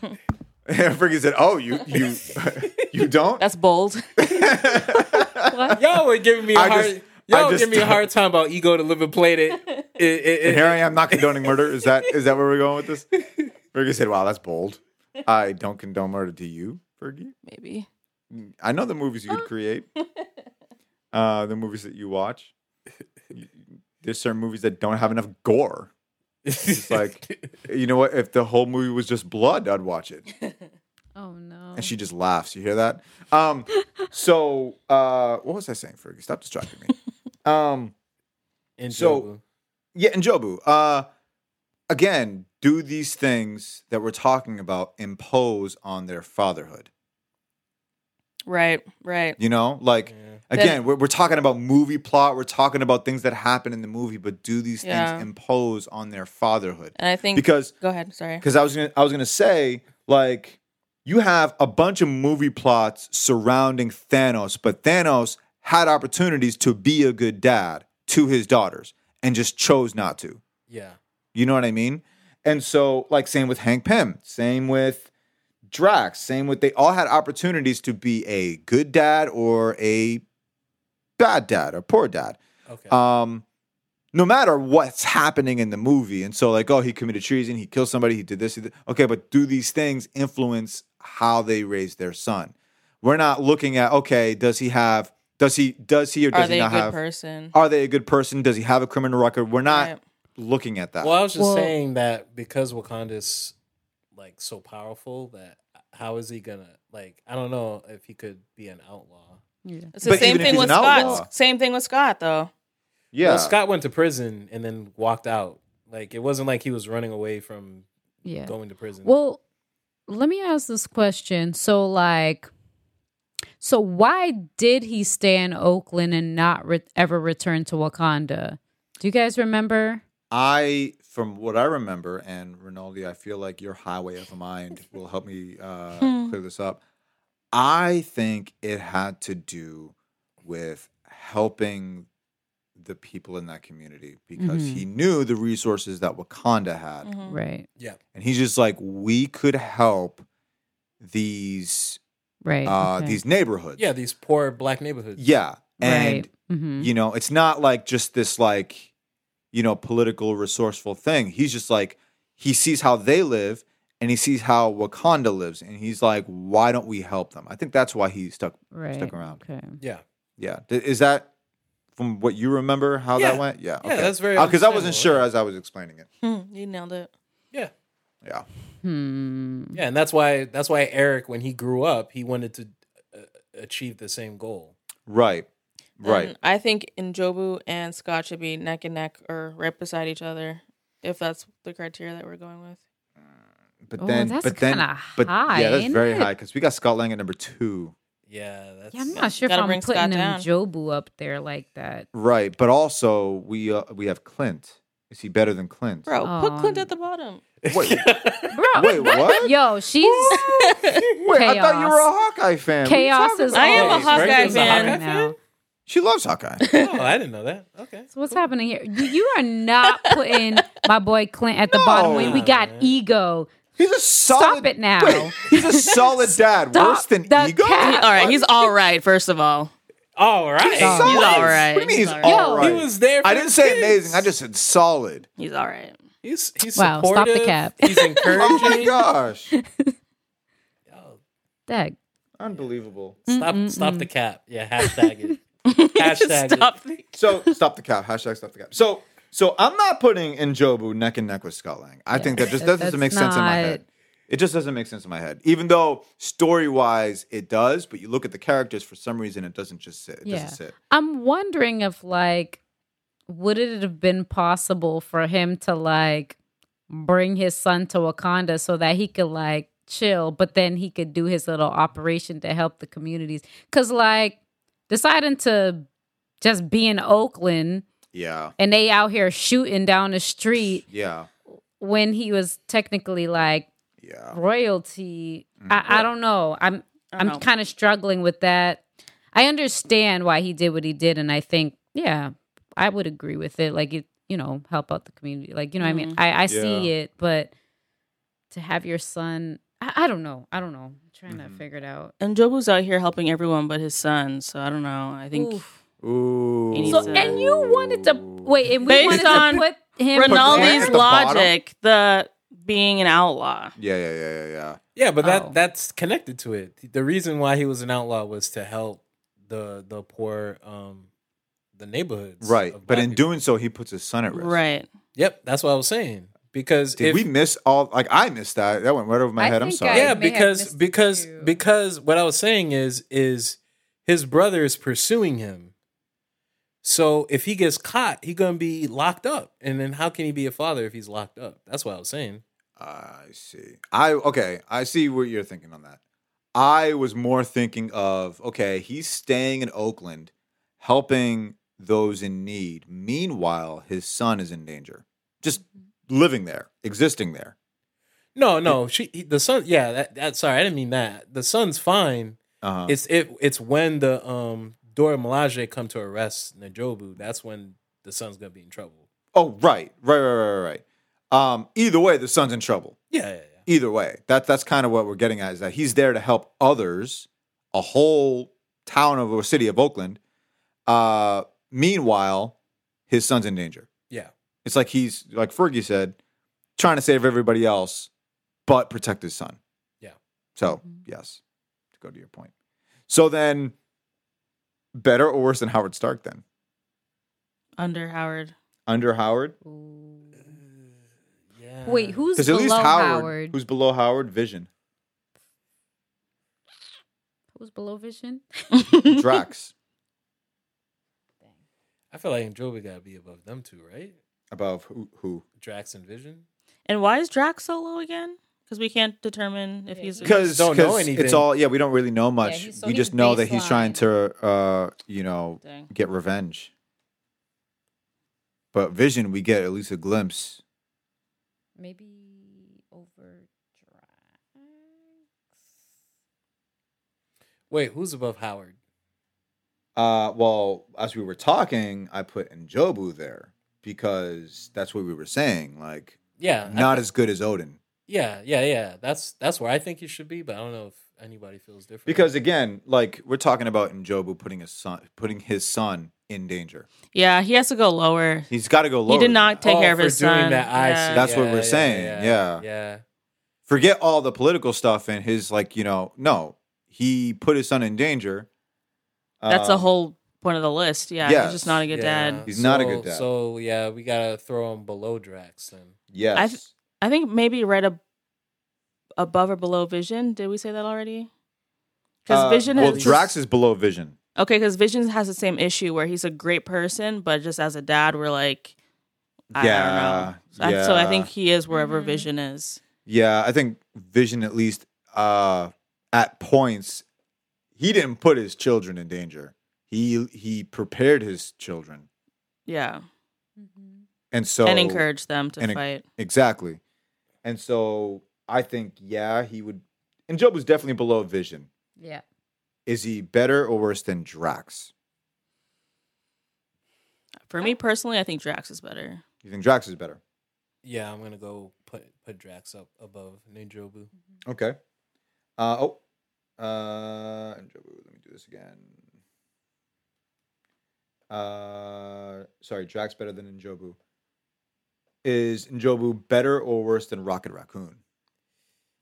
Speaker 4: that. Fricky said, "Oh, you you you don't."
Speaker 1: that's bold.
Speaker 2: What?
Speaker 3: Y'all were giving me a
Speaker 4: I
Speaker 3: hard.
Speaker 4: just- I
Speaker 3: y'all were
Speaker 4: just-
Speaker 3: giving me a hard time about ego to live and play it. it, it-
Speaker 4: and here I am not condoning murder. Is that is that where we're going with this? Fergie said, "Wow, that's bold." I don't condone murder. Do you, Fergie?
Speaker 1: Maybe.
Speaker 4: I know the movies you'd create, uh, the movies that you watch. You- There's certain movies that don't have enough gore.
Speaker 3: it's
Speaker 4: like- You know what? If the whole movie was just blood, I'd watch it.
Speaker 2: Oh no.
Speaker 4: and she just laughs. You hear that? Um, so uh, what was I saying, Fergie? Stop distracting me. Um,
Speaker 3: and
Speaker 4: So-
Speaker 3: Jobu.
Speaker 4: yeah, and Jobu. Uh, again, do these things that we're talking about impose on their fatherhood?
Speaker 1: Right, right.
Speaker 4: You know, like
Speaker 3: Yeah.
Speaker 1: Mm-hmm.
Speaker 4: again, we're, we're talking about movie plot. We're talking about things that happen in the movie, but do these
Speaker 1: Yeah.
Speaker 4: things impose on their fatherhood?
Speaker 1: And I think
Speaker 4: Because
Speaker 1: go ahead, sorry.
Speaker 4: because I was gonna I was gonna say like you have a bunch of movie plots surrounding Thanos, but Thanos had opportunities to be a good dad to his daughters and just chose not to.
Speaker 3: yeah,
Speaker 4: You know what I mean? And so like same with Hank Pym, same with Drax, same with they all had opportunities to be a good dad or a bad dad or poor dad
Speaker 3: okay,
Speaker 2: Uh,
Speaker 4: um, no matter what's happening in the movie. And so, like, oh, he committed treason, he killed somebody, he did this, he did. okay, but do these things influence how they raise their son? We're not looking at okay, does he have, does he, does he, or does
Speaker 1: Are
Speaker 4: he
Speaker 1: they a
Speaker 4: not
Speaker 1: good
Speaker 4: have?
Speaker 1: person?
Speaker 4: Are they a good person? Does he have a criminal record? We're not
Speaker 1: Right.
Speaker 4: looking at that.
Speaker 3: Well, I was just
Speaker 2: Well-
Speaker 3: saying that because Wakanda's like so powerful that how is he gonna like? I don't know if he could be an outlaw.
Speaker 2: Yeah.
Speaker 1: It's the
Speaker 4: But
Speaker 1: same
Speaker 4: even if
Speaker 1: thing
Speaker 4: he's
Speaker 1: with
Speaker 4: an
Speaker 1: Scott.
Speaker 4: outlaw-
Speaker 1: Same thing with Scott though.
Speaker 4: yeah,
Speaker 3: Well, Scott went to prison and then walked out. Like it wasn't like he was running away from
Speaker 2: Yeah.
Speaker 3: going to prison.
Speaker 2: Well, let me ask this question. So, like, so why did he stay in Oakland and not re- ever return to Wakanda? Do you guys remember?
Speaker 4: I, from what I remember, and Rinaldi, I feel like your highway of mind will help me uh,
Speaker 2: Hmm.
Speaker 4: clear this up. I think it had to do with helping the people in that community because
Speaker 2: Mhm.
Speaker 4: he knew the resources that Wakanda had.
Speaker 2: Mm-hmm.
Speaker 1: Mhm.
Speaker 2: Right,
Speaker 3: yeah,
Speaker 4: And he's just like, we could help these
Speaker 2: right.
Speaker 4: uh
Speaker 2: okay.
Speaker 4: these neighborhoods.
Speaker 3: yeah, these poor black neighborhoods.
Speaker 4: Yeah. And
Speaker 2: right. hmm
Speaker 4: you know it's not like just this like you know political resourceful thing he's just like he sees how they live and he sees how wakanda lives and he's like why don't we help them i think that's why he stuck
Speaker 2: right.
Speaker 4: stuck around
Speaker 2: Okay.
Speaker 3: yeah,
Speaker 4: yeah Th- is that from what you remember how
Speaker 3: Yeah.
Speaker 4: that went yeah
Speaker 3: Yeah, that's very
Speaker 4: because i wasn't
Speaker 3: understandable,
Speaker 4: sure
Speaker 3: yeah.
Speaker 4: as i was explaining it
Speaker 1: Hmm, you nailed it.
Speaker 3: yeah,
Speaker 4: yeah
Speaker 2: Hmm.
Speaker 3: yeah, and that's why that's why Eric, when he grew up, he wanted to uh, achieve the same goal.
Speaker 4: right right
Speaker 1: And I think Njobu and Scott should be neck and neck or right beside each other, if that's the criteria that we're going with.
Speaker 4: but
Speaker 2: Oh,
Speaker 4: then
Speaker 2: that's
Speaker 4: but then
Speaker 2: kinda
Speaker 4: but yeah that's
Speaker 2: high,
Speaker 4: very
Speaker 2: isn't it?
Speaker 4: high because we got scott lang at number two
Speaker 3: Yeah, that's
Speaker 2: Yeah, I'm not sure if
Speaker 1: Gotta
Speaker 2: I'm
Speaker 1: bring Scott
Speaker 2: putting him
Speaker 1: down.
Speaker 2: Jobu up there like that.
Speaker 4: right but also we uh, we have clint is he better than clint
Speaker 1: Bro, put Clint
Speaker 2: Um,
Speaker 1: at the bottom.
Speaker 4: wait
Speaker 2: Bro,
Speaker 4: Wait, what?
Speaker 2: Yo, she's
Speaker 4: Wait, I thought you were a Hawkeye fan. What are you
Speaker 2: chaos
Speaker 4: talking
Speaker 2: is.
Speaker 1: I am
Speaker 2: all
Speaker 1: a
Speaker 2: over
Speaker 1: Hawkeye
Speaker 2: the place
Speaker 1: fan.
Speaker 2: right now.
Speaker 4: She loves Hawkeye.
Speaker 3: Oh, I didn't know that. Okay.
Speaker 2: So what's happening here? You, you are not putting my boy Clint at the bottom. When we
Speaker 3: No.
Speaker 2: got ego,
Speaker 4: He's a solid.
Speaker 2: Stop it now.
Speaker 4: Wait, he's a solid dad.
Speaker 2: Stop
Speaker 4: Worse than
Speaker 2: the
Speaker 4: ego.
Speaker 2: cat.
Speaker 1: He- all right, he's all right. First of all,
Speaker 3: All right.
Speaker 4: He's
Speaker 1: He's
Speaker 4: solid.
Speaker 1: all right.
Speaker 4: What do you mean
Speaker 1: He's
Speaker 4: he's
Speaker 1: all
Speaker 2: right.
Speaker 4: all
Speaker 2: Yo,
Speaker 4: right?
Speaker 3: He was there. For
Speaker 4: I didn't
Speaker 3: the
Speaker 4: say
Speaker 3: kids.
Speaker 4: amazing. I just said solid.
Speaker 1: he's all right.
Speaker 3: He's he's
Speaker 2: Wow, stop the
Speaker 3: supportive.
Speaker 2: cap.
Speaker 3: He's encouraging.
Speaker 4: Oh my gosh!
Speaker 3: Yo,
Speaker 2: Dag.
Speaker 4: Unbelievable.
Speaker 3: Stop stop the cap. Yeah, hashtag it. Hashtag it.
Speaker 1: Stop. the-
Speaker 4: So stop the cap. Hashtag stop the cap. So so I'm not putting Njobu neck and neck with Scott Lang. I think that just that
Speaker 2: that's
Speaker 4: doesn't make sense in my
Speaker 2: not-
Speaker 4: head. It just doesn't make sense in my head. Even though story wise it does, but you look at the characters for some reason it doesn't just sit. It
Speaker 2: Yeah.
Speaker 4: doesn't sit.
Speaker 2: I'm wondering if like would it have been possible for him to like bring his son to Wakanda so that he could like chill, but then he could do his little operation to help the communities. Cause like deciding to just be in Oakland
Speaker 4: Yeah.
Speaker 2: and they out here shooting down the street
Speaker 4: Yeah.
Speaker 2: when he was technically like
Speaker 4: Yeah.
Speaker 2: royalty. I, I don't know. I'm
Speaker 1: I don't
Speaker 2: I'm
Speaker 1: know.
Speaker 2: kind of struggling with that. I understand why he did what he did, and I think, yeah, I would agree with it. Like it, you know, help out the community. Like you know, what I mean,
Speaker 1: Mm-hmm.
Speaker 2: I, I see
Speaker 4: Yeah.
Speaker 2: it, but to have your son, I, I don't know. I don't know. I'm trying to
Speaker 4: Mhm.
Speaker 2: figure it out.
Speaker 1: And Jobu's out here helping everyone but his son. So I don't know. I think
Speaker 2: Oof.
Speaker 4: Ooh.
Speaker 1: So-
Speaker 2: so. And you wanted to wait, and we
Speaker 1: Based
Speaker 2: wanted
Speaker 1: on
Speaker 2: to put him
Speaker 4: Ronaldo's
Speaker 1: Rinaldi's
Speaker 4: At the bottom?
Speaker 1: logic, the being an outlaw.
Speaker 4: Yeah, yeah, yeah, yeah, yeah.
Speaker 3: Yeah, but that
Speaker 2: Oh.
Speaker 3: that's connected to it. The reason why he was an outlaw was to help the the poor um the neighborhoods.
Speaker 4: Right.
Speaker 3: of
Speaker 4: But
Speaker 3: black
Speaker 4: in
Speaker 3: people.
Speaker 4: doing so he puts his son at risk.
Speaker 1: Right.
Speaker 3: Yep, that's what I was saying. Because
Speaker 4: Did
Speaker 3: if
Speaker 4: we miss all like I missed that. That went right over my
Speaker 2: I
Speaker 4: head. I'm
Speaker 2: think
Speaker 4: sorry.
Speaker 2: I-
Speaker 3: yeah
Speaker 2: may have
Speaker 3: because
Speaker 2: missed it
Speaker 3: because
Speaker 2: too.
Speaker 3: because what i was saying is is his brother is pursuing him so if he gets caught he gonna be locked up and then how can he be a father if he's locked up that's what i was saying
Speaker 4: I see. I okay. I see what you're thinking on that. I was more thinking of okay, he's staying in Oakland, helping those in need. Meanwhile, his son is in danger, just
Speaker 2: Mm-hmm.
Speaker 4: living there, existing there.
Speaker 3: no no she he, the son yeah that, that sorry i didn't mean that the son's fine
Speaker 4: Uh-huh.
Speaker 3: it's it it's when the um dora Milaje come to arrest najobu that's when the son's gonna be in trouble
Speaker 4: oh, right, right, right, right, right, right. Um, either way, the son's in trouble.
Speaker 3: yeah yeah, yeah.
Speaker 4: Either way, that that's kind of what we're getting at is that he's there to help others, a whole town of or city of Oakland. Uh, meanwhile, his son's in danger.
Speaker 3: yeah
Speaker 4: It's like he's like Fergie said, trying to save everybody else, but protect his son.
Speaker 3: Yeah.
Speaker 4: So
Speaker 2: Mhm.
Speaker 4: yes, to go to your point. So then, better or worse than Howard Stark? Then
Speaker 1: Under Howard.
Speaker 4: under Howard,
Speaker 2: Ooh.
Speaker 3: yeah
Speaker 2: Wait, who's
Speaker 4: because
Speaker 2: below
Speaker 4: at least Howard,
Speaker 2: Howard?
Speaker 4: who's below Howard, Vision,
Speaker 2: who's below Vision?
Speaker 4: Drax
Speaker 3: i feel like najobu gotta be above them two right
Speaker 4: above who? Who?
Speaker 3: drax and vision
Speaker 1: and why is Drax so low again? Because we can't determine if he's
Speaker 4: Because
Speaker 3: don't know anything.
Speaker 4: it's all yeah. We don't really know much.
Speaker 2: he's- so
Speaker 4: we
Speaker 2: he's
Speaker 4: just know that he's
Speaker 2: baseline.
Speaker 4: trying to uh, you know
Speaker 1: Dang.
Speaker 4: get revenge. But Vision, we get at least a glimpse
Speaker 2: Maybe over Drax.
Speaker 3: wait who's above howard
Speaker 4: Uh, well, as we were talking, I put Njobu there because that's what we were saying. Like,
Speaker 3: Yeah, I
Speaker 4: not
Speaker 3: thi-
Speaker 4: as good as Odin.
Speaker 3: yeah, yeah, yeah. That's that's where I think he should be, but I don't know if anybody feels different.
Speaker 4: Because again, like we're talking about Njobu putting his son, putting his son in danger.
Speaker 1: yeah, he has to go lower.
Speaker 4: He's got to go
Speaker 1: He
Speaker 4: lower.
Speaker 1: did
Speaker 4: than
Speaker 1: not
Speaker 4: that.
Speaker 1: take
Speaker 3: Oh,
Speaker 1: care of
Speaker 3: for
Speaker 1: his
Speaker 3: doing
Speaker 1: son.
Speaker 3: that, I
Speaker 1: yeah.
Speaker 3: see.
Speaker 4: That's what
Speaker 3: Yeah,
Speaker 4: we're
Speaker 3: yeah,
Speaker 4: saying, yeah.
Speaker 3: yeah.
Speaker 4: forget all the political stuff and his like, you know, no, he put his son in danger.
Speaker 1: That's the
Speaker 4: Um,
Speaker 1: whole point of the list. Yeah, he's
Speaker 4: yes.
Speaker 1: just not a good
Speaker 3: yeah.
Speaker 1: dad.
Speaker 4: He's not a good
Speaker 3: So-
Speaker 4: dad.
Speaker 3: So yeah, we gotta throw him below Drax. Then
Speaker 4: Yes.
Speaker 1: I th- I think maybe right ab- above or below Vision. Did we say that already? Because
Speaker 4: Uh,
Speaker 1: Vision
Speaker 4: Well,
Speaker 1: is
Speaker 4: Drax is below Vision.
Speaker 1: okay. Because Vision has the same issue where he's a great person, but just as a dad, we're like, I, I don't
Speaker 4: Yeah.
Speaker 1: know. So, I, so I
Speaker 4: yeah.
Speaker 1: think he is wherever
Speaker 2: Mhm.
Speaker 1: Vision is.
Speaker 4: Yeah, I think Vision at least uh at points he didn't put his children in danger. He he prepared his children.
Speaker 1: Yeah,
Speaker 2: Mm-hmm.
Speaker 4: And so
Speaker 1: and encourage them to
Speaker 4: and en-
Speaker 1: fight.
Speaker 4: Exactly. And so I think yeah, he would and Job was definitely below Vision.
Speaker 2: Yeah.
Speaker 4: Is he better or worse than Drax?
Speaker 1: For me personally, I think Drax is better.
Speaker 4: You think Drax is better?
Speaker 3: Yeah, I'm gonna go put put Drax up above Ninjobu.
Speaker 4: Okay. Uh, oh. Uh, let me do this again. Uh, sorry, Drax better than Njobu. Is Njobu better or worse than Rocket Raccoon?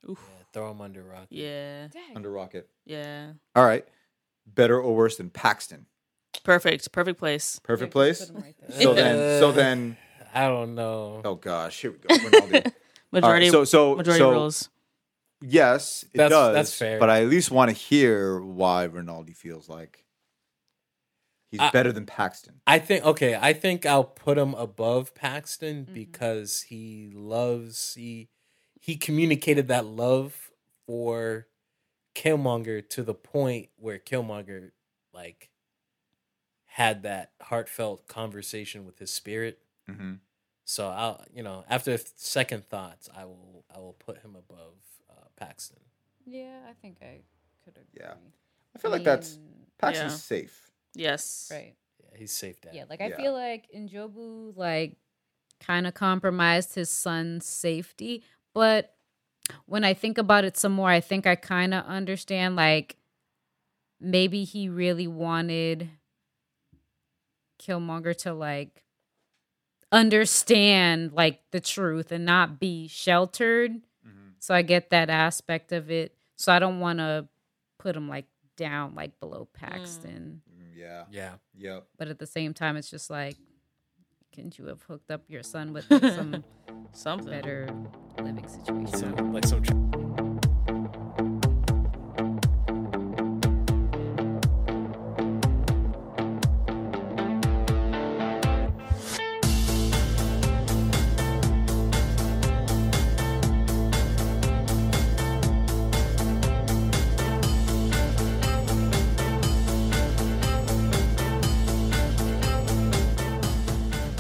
Speaker 1: Oof.
Speaker 3: Yeah, throw him under rock.
Speaker 1: Yeah.
Speaker 4: Under Rocket.
Speaker 1: Yeah.
Speaker 4: All right. Better or worse than Paxton?
Speaker 1: Perfect. Perfect place.
Speaker 4: Perfect place. So
Speaker 1: Yeah.
Speaker 4: then, so then,
Speaker 3: I don't know.
Speaker 4: oh gosh, here we go. Rinaldi. All right,
Speaker 1: Majority.
Speaker 4: Uh, so, so,
Speaker 1: majority
Speaker 4: so,
Speaker 1: rules.
Speaker 4: Yes, it
Speaker 3: That's-
Speaker 4: does.
Speaker 3: that's fair.
Speaker 4: But I at least want to hear why Rinaldi feels like he's
Speaker 3: I-
Speaker 4: better than Paxton.
Speaker 3: I think okay. I think I'll put him above Paxton
Speaker 2: Mhm.
Speaker 3: because he loves he he communicated that love for Killmonger to the point where Killmonger like had that heartfelt conversation with his spirit.
Speaker 4: Mm-hmm.
Speaker 3: So I'll you know after second thoughts, I will I will put him above uh, Paxton.
Speaker 2: Yeah, I think I could agree.
Speaker 4: Yeah. I feel like that's
Speaker 2: mean,
Speaker 4: Paxton's
Speaker 1: Yeah.
Speaker 4: safe.
Speaker 1: Yes.
Speaker 2: right.
Speaker 3: Yeah, he's safe. Dad.
Speaker 2: Yeah, like I
Speaker 4: Yeah.
Speaker 2: feel like Njobu like kind of compromised his son's safety, but when I think about it some more, I think I kind of understand like maybe he really wanted Killmonger to like understand like the truth and not be sheltered.
Speaker 4: Mm-hmm.
Speaker 2: So I get that aspect of it. So I don't want to put him like down like below Paxton
Speaker 4: Mm, Yeah.
Speaker 3: Yeah.
Speaker 4: Yep.
Speaker 2: but at the same time it's just like couldn't you have hooked up your son with like, some
Speaker 1: Something.
Speaker 2: better living
Speaker 3: So,
Speaker 2: situation
Speaker 3: like some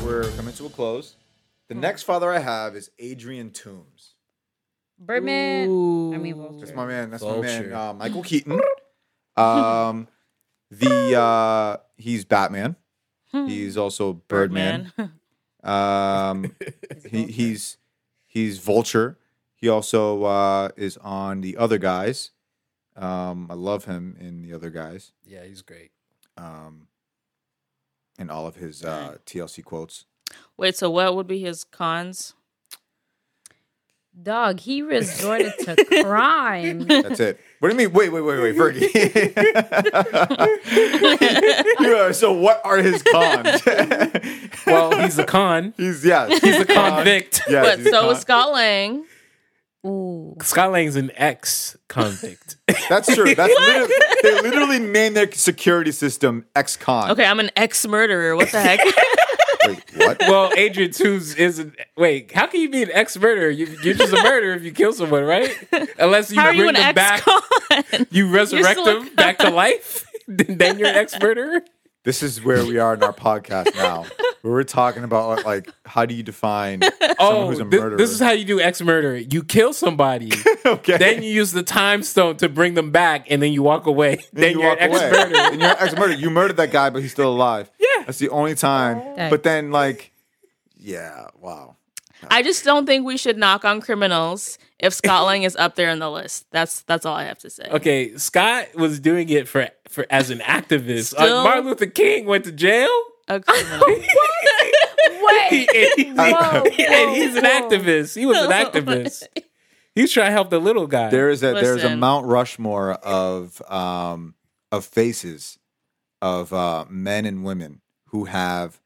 Speaker 4: We're coming to a close. The next father I have is Adrian Toombs.
Speaker 2: birdman
Speaker 1: Ooh.
Speaker 2: I mean, Vulture.
Speaker 4: That's my man. That's my man.
Speaker 3: Vulture.
Speaker 4: Uh, Michael Keaton. Um, the uh, he's Batman.
Speaker 3: Hmm.
Speaker 4: He's also Birdman. Um, he,
Speaker 2: Vulture.
Speaker 4: he's he's Vulture. He also uh, is on the Other Guys. Um, I love him in the Other Guys.
Speaker 3: yeah, he's great.
Speaker 4: Um, and all of his uh, TLC quotes.
Speaker 1: Wait. So what would be his cons?
Speaker 2: dog he resorted to crime
Speaker 4: That's it. What do you mean? Wait, wait, wait, wait, Fergie. you are, so what are his cons?
Speaker 3: Well, he's a con.
Speaker 4: he's yes,
Speaker 3: He's a convict.
Speaker 4: Yes,
Speaker 1: but
Speaker 4: he's a
Speaker 1: so
Speaker 4: con.
Speaker 1: is Scott Lang.
Speaker 2: Ooh.
Speaker 3: Scott Lang's an ex convict.
Speaker 4: That's true. That's literally, they literally named their security system X-Con.
Speaker 1: Okay, I'm an ex murderer. What the heck?
Speaker 4: Wait, what?
Speaker 3: well, Adrian Toombs is an wait. How can you be an ex murderer? You, you're just a murderer if you kill someone, right? Unless you
Speaker 1: How are
Speaker 3: bring
Speaker 1: you an
Speaker 3: them
Speaker 1: ex
Speaker 3: back,
Speaker 1: con?
Speaker 3: you resurrect
Speaker 1: You're still a
Speaker 3: them back to life. then you're an ex murderer.
Speaker 4: This is where we are in our podcast now. Where we're talking about uh, like how do you define someone
Speaker 3: Oh,
Speaker 4: who's a
Speaker 3: thi-
Speaker 4: murderer?
Speaker 3: this is how you do ex murder. You kill somebody,
Speaker 4: okay.
Speaker 3: Oh, then you use the time stone to bring them back, and then you walk away. Then,
Speaker 4: you
Speaker 3: you are
Speaker 4: walk
Speaker 3: an ex
Speaker 4: away.
Speaker 3: murderer.
Speaker 4: Then you're ex murder. You murdered that guy, but he's still alive.
Speaker 3: Yeah.
Speaker 4: That's the only time.
Speaker 2: Dang.
Speaker 4: But then like yeah, wow.
Speaker 1: I just don't think we should knock on criminals if Scott Lang is up there in the list. That's that's all I have to say.
Speaker 3: Okay, Scott was doing it for for as an activist. Uh,
Speaker 1: Still-
Speaker 3: Martin Luther King went to jail.
Speaker 1: A criminal.
Speaker 2: wait
Speaker 3: He-
Speaker 2: whoa,
Speaker 3: and he's an
Speaker 2: whoa.
Speaker 3: activist. He was an activist. He's trying to help the little guy.
Speaker 4: There is a there's a
Speaker 1: Listen.
Speaker 4: Mount Rushmore of um of faces of uh men and women who have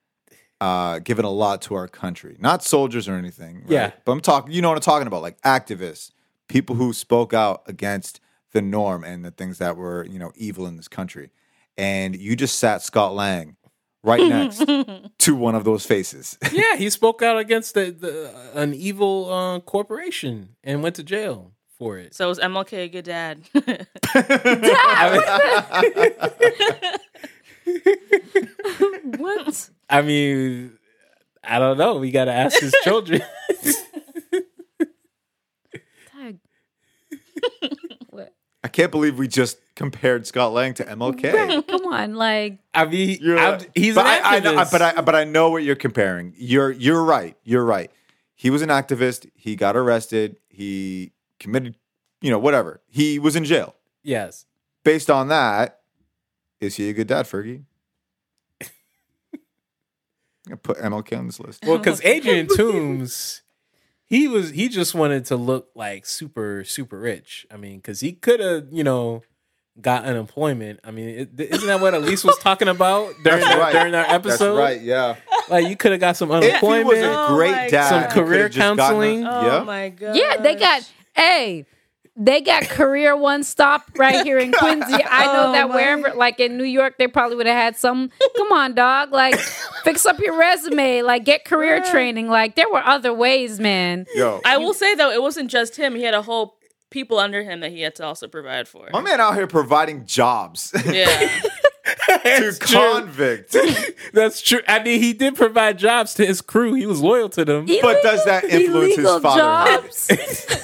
Speaker 4: uh given a lot to our country. Not soldiers or anything. right?
Speaker 3: Yeah.
Speaker 4: But I'm talking you know what I'm talking about, like activists, people who spoke out against the norm and the things that were, you know, evil in this country. And you just sat Scott Lang right next to one of those faces.
Speaker 3: yeah, he spoke out against the, the an evil uh, corporation and went to jail for it.
Speaker 1: so is MLK a good dad?
Speaker 2: what
Speaker 3: I mean, I don't know. We got to ask his children.
Speaker 2: Dog. what
Speaker 4: I can't believe we just compared Scott Lang to MLK.
Speaker 2: come on like
Speaker 3: I mean,
Speaker 4: You're
Speaker 3: I'm-
Speaker 4: right.
Speaker 3: he's
Speaker 4: but
Speaker 3: an
Speaker 4: I, I know-
Speaker 3: activist.
Speaker 4: but I but I know what you're comparing. You're you're right. You're right. He was an activist. He got arrested. He committed, you know, whatever. He was in jail.
Speaker 3: Yes.
Speaker 4: Based on that, is he a good dad, Fergie? I'm gonna put MLK on this list.
Speaker 3: Well, because Adrian Toombs, he was he just wanted to look like super super rich. I mean, because he could have you know got unemployment. I mean, it, isn't that what Elise was talking about during
Speaker 4: That's
Speaker 3: that,
Speaker 4: right.
Speaker 3: during our episode?
Speaker 4: Yeah.
Speaker 3: Like you could have got some
Speaker 4: If he was
Speaker 3: unemployment.
Speaker 4: a
Speaker 1: Oh my
Speaker 4: great dad,
Speaker 1: Some
Speaker 4: he could've
Speaker 3: career
Speaker 4: just gotten a-
Speaker 3: counseling.
Speaker 1: Oh
Speaker 4: yeah.
Speaker 1: my god.
Speaker 2: Yeah, they got hey, they got career one stop right here in Quincy. I know
Speaker 1: Oh
Speaker 2: that
Speaker 1: my.
Speaker 2: wherever, like in New York, they probably would have had some. Come on, dog, like fix up your resume, like get career training. Like there were other ways, man.
Speaker 4: Yo,
Speaker 1: I will say though, it wasn't just him. He had a whole people under him that he had to also provide for.
Speaker 4: my man out here providing jobs
Speaker 1: Yeah.
Speaker 4: to
Speaker 3: That's true.
Speaker 4: convicts.
Speaker 3: That's true. I mean, he did provide jobs to his crew. He was loyal to them.
Speaker 4: But does that influence his
Speaker 2: Illegal
Speaker 4: father?
Speaker 2: jobs.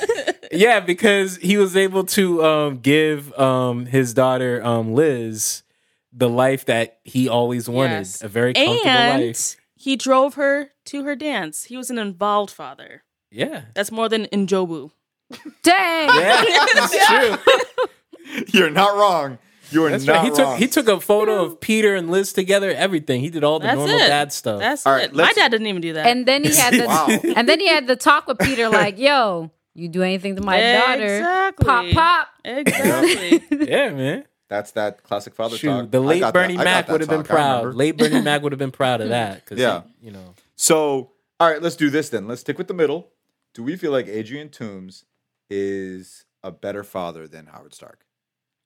Speaker 3: Yeah, because he was able to um, give um, his daughter um, Liz the life that he always wanted
Speaker 1: Yes.
Speaker 3: a very comfortable life.
Speaker 1: and he drove her to her dance. He was an involved father.
Speaker 3: Yeah.
Speaker 1: That's more than Njobu.
Speaker 2: Dang.
Speaker 3: Yeah, it's true.
Speaker 4: You're not wrong. You are
Speaker 3: That's
Speaker 4: not
Speaker 3: right. He
Speaker 4: wrong.
Speaker 3: took he took a photo of Peter and Liz together. Everything he did all the
Speaker 1: That's
Speaker 3: normal
Speaker 1: it.
Speaker 3: dad stuff.
Speaker 1: That's
Speaker 4: All
Speaker 1: it.
Speaker 4: right,
Speaker 1: My
Speaker 4: let's-
Speaker 1: dad didn't even do that.
Speaker 2: And then he had the
Speaker 4: Wow.
Speaker 2: and then he had the talk with Peter, like, yo, you do anything to my daughter,
Speaker 1: Exactly.
Speaker 2: pop pop.
Speaker 1: exactly.
Speaker 3: yeah, man.
Speaker 4: That's that classic father
Speaker 3: Shoot,
Speaker 4: talk.
Speaker 3: the
Speaker 4: I
Speaker 3: late
Speaker 4: got
Speaker 3: Bernie
Speaker 4: that- I got
Speaker 3: Mac
Speaker 4: that
Speaker 3: would have been
Speaker 4: talk, I
Speaker 3: proud.
Speaker 4: remember.
Speaker 3: Late Bernie Mac would have been proud of that. 'cause
Speaker 4: Yeah.
Speaker 3: he- you know.
Speaker 4: So, all right, let's do this then. Let's stick with the middle. Do we feel like Adrian Toombs is a better father than Howard Stark?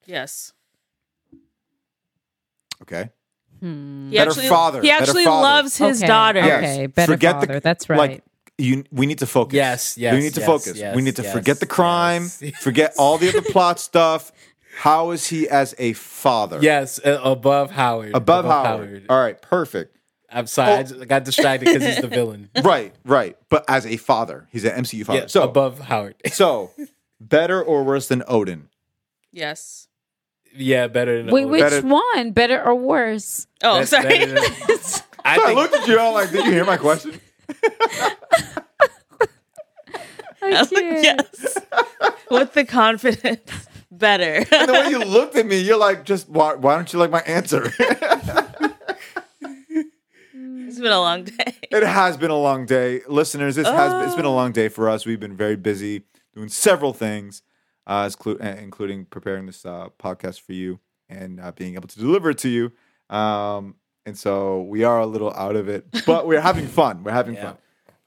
Speaker 1: yes.
Speaker 4: Okay.
Speaker 2: Hmm.
Speaker 1: He
Speaker 4: Better
Speaker 1: actually,
Speaker 4: father,
Speaker 1: He
Speaker 4: better
Speaker 1: actually
Speaker 4: father.
Speaker 1: loves his
Speaker 2: Okay,
Speaker 1: daughter.
Speaker 4: Yes.
Speaker 2: Okay, better
Speaker 4: Forget the-
Speaker 2: father. That's right.
Speaker 4: Like you, we need to focus.
Speaker 3: Yes, yes,
Speaker 4: We need to
Speaker 3: yes,
Speaker 4: focus.
Speaker 3: yes,
Speaker 4: we need to
Speaker 3: yes,
Speaker 4: forget the crime.
Speaker 3: yes.
Speaker 4: Forget all the other plot stuff. How is he as a father?
Speaker 3: Yes, uh, above Howard.
Speaker 4: Above, Howard. Oh. All right. Perfect.
Speaker 3: I'm sorry, I just got distracted because he's the villain.
Speaker 4: Right. Right. But as a father, he's an MCU father.
Speaker 3: Yeah,
Speaker 4: so
Speaker 3: above Howard.
Speaker 4: So better or worse than Odin?
Speaker 1: Yes.
Speaker 3: yeah, better than
Speaker 2: Wait,
Speaker 3: Odin.
Speaker 2: which
Speaker 4: Better-
Speaker 2: one? Better or worse?
Speaker 1: Oh,
Speaker 3: That's
Speaker 1: sorry.
Speaker 3: better than- I
Speaker 4: I
Speaker 3: think
Speaker 4: looked at you all like, did you hear my question?
Speaker 2: I can't.
Speaker 1: yes. With the confidence. Better.
Speaker 4: And the way you looked at me, you're like, just why, why don't you like my answer?
Speaker 1: it's been a long day.
Speaker 4: It has been a long day, listeners. This has it's been a long day for us. We've been very busy doing several things, uh, as clu- uh, including preparing this uh, podcast for you and uh, being able to deliver it to you. Um, and so we are a little out of it, but we're having fun. We're having
Speaker 3: Yeah.
Speaker 4: fun.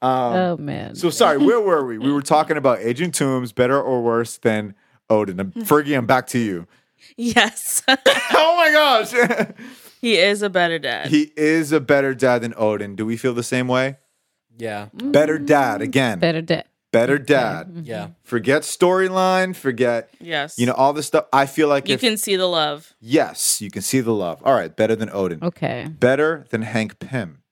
Speaker 4: Um,
Speaker 2: Oh man.
Speaker 4: so sorry, where were we? We were talking about Agent Toombs, better or worse than Odin. Um, Fergie, I'm back to you.
Speaker 1: Yes.
Speaker 4: oh my gosh,
Speaker 1: he is a better dad.
Speaker 4: he is a better dad than Odin. Do we feel the same way?
Speaker 3: yeah,
Speaker 4: Better dad again.
Speaker 2: better de-
Speaker 4: better dad.
Speaker 3: yeah,
Speaker 4: Forget storyline, forget
Speaker 1: yes.
Speaker 4: you know all this stuff. I feel like
Speaker 1: you
Speaker 4: if,
Speaker 1: can see the love.
Speaker 4: yes, you can see the love. All right, better than Odin.
Speaker 2: Okay.
Speaker 4: Better than Hank Pym.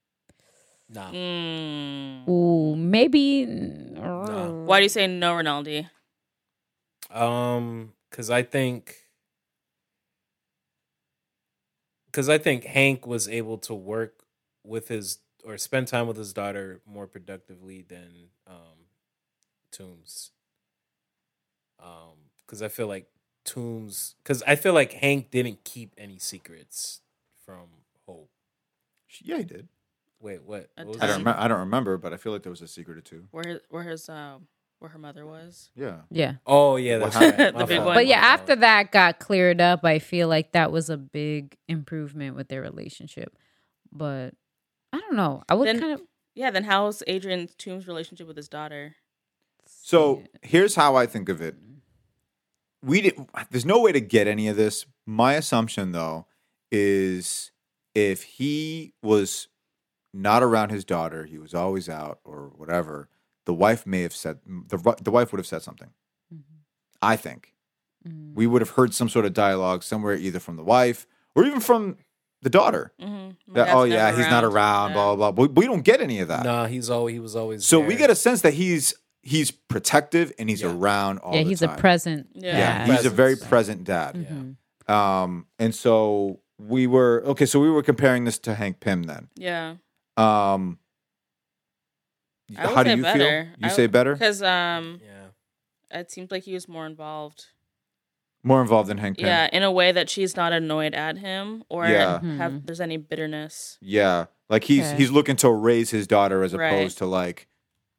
Speaker 4: Oh.
Speaker 3: nah.
Speaker 1: Mm.
Speaker 2: Ooh, maybe.
Speaker 1: Why do you say no, Rinaldi?
Speaker 3: Um, because I think, because I think Hank was able to work with his or spend time with his daughter more productively than um, Toombs. Um, because I feel like Toombs, because I feel like Hank didn't keep any secrets from Hope.
Speaker 4: Yeah, he did.
Speaker 3: Wait, what?
Speaker 1: A
Speaker 3: what was
Speaker 4: I don't
Speaker 3: it?
Speaker 4: remember. I don't remember, but I feel like there was a secret or two.
Speaker 1: Where his, where his um where her mother was.
Speaker 4: Yeah.
Speaker 2: Yeah.
Speaker 3: Oh yeah, that's
Speaker 4: What
Speaker 1: The
Speaker 3: right. My
Speaker 1: big
Speaker 3: fault,
Speaker 1: one.
Speaker 2: But yeah,
Speaker 3: my fault.
Speaker 2: after that got cleared up, I feel like that was a big improvement with their relationship. But I don't know. I would
Speaker 1: Then-
Speaker 2: kind of.
Speaker 1: Yeah, then how's Adrian Toombs' relationship with his daughter?
Speaker 4: So here's how I think of it. We did, there's no way to get any of this. My assumption though is if he was not around his daughter, he was always out or whatever. The wife may have said the the wife would have said something. I think
Speaker 2: Mhm.
Speaker 4: we would have heard some sort of dialogue somewhere, either from the wife or even from the daughter.
Speaker 1: Mm-hmm.
Speaker 4: That, oh yeah, he's not around. Blah blah blah. But we don't get any of that.
Speaker 3: Nah, he's always he was always.
Speaker 4: so we
Speaker 3: there.
Speaker 4: get a sense that he's he's protective and he's
Speaker 3: Yeah.
Speaker 4: around all
Speaker 2: Yeah,
Speaker 4: the
Speaker 2: he's
Speaker 4: time.
Speaker 2: a present.
Speaker 1: Yeah.
Speaker 4: Yeah,
Speaker 2: dad.
Speaker 4: he's a very
Speaker 3: Presence.
Speaker 4: present dad.
Speaker 2: Mhm.
Speaker 4: Um, and so we were okay. So we were comparing this to Hank Pym then.
Speaker 1: Yeah.
Speaker 4: Um,
Speaker 1: I would
Speaker 4: How do
Speaker 1: say
Speaker 4: you
Speaker 1: better.
Speaker 4: feel? You
Speaker 1: I
Speaker 4: say
Speaker 1: would-
Speaker 4: better?
Speaker 1: Because um,
Speaker 3: Yeah.
Speaker 1: it seems like he was more involved.
Speaker 4: More involved in Hank Pym.
Speaker 1: Yeah, in a way that she's not annoyed at him or
Speaker 4: Yeah.
Speaker 1: have there's any bitterness.
Speaker 4: Yeah. Like he's
Speaker 2: Okay.
Speaker 4: he's looking to raise his daughter as
Speaker 1: Right.
Speaker 4: opposed to like,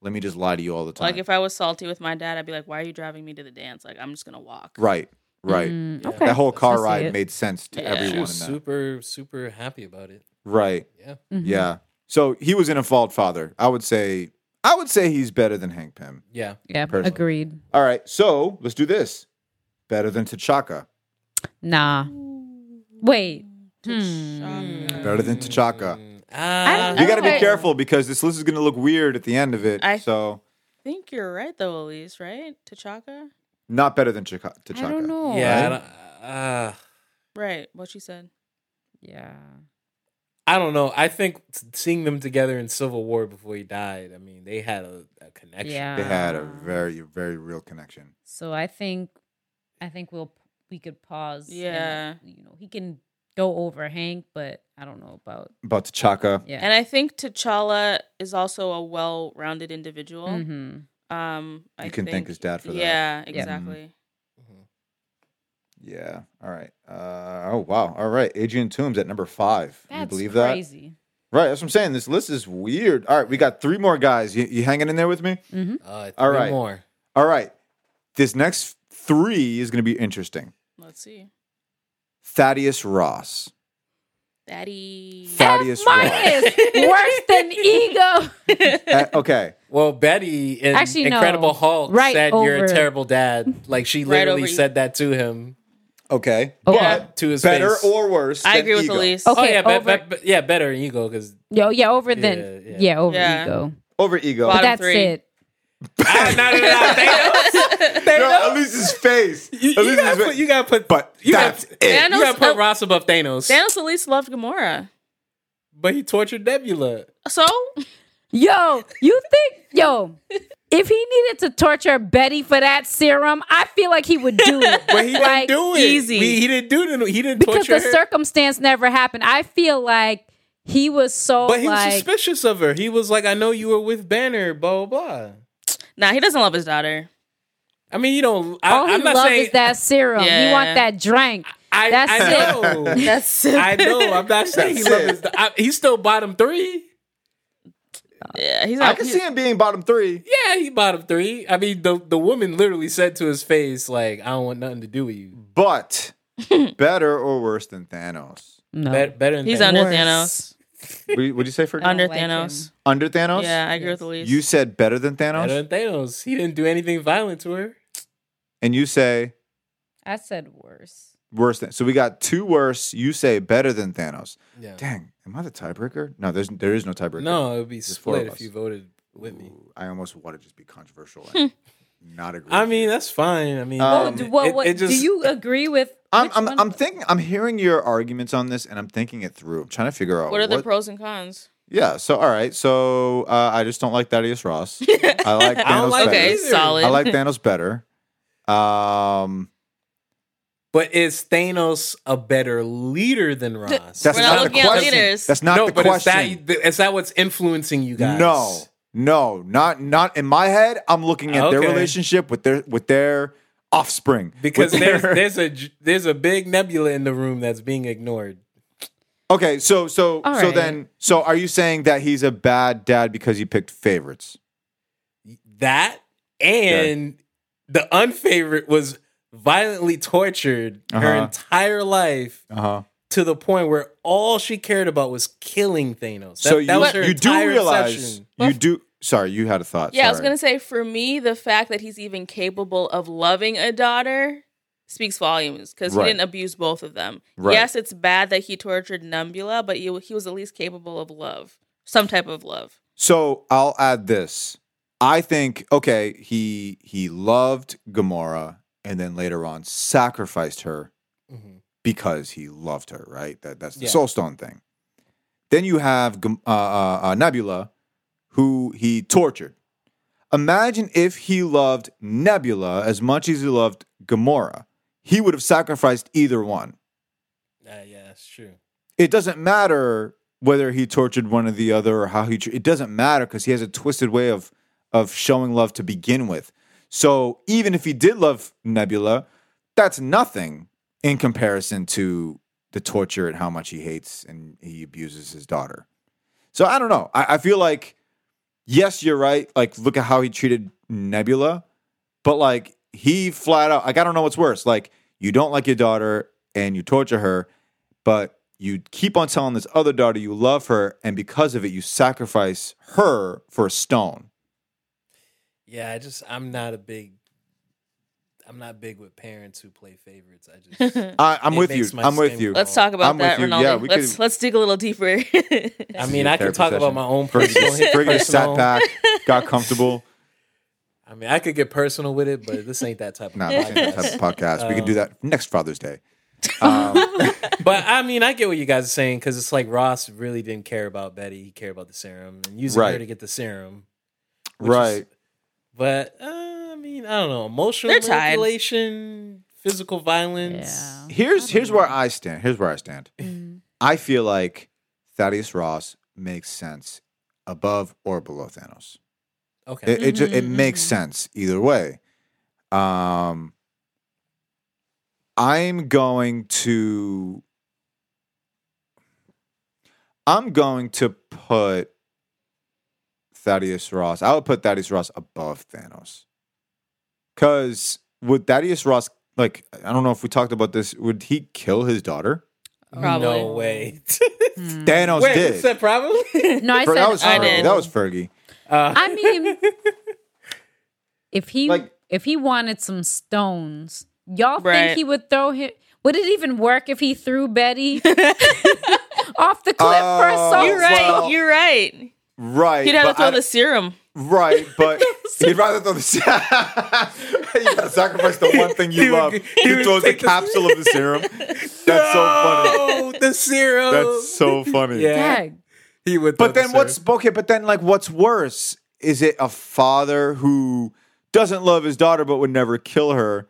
Speaker 4: let me just lie to you all the time.
Speaker 1: Like if I was salty with my dad, I'd be like, "Why are you driving me to the dance? Like I'm just gonna walk."
Speaker 4: right. Right.
Speaker 2: Mm,
Speaker 3: Yeah.
Speaker 2: okay.
Speaker 4: That whole
Speaker 2: I
Speaker 4: car
Speaker 2: see
Speaker 4: ride
Speaker 2: it.
Speaker 4: made sense to
Speaker 1: Mm-hmm. Yeah.
Speaker 3: She
Speaker 4: everyone
Speaker 3: was
Speaker 4: in that.
Speaker 3: super, super happy about it.
Speaker 4: right.
Speaker 3: Yeah.
Speaker 2: Mhm.
Speaker 4: Yeah. So he was an involved father. I would say I would say he's better than Hank Pym.
Speaker 3: Yeah.
Speaker 2: Yeah.
Speaker 4: Personally.
Speaker 2: Agreed.
Speaker 4: All right. So let's do this. Better than T'Chaka.
Speaker 2: Nah. Wait.
Speaker 1: T'Chaka.
Speaker 2: Hmm.
Speaker 4: Better than T'Chaka.
Speaker 3: Mm,
Speaker 2: I
Speaker 3: Ah.
Speaker 4: You got to be
Speaker 2: Okay.
Speaker 4: careful because this list is going to look weird at the end of it.
Speaker 1: I-
Speaker 4: so
Speaker 1: I think you're right though, Elise. Right? T'Chaka.
Speaker 4: not better than T'Chaka.
Speaker 2: I don't
Speaker 4: T'Chaka.
Speaker 2: know.
Speaker 3: Yeah. I
Speaker 4: right?
Speaker 3: don't, uh,
Speaker 1: Right. What she said.
Speaker 2: Yeah.
Speaker 3: I don't know. I think t- seeing them together in Civil War before he died, I mean, they had a, a connection.
Speaker 2: Yeah.
Speaker 4: They had a very, very real connection.
Speaker 2: So I think, I think we'll we could pause. and,
Speaker 1: Yeah.
Speaker 2: you know, he can go over Hank, but I don't know about
Speaker 4: About T'Chaka.
Speaker 2: yeah.
Speaker 1: And I think T'Challa is also a well-rounded individual.
Speaker 2: mm-hmm.
Speaker 1: Um, I
Speaker 4: You can thank his dad for that.
Speaker 1: Yeah,
Speaker 2: Yeah.
Speaker 1: exactly.
Speaker 3: Mhm.
Speaker 4: Yeah. All right. Uh, oh wow. All right. Adrian Toombs at number five. Can you
Speaker 2: That's
Speaker 4: believe
Speaker 2: crazy.
Speaker 4: that? Right. That's what I'm saying. This list is weird. All right. We got three more guys. You, you hanging in there with me?
Speaker 2: Mm-hmm.
Speaker 3: Uh,
Speaker 4: All
Speaker 3: All
Speaker 4: right.
Speaker 3: right. More.
Speaker 4: All right. This next three is going to be interesting.
Speaker 1: Let's see,
Speaker 4: Thaddeus Ross.
Speaker 1: Daddy.
Speaker 4: Thaddeus Ross.
Speaker 2: minus worse than ego.
Speaker 4: Uh, okay.
Speaker 3: Well, Betty in
Speaker 2: Actually, no.
Speaker 3: Incredible Hulk
Speaker 2: Right
Speaker 3: said, You're
Speaker 2: over-
Speaker 3: a terrible dad. Like, she
Speaker 1: Right
Speaker 3: literally
Speaker 1: over you.
Speaker 3: said that to him,
Speaker 4: Okay.
Speaker 2: Okay.
Speaker 3: to his
Speaker 4: Better
Speaker 3: face.
Speaker 4: or worse?
Speaker 1: I
Speaker 4: than
Speaker 1: agree with
Speaker 4: Ego.
Speaker 1: Elise.
Speaker 2: Okay.
Speaker 3: oh, yeah, be-
Speaker 2: over-
Speaker 3: be- be- yeah, better ego because
Speaker 2: Yo, yeah, over than
Speaker 3: Yeah,
Speaker 2: yeah,
Speaker 3: yeah.
Speaker 2: over
Speaker 1: Yeah.
Speaker 2: ego.
Speaker 4: Over ego.
Speaker 1: Bottom
Speaker 2: That's
Speaker 1: three.
Speaker 2: it.
Speaker 3: Ah, no, no, no, no. Thanos.
Speaker 4: Yo,
Speaker 3: Thanos.
Speaker 4: Elise's face.
Speaker 3: You, you
Speaker 4: Elise's
Speaker 3: gotta
Speaker 4: face.
Speaker 3: put, you gotta put,
Speaker 4: but
Speaker 3: you
Speaker 4: that's
Speaker 3: gotta,
Speaker 4: it.
Speaker 1: Thanos-
Speaker 3: you gotta put Ross above Thanos.
Speaker 1: Thanos at least loved Gamora.
Speaker 3: But he tortured Nebula.
Speaker 1: So
Speaker 2: Yo, you think yo, if he needed to torture Betty for that serum, I feel like he would do it.
Speaker 3: But he didn't
Speaker 2: Like,
Speaker 3: do it.
Speaker 1: easy.
Speaker 3: He, he didn't do it. He didn't
Speaker 2: because
Speaker 3: torture
Speaker 2: the
Speaker 3: her.
Speaker 2: circumstance never happened. I feel like he was so
Speaker 3: but he was
Speaker 2: like
Speaker 3: suspicious of her. He was like, I know you were with Banner, blah, blah, blah.
Speaker 1: nah, he doesn't love his daughter.
Speaker 3: I mean, you don't. I,
Speaker 2: all he
Speaker 3: I'm not
Speaker 2: loves
Speaker 3: saying.
Speaker 2: is that serum. He want
Speaker 1: Yeah.
Speaker 2: that drink.
Speaker 3: I,
Speaker 2: that's
Speaker 3: I
Speaker 2: it.
Speaker 3: know.
Speaker 1: That's
Speaker 3: I know. I'm not saying he
Speaker 4: That's
Speaker 3: loves
Speaker 4: it.
Speaker 3: his. I, he's still bottom three.
Speaker 1: yeah, he's
Speaker 4: I
Speaker 1: not.
Speaker 4: can
Speaker 1: he-
Speaker 4: see him being bottom three.
Speaker 3: Yeah, he bottom three. I mean, the the woman literally said to his face, like, I don't want nothing to do with you.
Speaker 4: but better or worse than Thanos?
Speaker 2: No.
Speaker 3: Bet- better than
Speaker 1: He's
Speaker 3: Thanos.
Speaker 1: under
Speaker 2: Worse.
Speaker 1: Thanos.
Speaker 4: What would you say for
Speaker 1: Under
Speaker 2: like
Speaker 1: Thanos.
Speaker 2: him.
Speaker 4: under Thanos?
Speaker 1: Yeah, I agree with Elise.
Speaker 4: You said better than Thanos,
Speaker 3: Better than Thanos. He didn't do anything violent to her.
Speaker 4: and you say
Speaker 2: I said worse.
Speaker 4: worse than. So we got two worse. You say better than Thanos.
Speaker 3: Yeah.
Speaker 4: Dang, am I the tiebreaker? No, there's there is no tiebreaker.
Speaker 3: No, it would be
Speaker 4: There's four of
Speaker 3: split
Speaker 4: us.
Speaker 3: if you voted with me.
Speaker 4: Ooh, I almost want to just be controversial. and not agree.
Speaker 3: I
Speaker 4: with you.
Speaker 3: mean, that's fine. I mean,
Speaker 4: Um,
Speaker 2: Well, Oh, do, what, what, do you agree with?
Speaker 4: I'm
Speaker 2: which
Speaker 4: I'm,
Speaker 2: one-
Speaker 4: I'm thinking. I'm hearing your arguments on this, and I'm thinking it through. I'm trying to figure out
Speaker 1: what are the pros and cons?
Speaker 4: Yeah. So all right. So uh, I just don't like Thaddeus Ross. I like
Speaker 3: I
Speaker 4: Thanos
Speaker 3: don't like
Speaker 4: better.
Speaker 1: okay,
Speaker 3: it either.
Speaker 1: solid.
Speaker 4: I like Thanos better. Um,
Speaker 3: But is Thanos a better leader than Ross?
Speaker 4: that's
Speaker 1: We're not
Speaker 4: not the
Speaker 1: looking at
Speaker 4: question.
Speaker 1: leaders.
Speaker 4: That's not
Speaker 3: no,
Speaker 4: the
Speaker 3: but
Speaker 4: question.
Speaker 3: is that is that what's influencing you guys?
Speaker 4: No, no, not not in my head. I'm looking at their
Speaker 3: Okay.
Speaker 4: relationship with their with their offspring.
Speaker 3: because
Speaker 4: With
Speaker 3: there's
Speaker 4: their-
Speaker 3: there's a j- there's a big nebula in the room that's being ignored.
Speaker 4: okay, so so
Speaker 2: All
Speaker 4: so
Speaker 2: right.
Speaker 4: then so are you saying that he's a bad dad because he picked favorites?
Speaker 3: That and the unfavorite was violently tortured her
Speaker 4: Uh-huh.
Speaker 3: entire life
Speaker 4: Uh huh.
Speaker 3: to the point where all she cared about was killing Thanos. That,
Speaker 4: So you
Speaker 3: that was her
Speaker 4: you do
Speaker 3: entire
Speaker 4: realize
Speaker 3: obsession.
Speaker 4: you do. Sorry, you had a thought.
Speaker 1: yeah, I was
Speaker 4: sorry.
Speaker 1: gonna say for me, the fact that he's even capable of loving a daughter speaks volumes because
Speaker 4: Right.
Speaker 1: he didn't abuse both of them.
Speaker 4: Right.
Speaker 1: Yes, it's bad that he tortured Numbula, but he, he was at least capable of love, some type of love.
Speaker 4: So I'll add this. I think okay, he he loved Gamora and then later on sacrificed her
Speaker 3: Mhm.
Speaker 4: because he loved her, right? That that's the
Speaker 3: Yeah.
Speaker 4: Soul Stone thing. Then you have Gam- uh, uh, uh, Nebula, who he tortured. Imagine if he loved Nebula as much as he loved Gamora. He would have sacrificed either one.
Speaker 3: Uh, yeah, that's true.
Speaker 4: It doesn't matter whether he tortured one or the other or how he tr- it doesn't matter because he has a twisted way of of showing love to begin with so even if he did love nebula that's nothing in comparison to the torture and how much he hates and he abuses his daughter so i don't know i, I feel like yes you're right like look at how he treated nebula but like he flat out like i don't know what's worse like you don't like your daughter and you torture her but you keep on telling this other daughter you love her, and because of it, you sacrifice her for a stone.
Speaker 3: Yeah, I just I'm not a big I'm not big with parents who play favorites. I just
Speaker 4: I, I'm
Speaker 3: It
Speaker 4: with you.
Speaker 3: makes my
Speaker 4: I'm with
Speaker 3: skin
Speaker 4: you.
Speaker 3: crawl.
Speaker 1: Let's talk about
Speaker 4: I'm with
Speaker 1: that,
Speaker 4: you.
Speaker 1: Ronaldo.
Speaker 4: Yeah, we
Speaker 1: let's
Speaker 4: could-
Speaker 1: let's dig a little deeper.
Speaker 3: I mean, I
Speaker 4: Therapy
Speaker 3: could talk
Speaker 4: session.
Speaker 3: about my own personal,
Speaker 4: Fergie Fergie just sat
Speaker 3: personal-
Speaker 4: back, got comfortable.
Speaker 3: I mean, I could get personal with it, but this ain't that type of podcast.
Speaker 4: Nah, this ain't that type of podcast. We can do that next Father's Day. Um,
Speaker 3: But I mean, I get what you guys are saying because it's like Ross really didn't care about Betty; he cared about the serum and using
Speaker 4: Right.
Speaker 3: her to get the serum. which is-
Speaker 4: right.
Speaker 3: but uh, I mean, I don't know. Emotional
Speaker 1: They're tied.
Speaker 3: manipulation, physical violence.
Speaker 2: Yeah.
Speaker 4: Here's here's where I stand. Here's where I stand.
Speaker 2: Mm.
Speaker 4: I feel like Thaddeus Ross makes sense above or below Thanos.
Speaker 3: Okay.
Speaker 4: It, it, ju- it
Speaker 1: Mhm,
Speaker 4: makes
Speaker 1: mhm.
Speaker 4: sense either way. Um, I'm going to. I'm going to put Thaddeus Ross. I would put Thaddeus Ross above Thanos. Because would Thaddeus Ross, like, I don't know if we talked about this, would he kill his daughter?
Speaker 1: Probably.
Speaker 3: No way.
Speaker 2: Mm.
Speaker 4: Thanos
Speaker 3: Wait,
Speaker 4: did.
Speaker 3: what's that problem?
Speaker 2: No, I
Speaker 4: Fer-
Speaker 2: said
Speaker 4: that, was
Speaker 1: I
Speaker 4: Fergie.
Speaker 1: did.
Speaker 4: that was Fergie.
Speaker 3: Uh,
Speaker 2: I mean, if he
Speaker 4: Like-
Speaker 2: if he wanted some stones, y'all
Speaker 1: Right.
Speaker 2: think he would throw him? Would it even work if he threw Betty off the cliff for a
Speaker 4: Oh,
Speaker 2: song?
Speaker 1: you're right.
Speaker 4: Well-
Speaker 1: you're right.
Speaker 4: Right.
Speaker 1: He'd have to
Speaker 4: but
Speaker 1: throw
Speaker 4: I-
Speaker 1: the serum.
Speaker 4: Right, but he'd rather throw the you gotta sacrifice the one thing you
Speaker 3: He would-
Speaker 4: love.
Speaker 3: he
Speaker 4: He
Speaker 3: would
Speaker 4: throws the
Speaker 3: take the-
Speaker 4: capsule of the serum. That's so funny.
Speaker 3: oh, the serum.
Speaker 4: That's so funny.
Speaker 3: Yeah.
Speaker 2: Dag.
Speaker 3: he would. throw
Speaker 4: But
Speaker 3: the
Speaker 4: then what's
Speaker 3: serum.
Speaker 4: okay? But then like what's worse? Is it a father who doesn't love his daughter but would never kill her,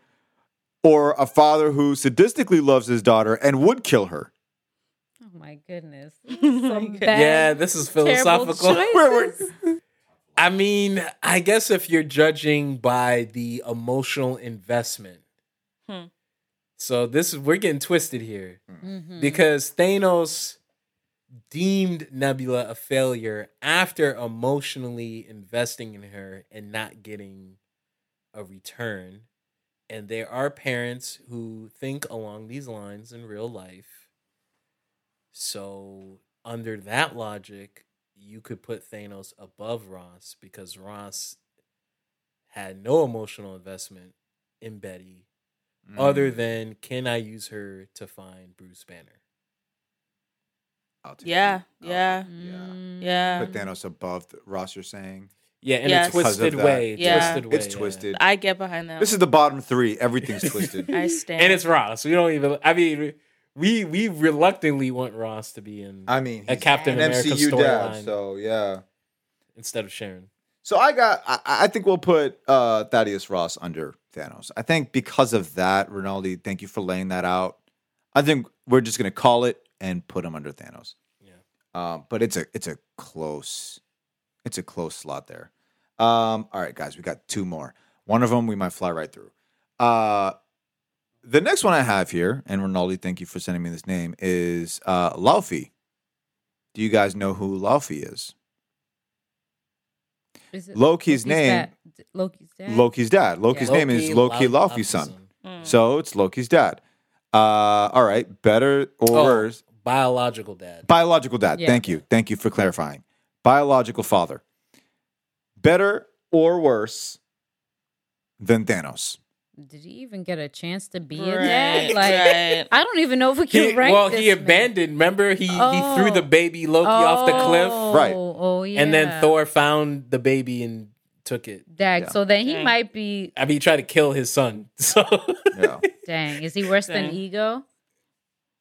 Speaker 4: or a father who sadistically loves his daughter and would kill her?
Speaker 2: Oh my goodness.
Speaker 1: my
Speaker 2: Some
Speaker 1: God.
Speaker 2: bad,
Speaker 3: Yeah, this is
Speaker 2: terrible
Speaker 3: philosophical.
Speaker 2: choices.
Speaker 3: I mean, I guess if you're judging by the emotional investment.
Speaker 1: Hmm.
Speaker 3: So this is we're getting twisted here
Speaker 2: Mhm.
Speaker 3: because Thanos deemed Nebula a failure after emotionally investing in her and not getting a return. And there are parents who think along these lines in real life. So, under that logic, you could put Thanos above Ross because Ross had no emotional investment in Betty Mm. other
Speaker 4: Mm.
Speaker 3: than can I use her to find Bruce Banner?
Speaker 4: I'll take
Speaker 1: Yeah,
Speaker 4: the-
Speaker 1: yeah. Mm.
Speaker 4: I'll- yeah.
Speaker 2: Mm.
Speaker 1: Yeah.
Speaker 4: Put Thanos above the, Ross. You're saying
Speaker 3: Yeah, in
Speaker 1: Yes.
Speaker 3: a
Speaker 4: Because of
Speaker 3: twisted
Speaker 4: that.
Speaker 3: way.
Speaker 1: Yeah.
Speaker 3: Twisted way.
Speaker 4: it's
Speaker 3: yeah.
Speaker 4: twisted.
Speaker 1: I get behind that.
Speaker 4: This is the bottom three. Everything's twisted.
Speaker 1: I stand.
Speaker 3: And it's Ross. We don't even I mean we we reluctantly want Ross to be in
Speaker 4: I mean,
Speaker 3: a
Speaker 4: he's
Speaker 3: Captain
Speaker 4: an
Speaker 3: America
Speaker 4: MCU dad.
Speaker 3: storyline
Speaker 4: So yeah.
Speaker 3: instead of Sharon.
Speaker 4: So I got. I, I think we'll put uh, Thaddeus Ross under Thanos. I think because of that, Rinaldi. Thank you for laying that out. I think we're just gonna call it and put him under Thanos.
Speaker 3: Yeah.
Speaker 4: Um, but it's a it's a close, it's a close slot there. Um, all right, guys, we got two more. One of them we might fly right through. Uh, the next one I have here, and Rinaldi, thank you for sending me this name, is uh, Laufey. Do you guys know who Laufey is?
Speaker 2: Is it
Speaker 4: Loki's name-
Speaker 2: dad- Loki's dad.
Speaker 4: Loki's dad. Loki's
Speaker 2: Yeah.
Speaker 4: name is Loki
Speaker 3: Lau-
Speaker 4: Laufey's son.
Speaker 1: Mm.
Speaker 4: So it's Loki's dad. Uh, all right, better or
Speaker 3: Oh,
Speaker 4: worse.
Speaker 3: biological dad.
Speaker 4: Biological dad.
Speaker 2: Yeah.
Speaker 4: Thank you. Thank you for clarifying. Biological father. Better or worse than Thanos.
Speaker 2: Did he even get a chance to be in
Speaker 1: right,
Speaker 2: that? Like,
Speaker 1: right.
Speaker 2: I don't even know if we can
Speaker 3: He-
Speaker 2: rank
Speaker 3: well,
Speaker 2: this
Speaker 3: he
Speaker 2: man.
Speaker 3: abandoned. Remember, he he threw
Speaker 2: Oh.
Speaker 3: the baby Loki off the cliff,
Speaker 4: Right.
Speaker 2: Oh, yeah.
Speaker 3: and then Thor found the baby and took it.
Speaker 2: Dag.
Speaker 4: Yeah.
Speaker 2: So then he
Speaker 1: Dang.
Speaker 2: might be.
Speaker 3: I mean, he tried to kill his son. So
Speaker 4: Yeah.
Speaker 2: Dang. Is he worse than
Speaker 1: Dang.
Speaker 2: Ego?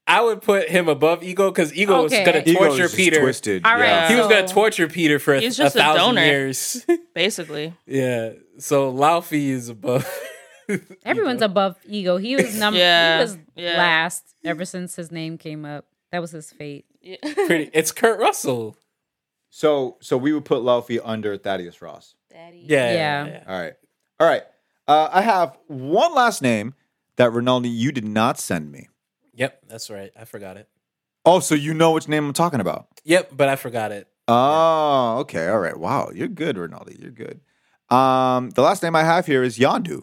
Speaker 3: I would put him above Ego because Ego
Speaker 2: Okay.
Speaker 3: was going to
Speaker 4: Ego is
Speaker 3: torture
Speaker 4: just
Speaker 3: Peter.
Speaker 4: Twisted.
Speaker 2: All right.
Speaker 4: Yeah.
Speaker 3: He was going to
Speaker 2: So-
Speaker 3: torture Peter for a,
Speaker 1: He's
Speaker 3: a
Speaker 1: just a
Speaker 3: thousand
Speaker 1: donor.
Speaker 3: years.
Speaker 1: Basically,
Speaker 3: yeah. So Laufey is above.
Speaker 2: Everyone's above Ego. He was number.
Speaker 1: Yeah,
Speaker 2: He was
Speaker 1: yeah.
Speaker 2: last ever since his name came up. That was his fate.
Speaker 1: Yeah.
Speaker 3: Pretty, it's Kurt Russell.
Speaker 4: So so we would put Laufey under Thaddeus Ross.
Speaker 1: Daddy.
Speaker 3: Yeah,
Speaker 2: Yeah.
Speaker 4: All right. All right. Uh, I have one last name that Rinaldi you did not send me.
Speaker 3: Yep, that's right. I forgot it.
Speaker 4: Oh, so you know which name I'm talking about.
Speaker 3: Yep, but I forgot it.
Speaker 4: Oh, okay. All right. Wow. You're good, Rinaldi. You're good. Um, the last name I have here is Yandu.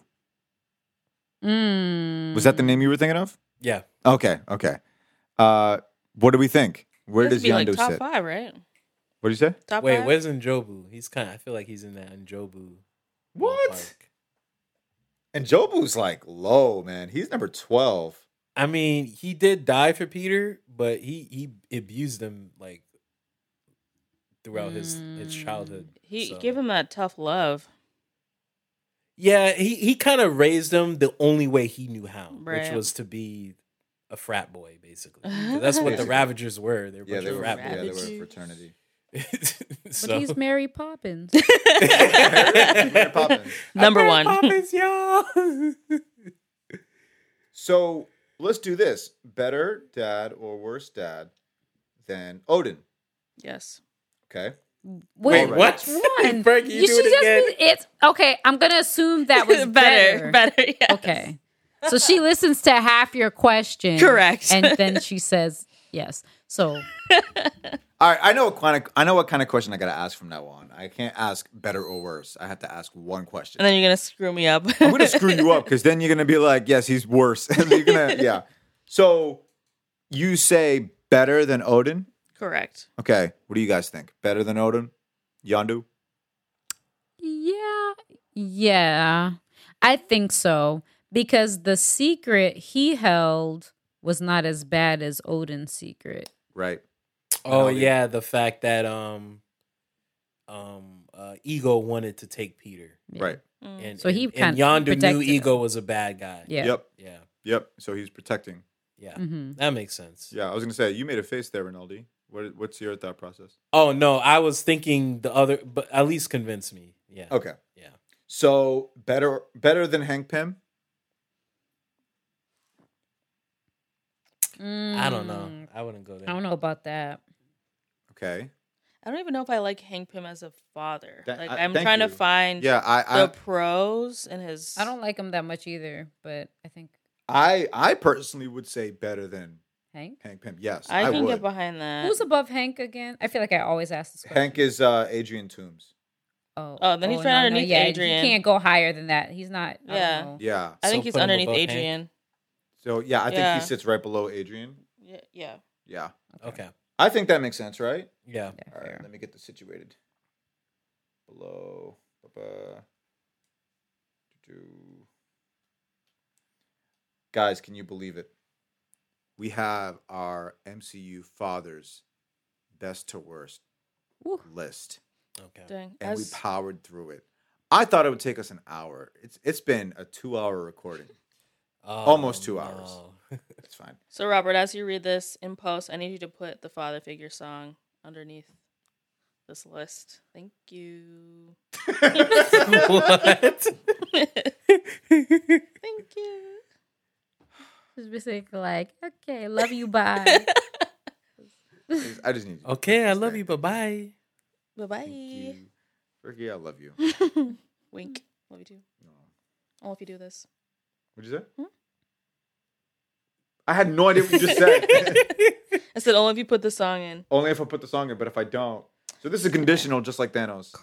Speaker 2: Mm.
Speaker 4: Was that the
Speaker 1: Mm-hmm.
Speaker 4: name you were thinking of?
Speaker 3: Yeah,
Speaker 4: Okay. Okay. Uh, what do we think? Where
Speaker 1: This
Speaker 4: does
Speaker 1: would be like
Speaker 4: Yandu
Speaker 1: top
Speaker 4: sit?
Speaker 1: five, right?
Speaker 4: What do you say?
Speaker 1: Top
Speaker 3: wait,
Speaker 1: five.
Speaker 3: where's Njobu? He's kind. of I feel like he's in that Njobu.
Speaker 4: What?
Speaker 3: ballpark.
Speaker 4: And Jobu's like low, man. He's number 12.
Speaker 3: I mean, he did die for Peter, but he he abused him like throughout his his
Speaker 2: Mm.
Speaker 3: childhood.
Speaker 1: He
Speaker 3: so-
Speaker 1: give him that tough love.
Speaker 3: Yeah, he he kind of raised him the only way he knew how,
Speaker 1: Right.
Speaker 3: which was to be a frat boy, basically. 'Cause That's what the
Speaker 4: Basically.
Speaker 3: Ravagers were. They were a
Speaker 4: Yeah,
Speaker 3: bunch
Speaker 4: they
Speaker 3: of
Speaker 4: were,
Speaker 3: frat
Speaker 4: yeah, they were
Speaker 3: boys.
Speaker 4: a
Speaker 1: Rabbit.
Speaker 4: fraternity.
Speaker 2: But
Speaker 3: so.
Speaker 2: he's Mary Poppins.
Speaker 4: Mary Poppins.
Speaker 1: Number one.
Speaker 3: Poppins, y'all.
Speaker 4: So let's do this. Better dad or worse dad than Odin.
Speaker 1: Yes.
Speaker 4: Okay.
Speaker 3: Wait,
Speaker 4: Alright.
Speaker 3: what?
Speaker 2: One.
Speaker 3: Frank, you, do
Speaker 2: should
Speaker 3: it again.
Speaker 2: just be- it's okay. I'm gonna assume that was
Speaker 1: better. Better. yes.
Speaker 2: Okay. So she listens to half your question.
Speaker 1: Correct.
Speaker 2: And then she says yes. So
Speaker 4: All right. I know what kind of I know what kind of question I gotta ask from now on. I can't ask better or worse. I have to ask one question.
Speaker 1: And then you're gonna screw me up.
Speaker 4: I'm gonna screw you up because then you're gonna be like, yes, he's worse. and you're gonna yeah. So you say better than Odin?
Speaker 1: Correct.
Speaker 4: Okay. What do you guys think? Better than Odin? Yandu?
Speaker 2: yeah, yeah. I think so. Because the secret he held was not as bad as Odin's secret.
Speaker 4: Right.
Speaker 3: Oh
Speaker 4: Rinaldi.
Speaker 3: yeah, the fact that um um uh, Ego wanted to take Peter,
Speaker 2: Yeah.
Speaker 4: Right.
Speaker 1: Mm.
Speaker 3: and
Speaker 2: So he
Speaker 3: and,
Speaker 2: kinda-
Speaker 3: and
Speaker 2: he
Speaker 3: Yondu knew
Speaker 2: protected
Speaker 3: Ego was a bad guy.
Speaker 2: Yeah.
Speaker 4: Yep.
Speaker 3: yeah,
Speaker 4: Yep. So he's protecting.
Speaker 3: yeah.
Speaker 2: hmm
Speaker 3: That makes sense.
Speaker 4: Yeah, I was gonna say you made a face there, Rinaldi. What, what's your thought process?
Speaker 3: Oh no, I was thinking the other, but at least convince me. Yeah.
Speaker 4: Okay.
Speaker 3: Yeah.
Speaker 4: So better better than Hank Pym?
Speaker 2: Mm-hmm.
Speaker 3: I don't know. I wouldn't go there.
Speaker 2: Mm. I don't know about that.
Speaker 4: Okay.
Speaker 1: I don't even know if I like Hank Pym as a father.
Speaker 4: That-
Speaker 1: like
Speaker 4: I-
Speaker 1: I, am
Speaker 4: thank
Speaker 1: trying
Speaker 4: you.
Speaker 1: to find
Speaker 4: Yeah, I
Speaker 1: the
Speaker 4: I,
Speaker 1: pros and his.
Speaker 2: I don't like him that much either, but I think
Speaker 4: I I personally would say better than
Speaker 2: Hank.
Speaker 4: Hank Pym. Yes, I,
Speaker 1: I can
Speaker 4: would.
Speaker 1: get behind that.
Speaker 2: Who's above Hank again? I feel like I always ask this question.
Speaker 4: Uh, Hank is uh, Adrian Toombs.
Speaker 2: Oh,
Speaker 1: Oh, then he's right underneath
Speaker 2: yeah,
Speaker 1: Adrian.
Speaker 2: He can't go higher than that. He's not.
Speaker 1: Yeah.
Speaker 2: Yeah.
Speaker 4: Yeah.
Speaker 1: I think
Speaker 3: So
Speaker 1: he's
Speaker 3: put him
Speaker 1: underneath
Speaker 3: above Hank.
Speaker 1: Adrian.
Speaker 4: So yeah, I think
Speaker 1: Yeah.
Speaker 4: he sits right below Adrian.
Speaker 1: Yeah, yeah.
Speaker 4: Yeah.
Speaker 3: Okay.
Speaker 4: I think that makes sense, right?
Speaker 3: Yeah.
Speaker 2: Yeah,
Speaker 4: All right,
Speaker 2: fair.
Speaker 4: let me get this situated. Below. ba-ba, doo-doo. Guys, can you believe it? We have our MCU fathers best to worst
Speaker 2: Woo.
Speaker 4: list,
Speaker 3: Okay.
Speaker 1: Dang.
Speaker 4: and
Speaker 1: As-
Speaker 4: we powered through it. I thought it would take us an hour. It's it's been a two hour recording. Almost
Speaker 3: Oh,
Speaker 4: two hours. It's fine.
Speaker 1: so Robert, as you read this in post, I need you to put the father figure song underneath this list. Thank you.
Speaker 3: what?
Speaker 1: Thank you.
Speaker 2: Just basically like, okay, love you, bye.
Speaker 4: I just- I just need you to
Speaker 3: Okay,
Speaker 4: put
Speaker 3: I
Speaker 4: this
Speaker 3: love
Speaker 4: there.
Speaker 3: you. Bye bye.
Speaker 1: Bye
Speaker 4: Thank
Speaker 1: bye.
Speaker 4: you. Ricky, I love
Speaker 1: Hmm?
Speaker 4: you.
Speaker 1: Wink. Love you too.
Speaker 4: No.
Speaker 1: Only if you do this.
Speaker 4: What'd you say?
Speaker 1: Hmm?
Speaker 4: I had no idea what you just said.
Speaker 1: I said only if you put the song in.
Speaker 4: Only if I put the song in, but if I don't. So this is conditional, just like Thanos.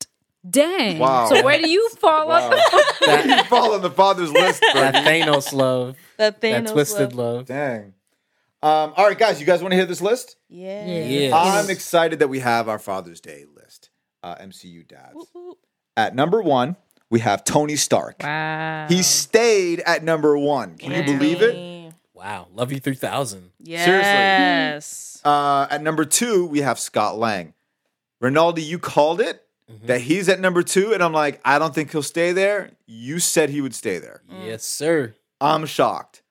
Speaker 2: Dang.
Speaker 4: Wow.
Speaker 2: So where do you fall
Speaker 4: Wow.
Speaker 2: on?
Speaker 4: you
Speaker 3: That,
Speaker 4: fall on the father's list,
Speaker 3: that
Speaker 4: bro.
Speaker 3: Thanos love.
Speaker 1: That thing.
Speaker 3: That twisted love.
Speaker 4: Dang. Um, all right, guys, you guys want to hear this list?
Speaker 1: Yeah.
Speaker 3: Yes.
Speaker 4: I'm excited that we have our Father's Day list, uh, MCU dads.
Speaker 1: Whoop, whoop.
Speaker 4: At number one, we have Tony Stark.
Speaker 2: Wow.
Speaker 4: He stayed at number one. Can you
Speaker 2: Wow.
Speaker 4: believe it?
Speaker 3: Wow. Love you 3000.
Speaker 1: Yes.
Speaker 4: Uh, at number two, we have Scott Lang. Rinaldi, you called it
Speaker 3: Mhm.
Speaker 4: that he's at number two, and I'm like, I don't think he'll stay there. You said he would stay there.
Speaker 1: Mm.
Speaker 3: Yes, sir.
Speaker 4: I'm shocked,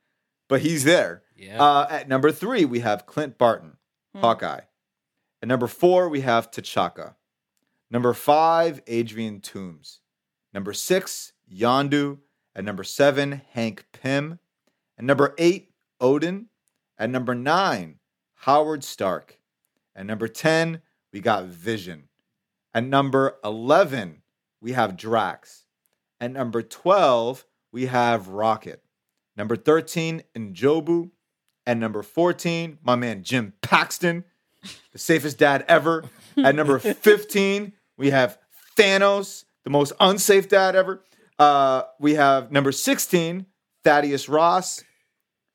Speaker 4: but he's there.
Speaker 3: Yeah.
Speaker 4: Uh, at number three, we have Clint Barton,
Speaker 1: Hmm.
Speaker 4: Hawkeye. At number four, we have T'Chaka. Number five, Adrian Toombs. Number six, Yandu. At number seven, Hank Pym. At number eight, Odin. At number nine, Howard Stark. At number 10, we got Vision. At number 11, we have Drax. At number 12, we have Rocket. Number 13, Njobu. At number 14, my man Jim Paxton, the safest dad ever. At number 15, we have Thanos, the most unsafe dad ever. Uh, we have number 16, Thaddeus Ross.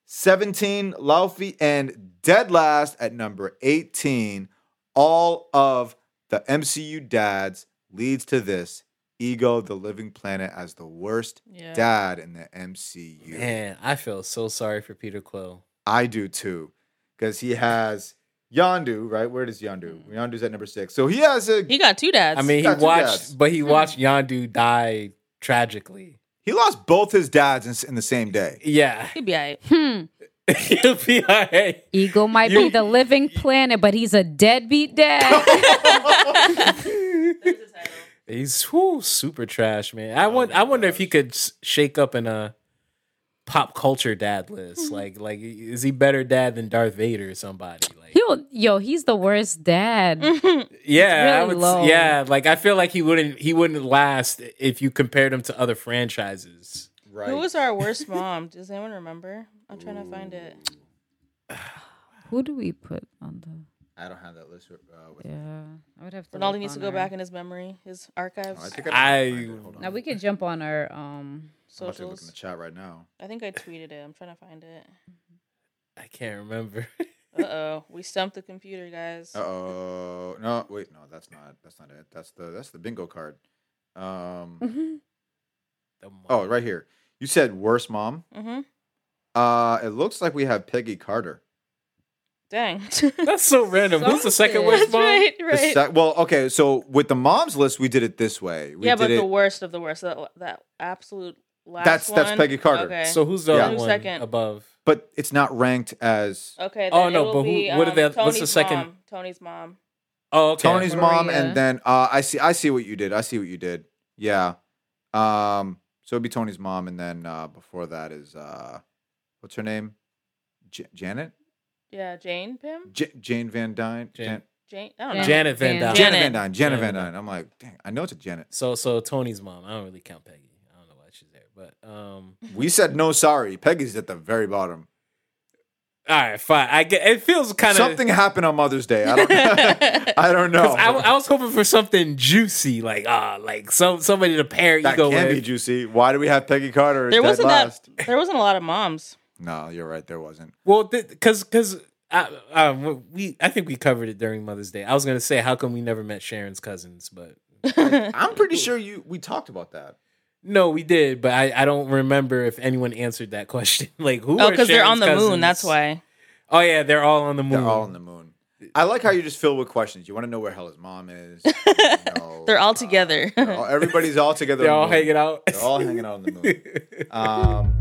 Speaker 4: 17, Laufey. And dead last at number 18, all of the MCU dads leads to this Ego, the living planet, as the worst
Speaker 1: Yeah.
Speaker 4: dad in the MCU.
Speaker 3: Man, I feel so sorry for Peter Quill.
Speaker 4: I do too, because he has Yondu, right? Where does Yondu? Yondu's at number six. So he has a
Speaker 1: He got two dads.
Speaker 3: I mean, he
Speaker 4: That's- yes.
Speaker 3: watched, but he watched Yondu die tragically.
Speaker 4: he lost both his dads in, s- in the same day.
Speaker 3: Yeah,
Speaker 1: he'd be all right.
Speaker 2: Hmm.
Speaker 3: he'll be all right.
Speaker 2: Ego might
Speaker 3: You-
Speaker 2: be the living planet, but he's a deadbeat dad.
Speaker 3: He's whoo, super trash, man.
Speaker 4: Oh
Speaker 3: I want. I wonder if he could s- shake up in a pop culture dad list. like, like is he better dad than Darth Vader or somebody? Like,
Speaker 2: He'll, yo, he's the worst dad.
Speaker 3: yeah, I
Speaker 2: really
Speaker 3: would,
Speaker 2: low.
Speaker 3: s- yeah. Like, I feel like he wouldn't. He wouldn't last if you compared him to other franchises.
Speaker 4: Right.
Speaker 1: Who was our worst mom? Does anyone remember? I'm trying to find it.
Speaker 2: Who do we put on the?
Speaker 4: I don't have that list. Uh, with
Speaker 2: Yeah, I would have to.
Speaker 1: Ronaldo
Speaker 2: look
Speaker 1: needs to
Speaker 2: on
Speaker 1: go
Speaker 2: our-
Speaker 1: back in his memory, his archives,
Speaker 4: Oh, I think I,
Speaker 3: I-
Speaker 4: I hold on.
Speaker 2: Now we could jump on our um.
Speaker 4: I'm about to look in
Speaker 1: socials.
Speaker 4: the chat right now.
Speaker 1: I think I tweeted it. I'm trying to find it.
Speaker 3: I can't remember.
Speaker 1: Uh oh, we stumped the computer, guys.
Speaker 4: Uh oh. No, wait, no, that's not. That's not it. That's the that's the bingo card. Um.
Speaker 3: The mom.
Speaker 4: Oh, right here. You said worst mom.
Speaker 1: Mm-hmm.
Speaker 4: Uh, it looks like we have Peggy Carter.
Speaker 1: Dang.
Speaker 3: That's so random. Who's the second worst
Speaker 1: That's
Speaker 3: mom?
Speaker 1: right,
Speaker 4: The
Speaker 1: right.
Speaker 4: sec- well, okay. So with the moms list, we did it this way. We
Speaker 1: yeah,
Speaker 4: did
Speaker 1: but
Speaker 4: it,
Speaker 1: the worst of the worst. That, that absolute last
Speaker 4: That's-
Speaker 1: one.
Speaker 4: that's Peggy Carter.
Speaker 1: Okay.
Speaker 3: So who's the
Speaker 4: Yeah.
Speaker 3: other
Speaker 1: Who's
Speaker 3: one
Speaker 1: second?
Speaker 3: above?
Speaker 4: but it's not ranked as
Speaker 1: okay.
Speaker 3: Oh,
Speaker 1: then it
Speaker 3: no,
Speaker 1: will
Speaker 3: but who-
Speaker 1: be,
Speaker 3: what are
Speaker 1: um,
Speaker 3: the- what's the
Speaker 1: Tony's
Speaker 3: second-
Speaker 1: Mom. Tony's mom.
Speaker 3: Oh, okay.
Speaker 4: Tony's mom,
Speaker 2: Maria.
Speaker 4: and then uh, I see. I see what you did. I see what you did. Yeah. Um. So it'd be Tony's mom, and then uh, before that is uh, what's her name? J- Janet.
Speaker 1: Yeah, Jane Pym.
Speaker 4: J- Jane Van Dyne.
Speaker 3: Jan-
Speaker 4: Jan-
Speaker 1: Jane. I don't know.
Speaker 2: Jan-
Speaker 3: Janet Van
Speaker 2: Jan-
Speaker 3: Dyne.
Speaker 4: Janet
Speaker 1: Janet.
Speaker 4: Van Dyne. Janet
Speaker 3: Janet
Speaker 4: Van
Speaker 3: Van
Speaker 4: Dyne. I'm like, dang, I know it's a Janet.
Speaker 3: So so Tony's mom. I don't really count Peggy. I don't know why she's there, but um.
Speaker 4: We said no, sorry. Peggy's at the very bottom.
Speaker 3: All right, fine. I get. It feels kind of
Speaker 4: Something happened on Mother's Day. I don't. I don't know.
Speaker 3: I, I was hoping for something juicy, like ah, like some somebody to pair
Speaker 4: that
Speaker 3: ego
Speaker 4: can
Speaker 3: with.
Speaker 4: be juicy. Why do we have Peggy Carter?
Speaker 1: There
Speaker 4: dead
Speaker 1: wasn't
Speaker 4: last?
Speaker 1: that. There wasn't a lot of moms.
Speaker 4: No, you're right. There wasn't.
Speaker 3: Well, because because I, I we I think we covered it during Mother's Day. I was gonna say how come we never met Sharon's cousins, but
Speaker 4: I'm pretty sure you. We talked about that.
Speaker 3: no, we did. But I, I don't remember if anyone answered that question. Like who?
Speaker 1: Oh,
Speaker 3: because
Speaker 1: because they're on the moon. That's why.
Speaker 3: Oh yeah, they're all on the moon.
Speaker 4: They're all on the moon. I like how you just fill with questions. You want to know where Hella's mom is. you know,
Speaker 1: They're all
Speaker 4: uh,
Speaker 1: together.
Speaker 4: they're all- everybody's all together.
Speaker 3: They're
Speaker 4: on
Speaker 3: all
Speaker 4: the moon.
Speaker 3: hanging out.
Speaker 4: They're all hanging out on the moon. Um,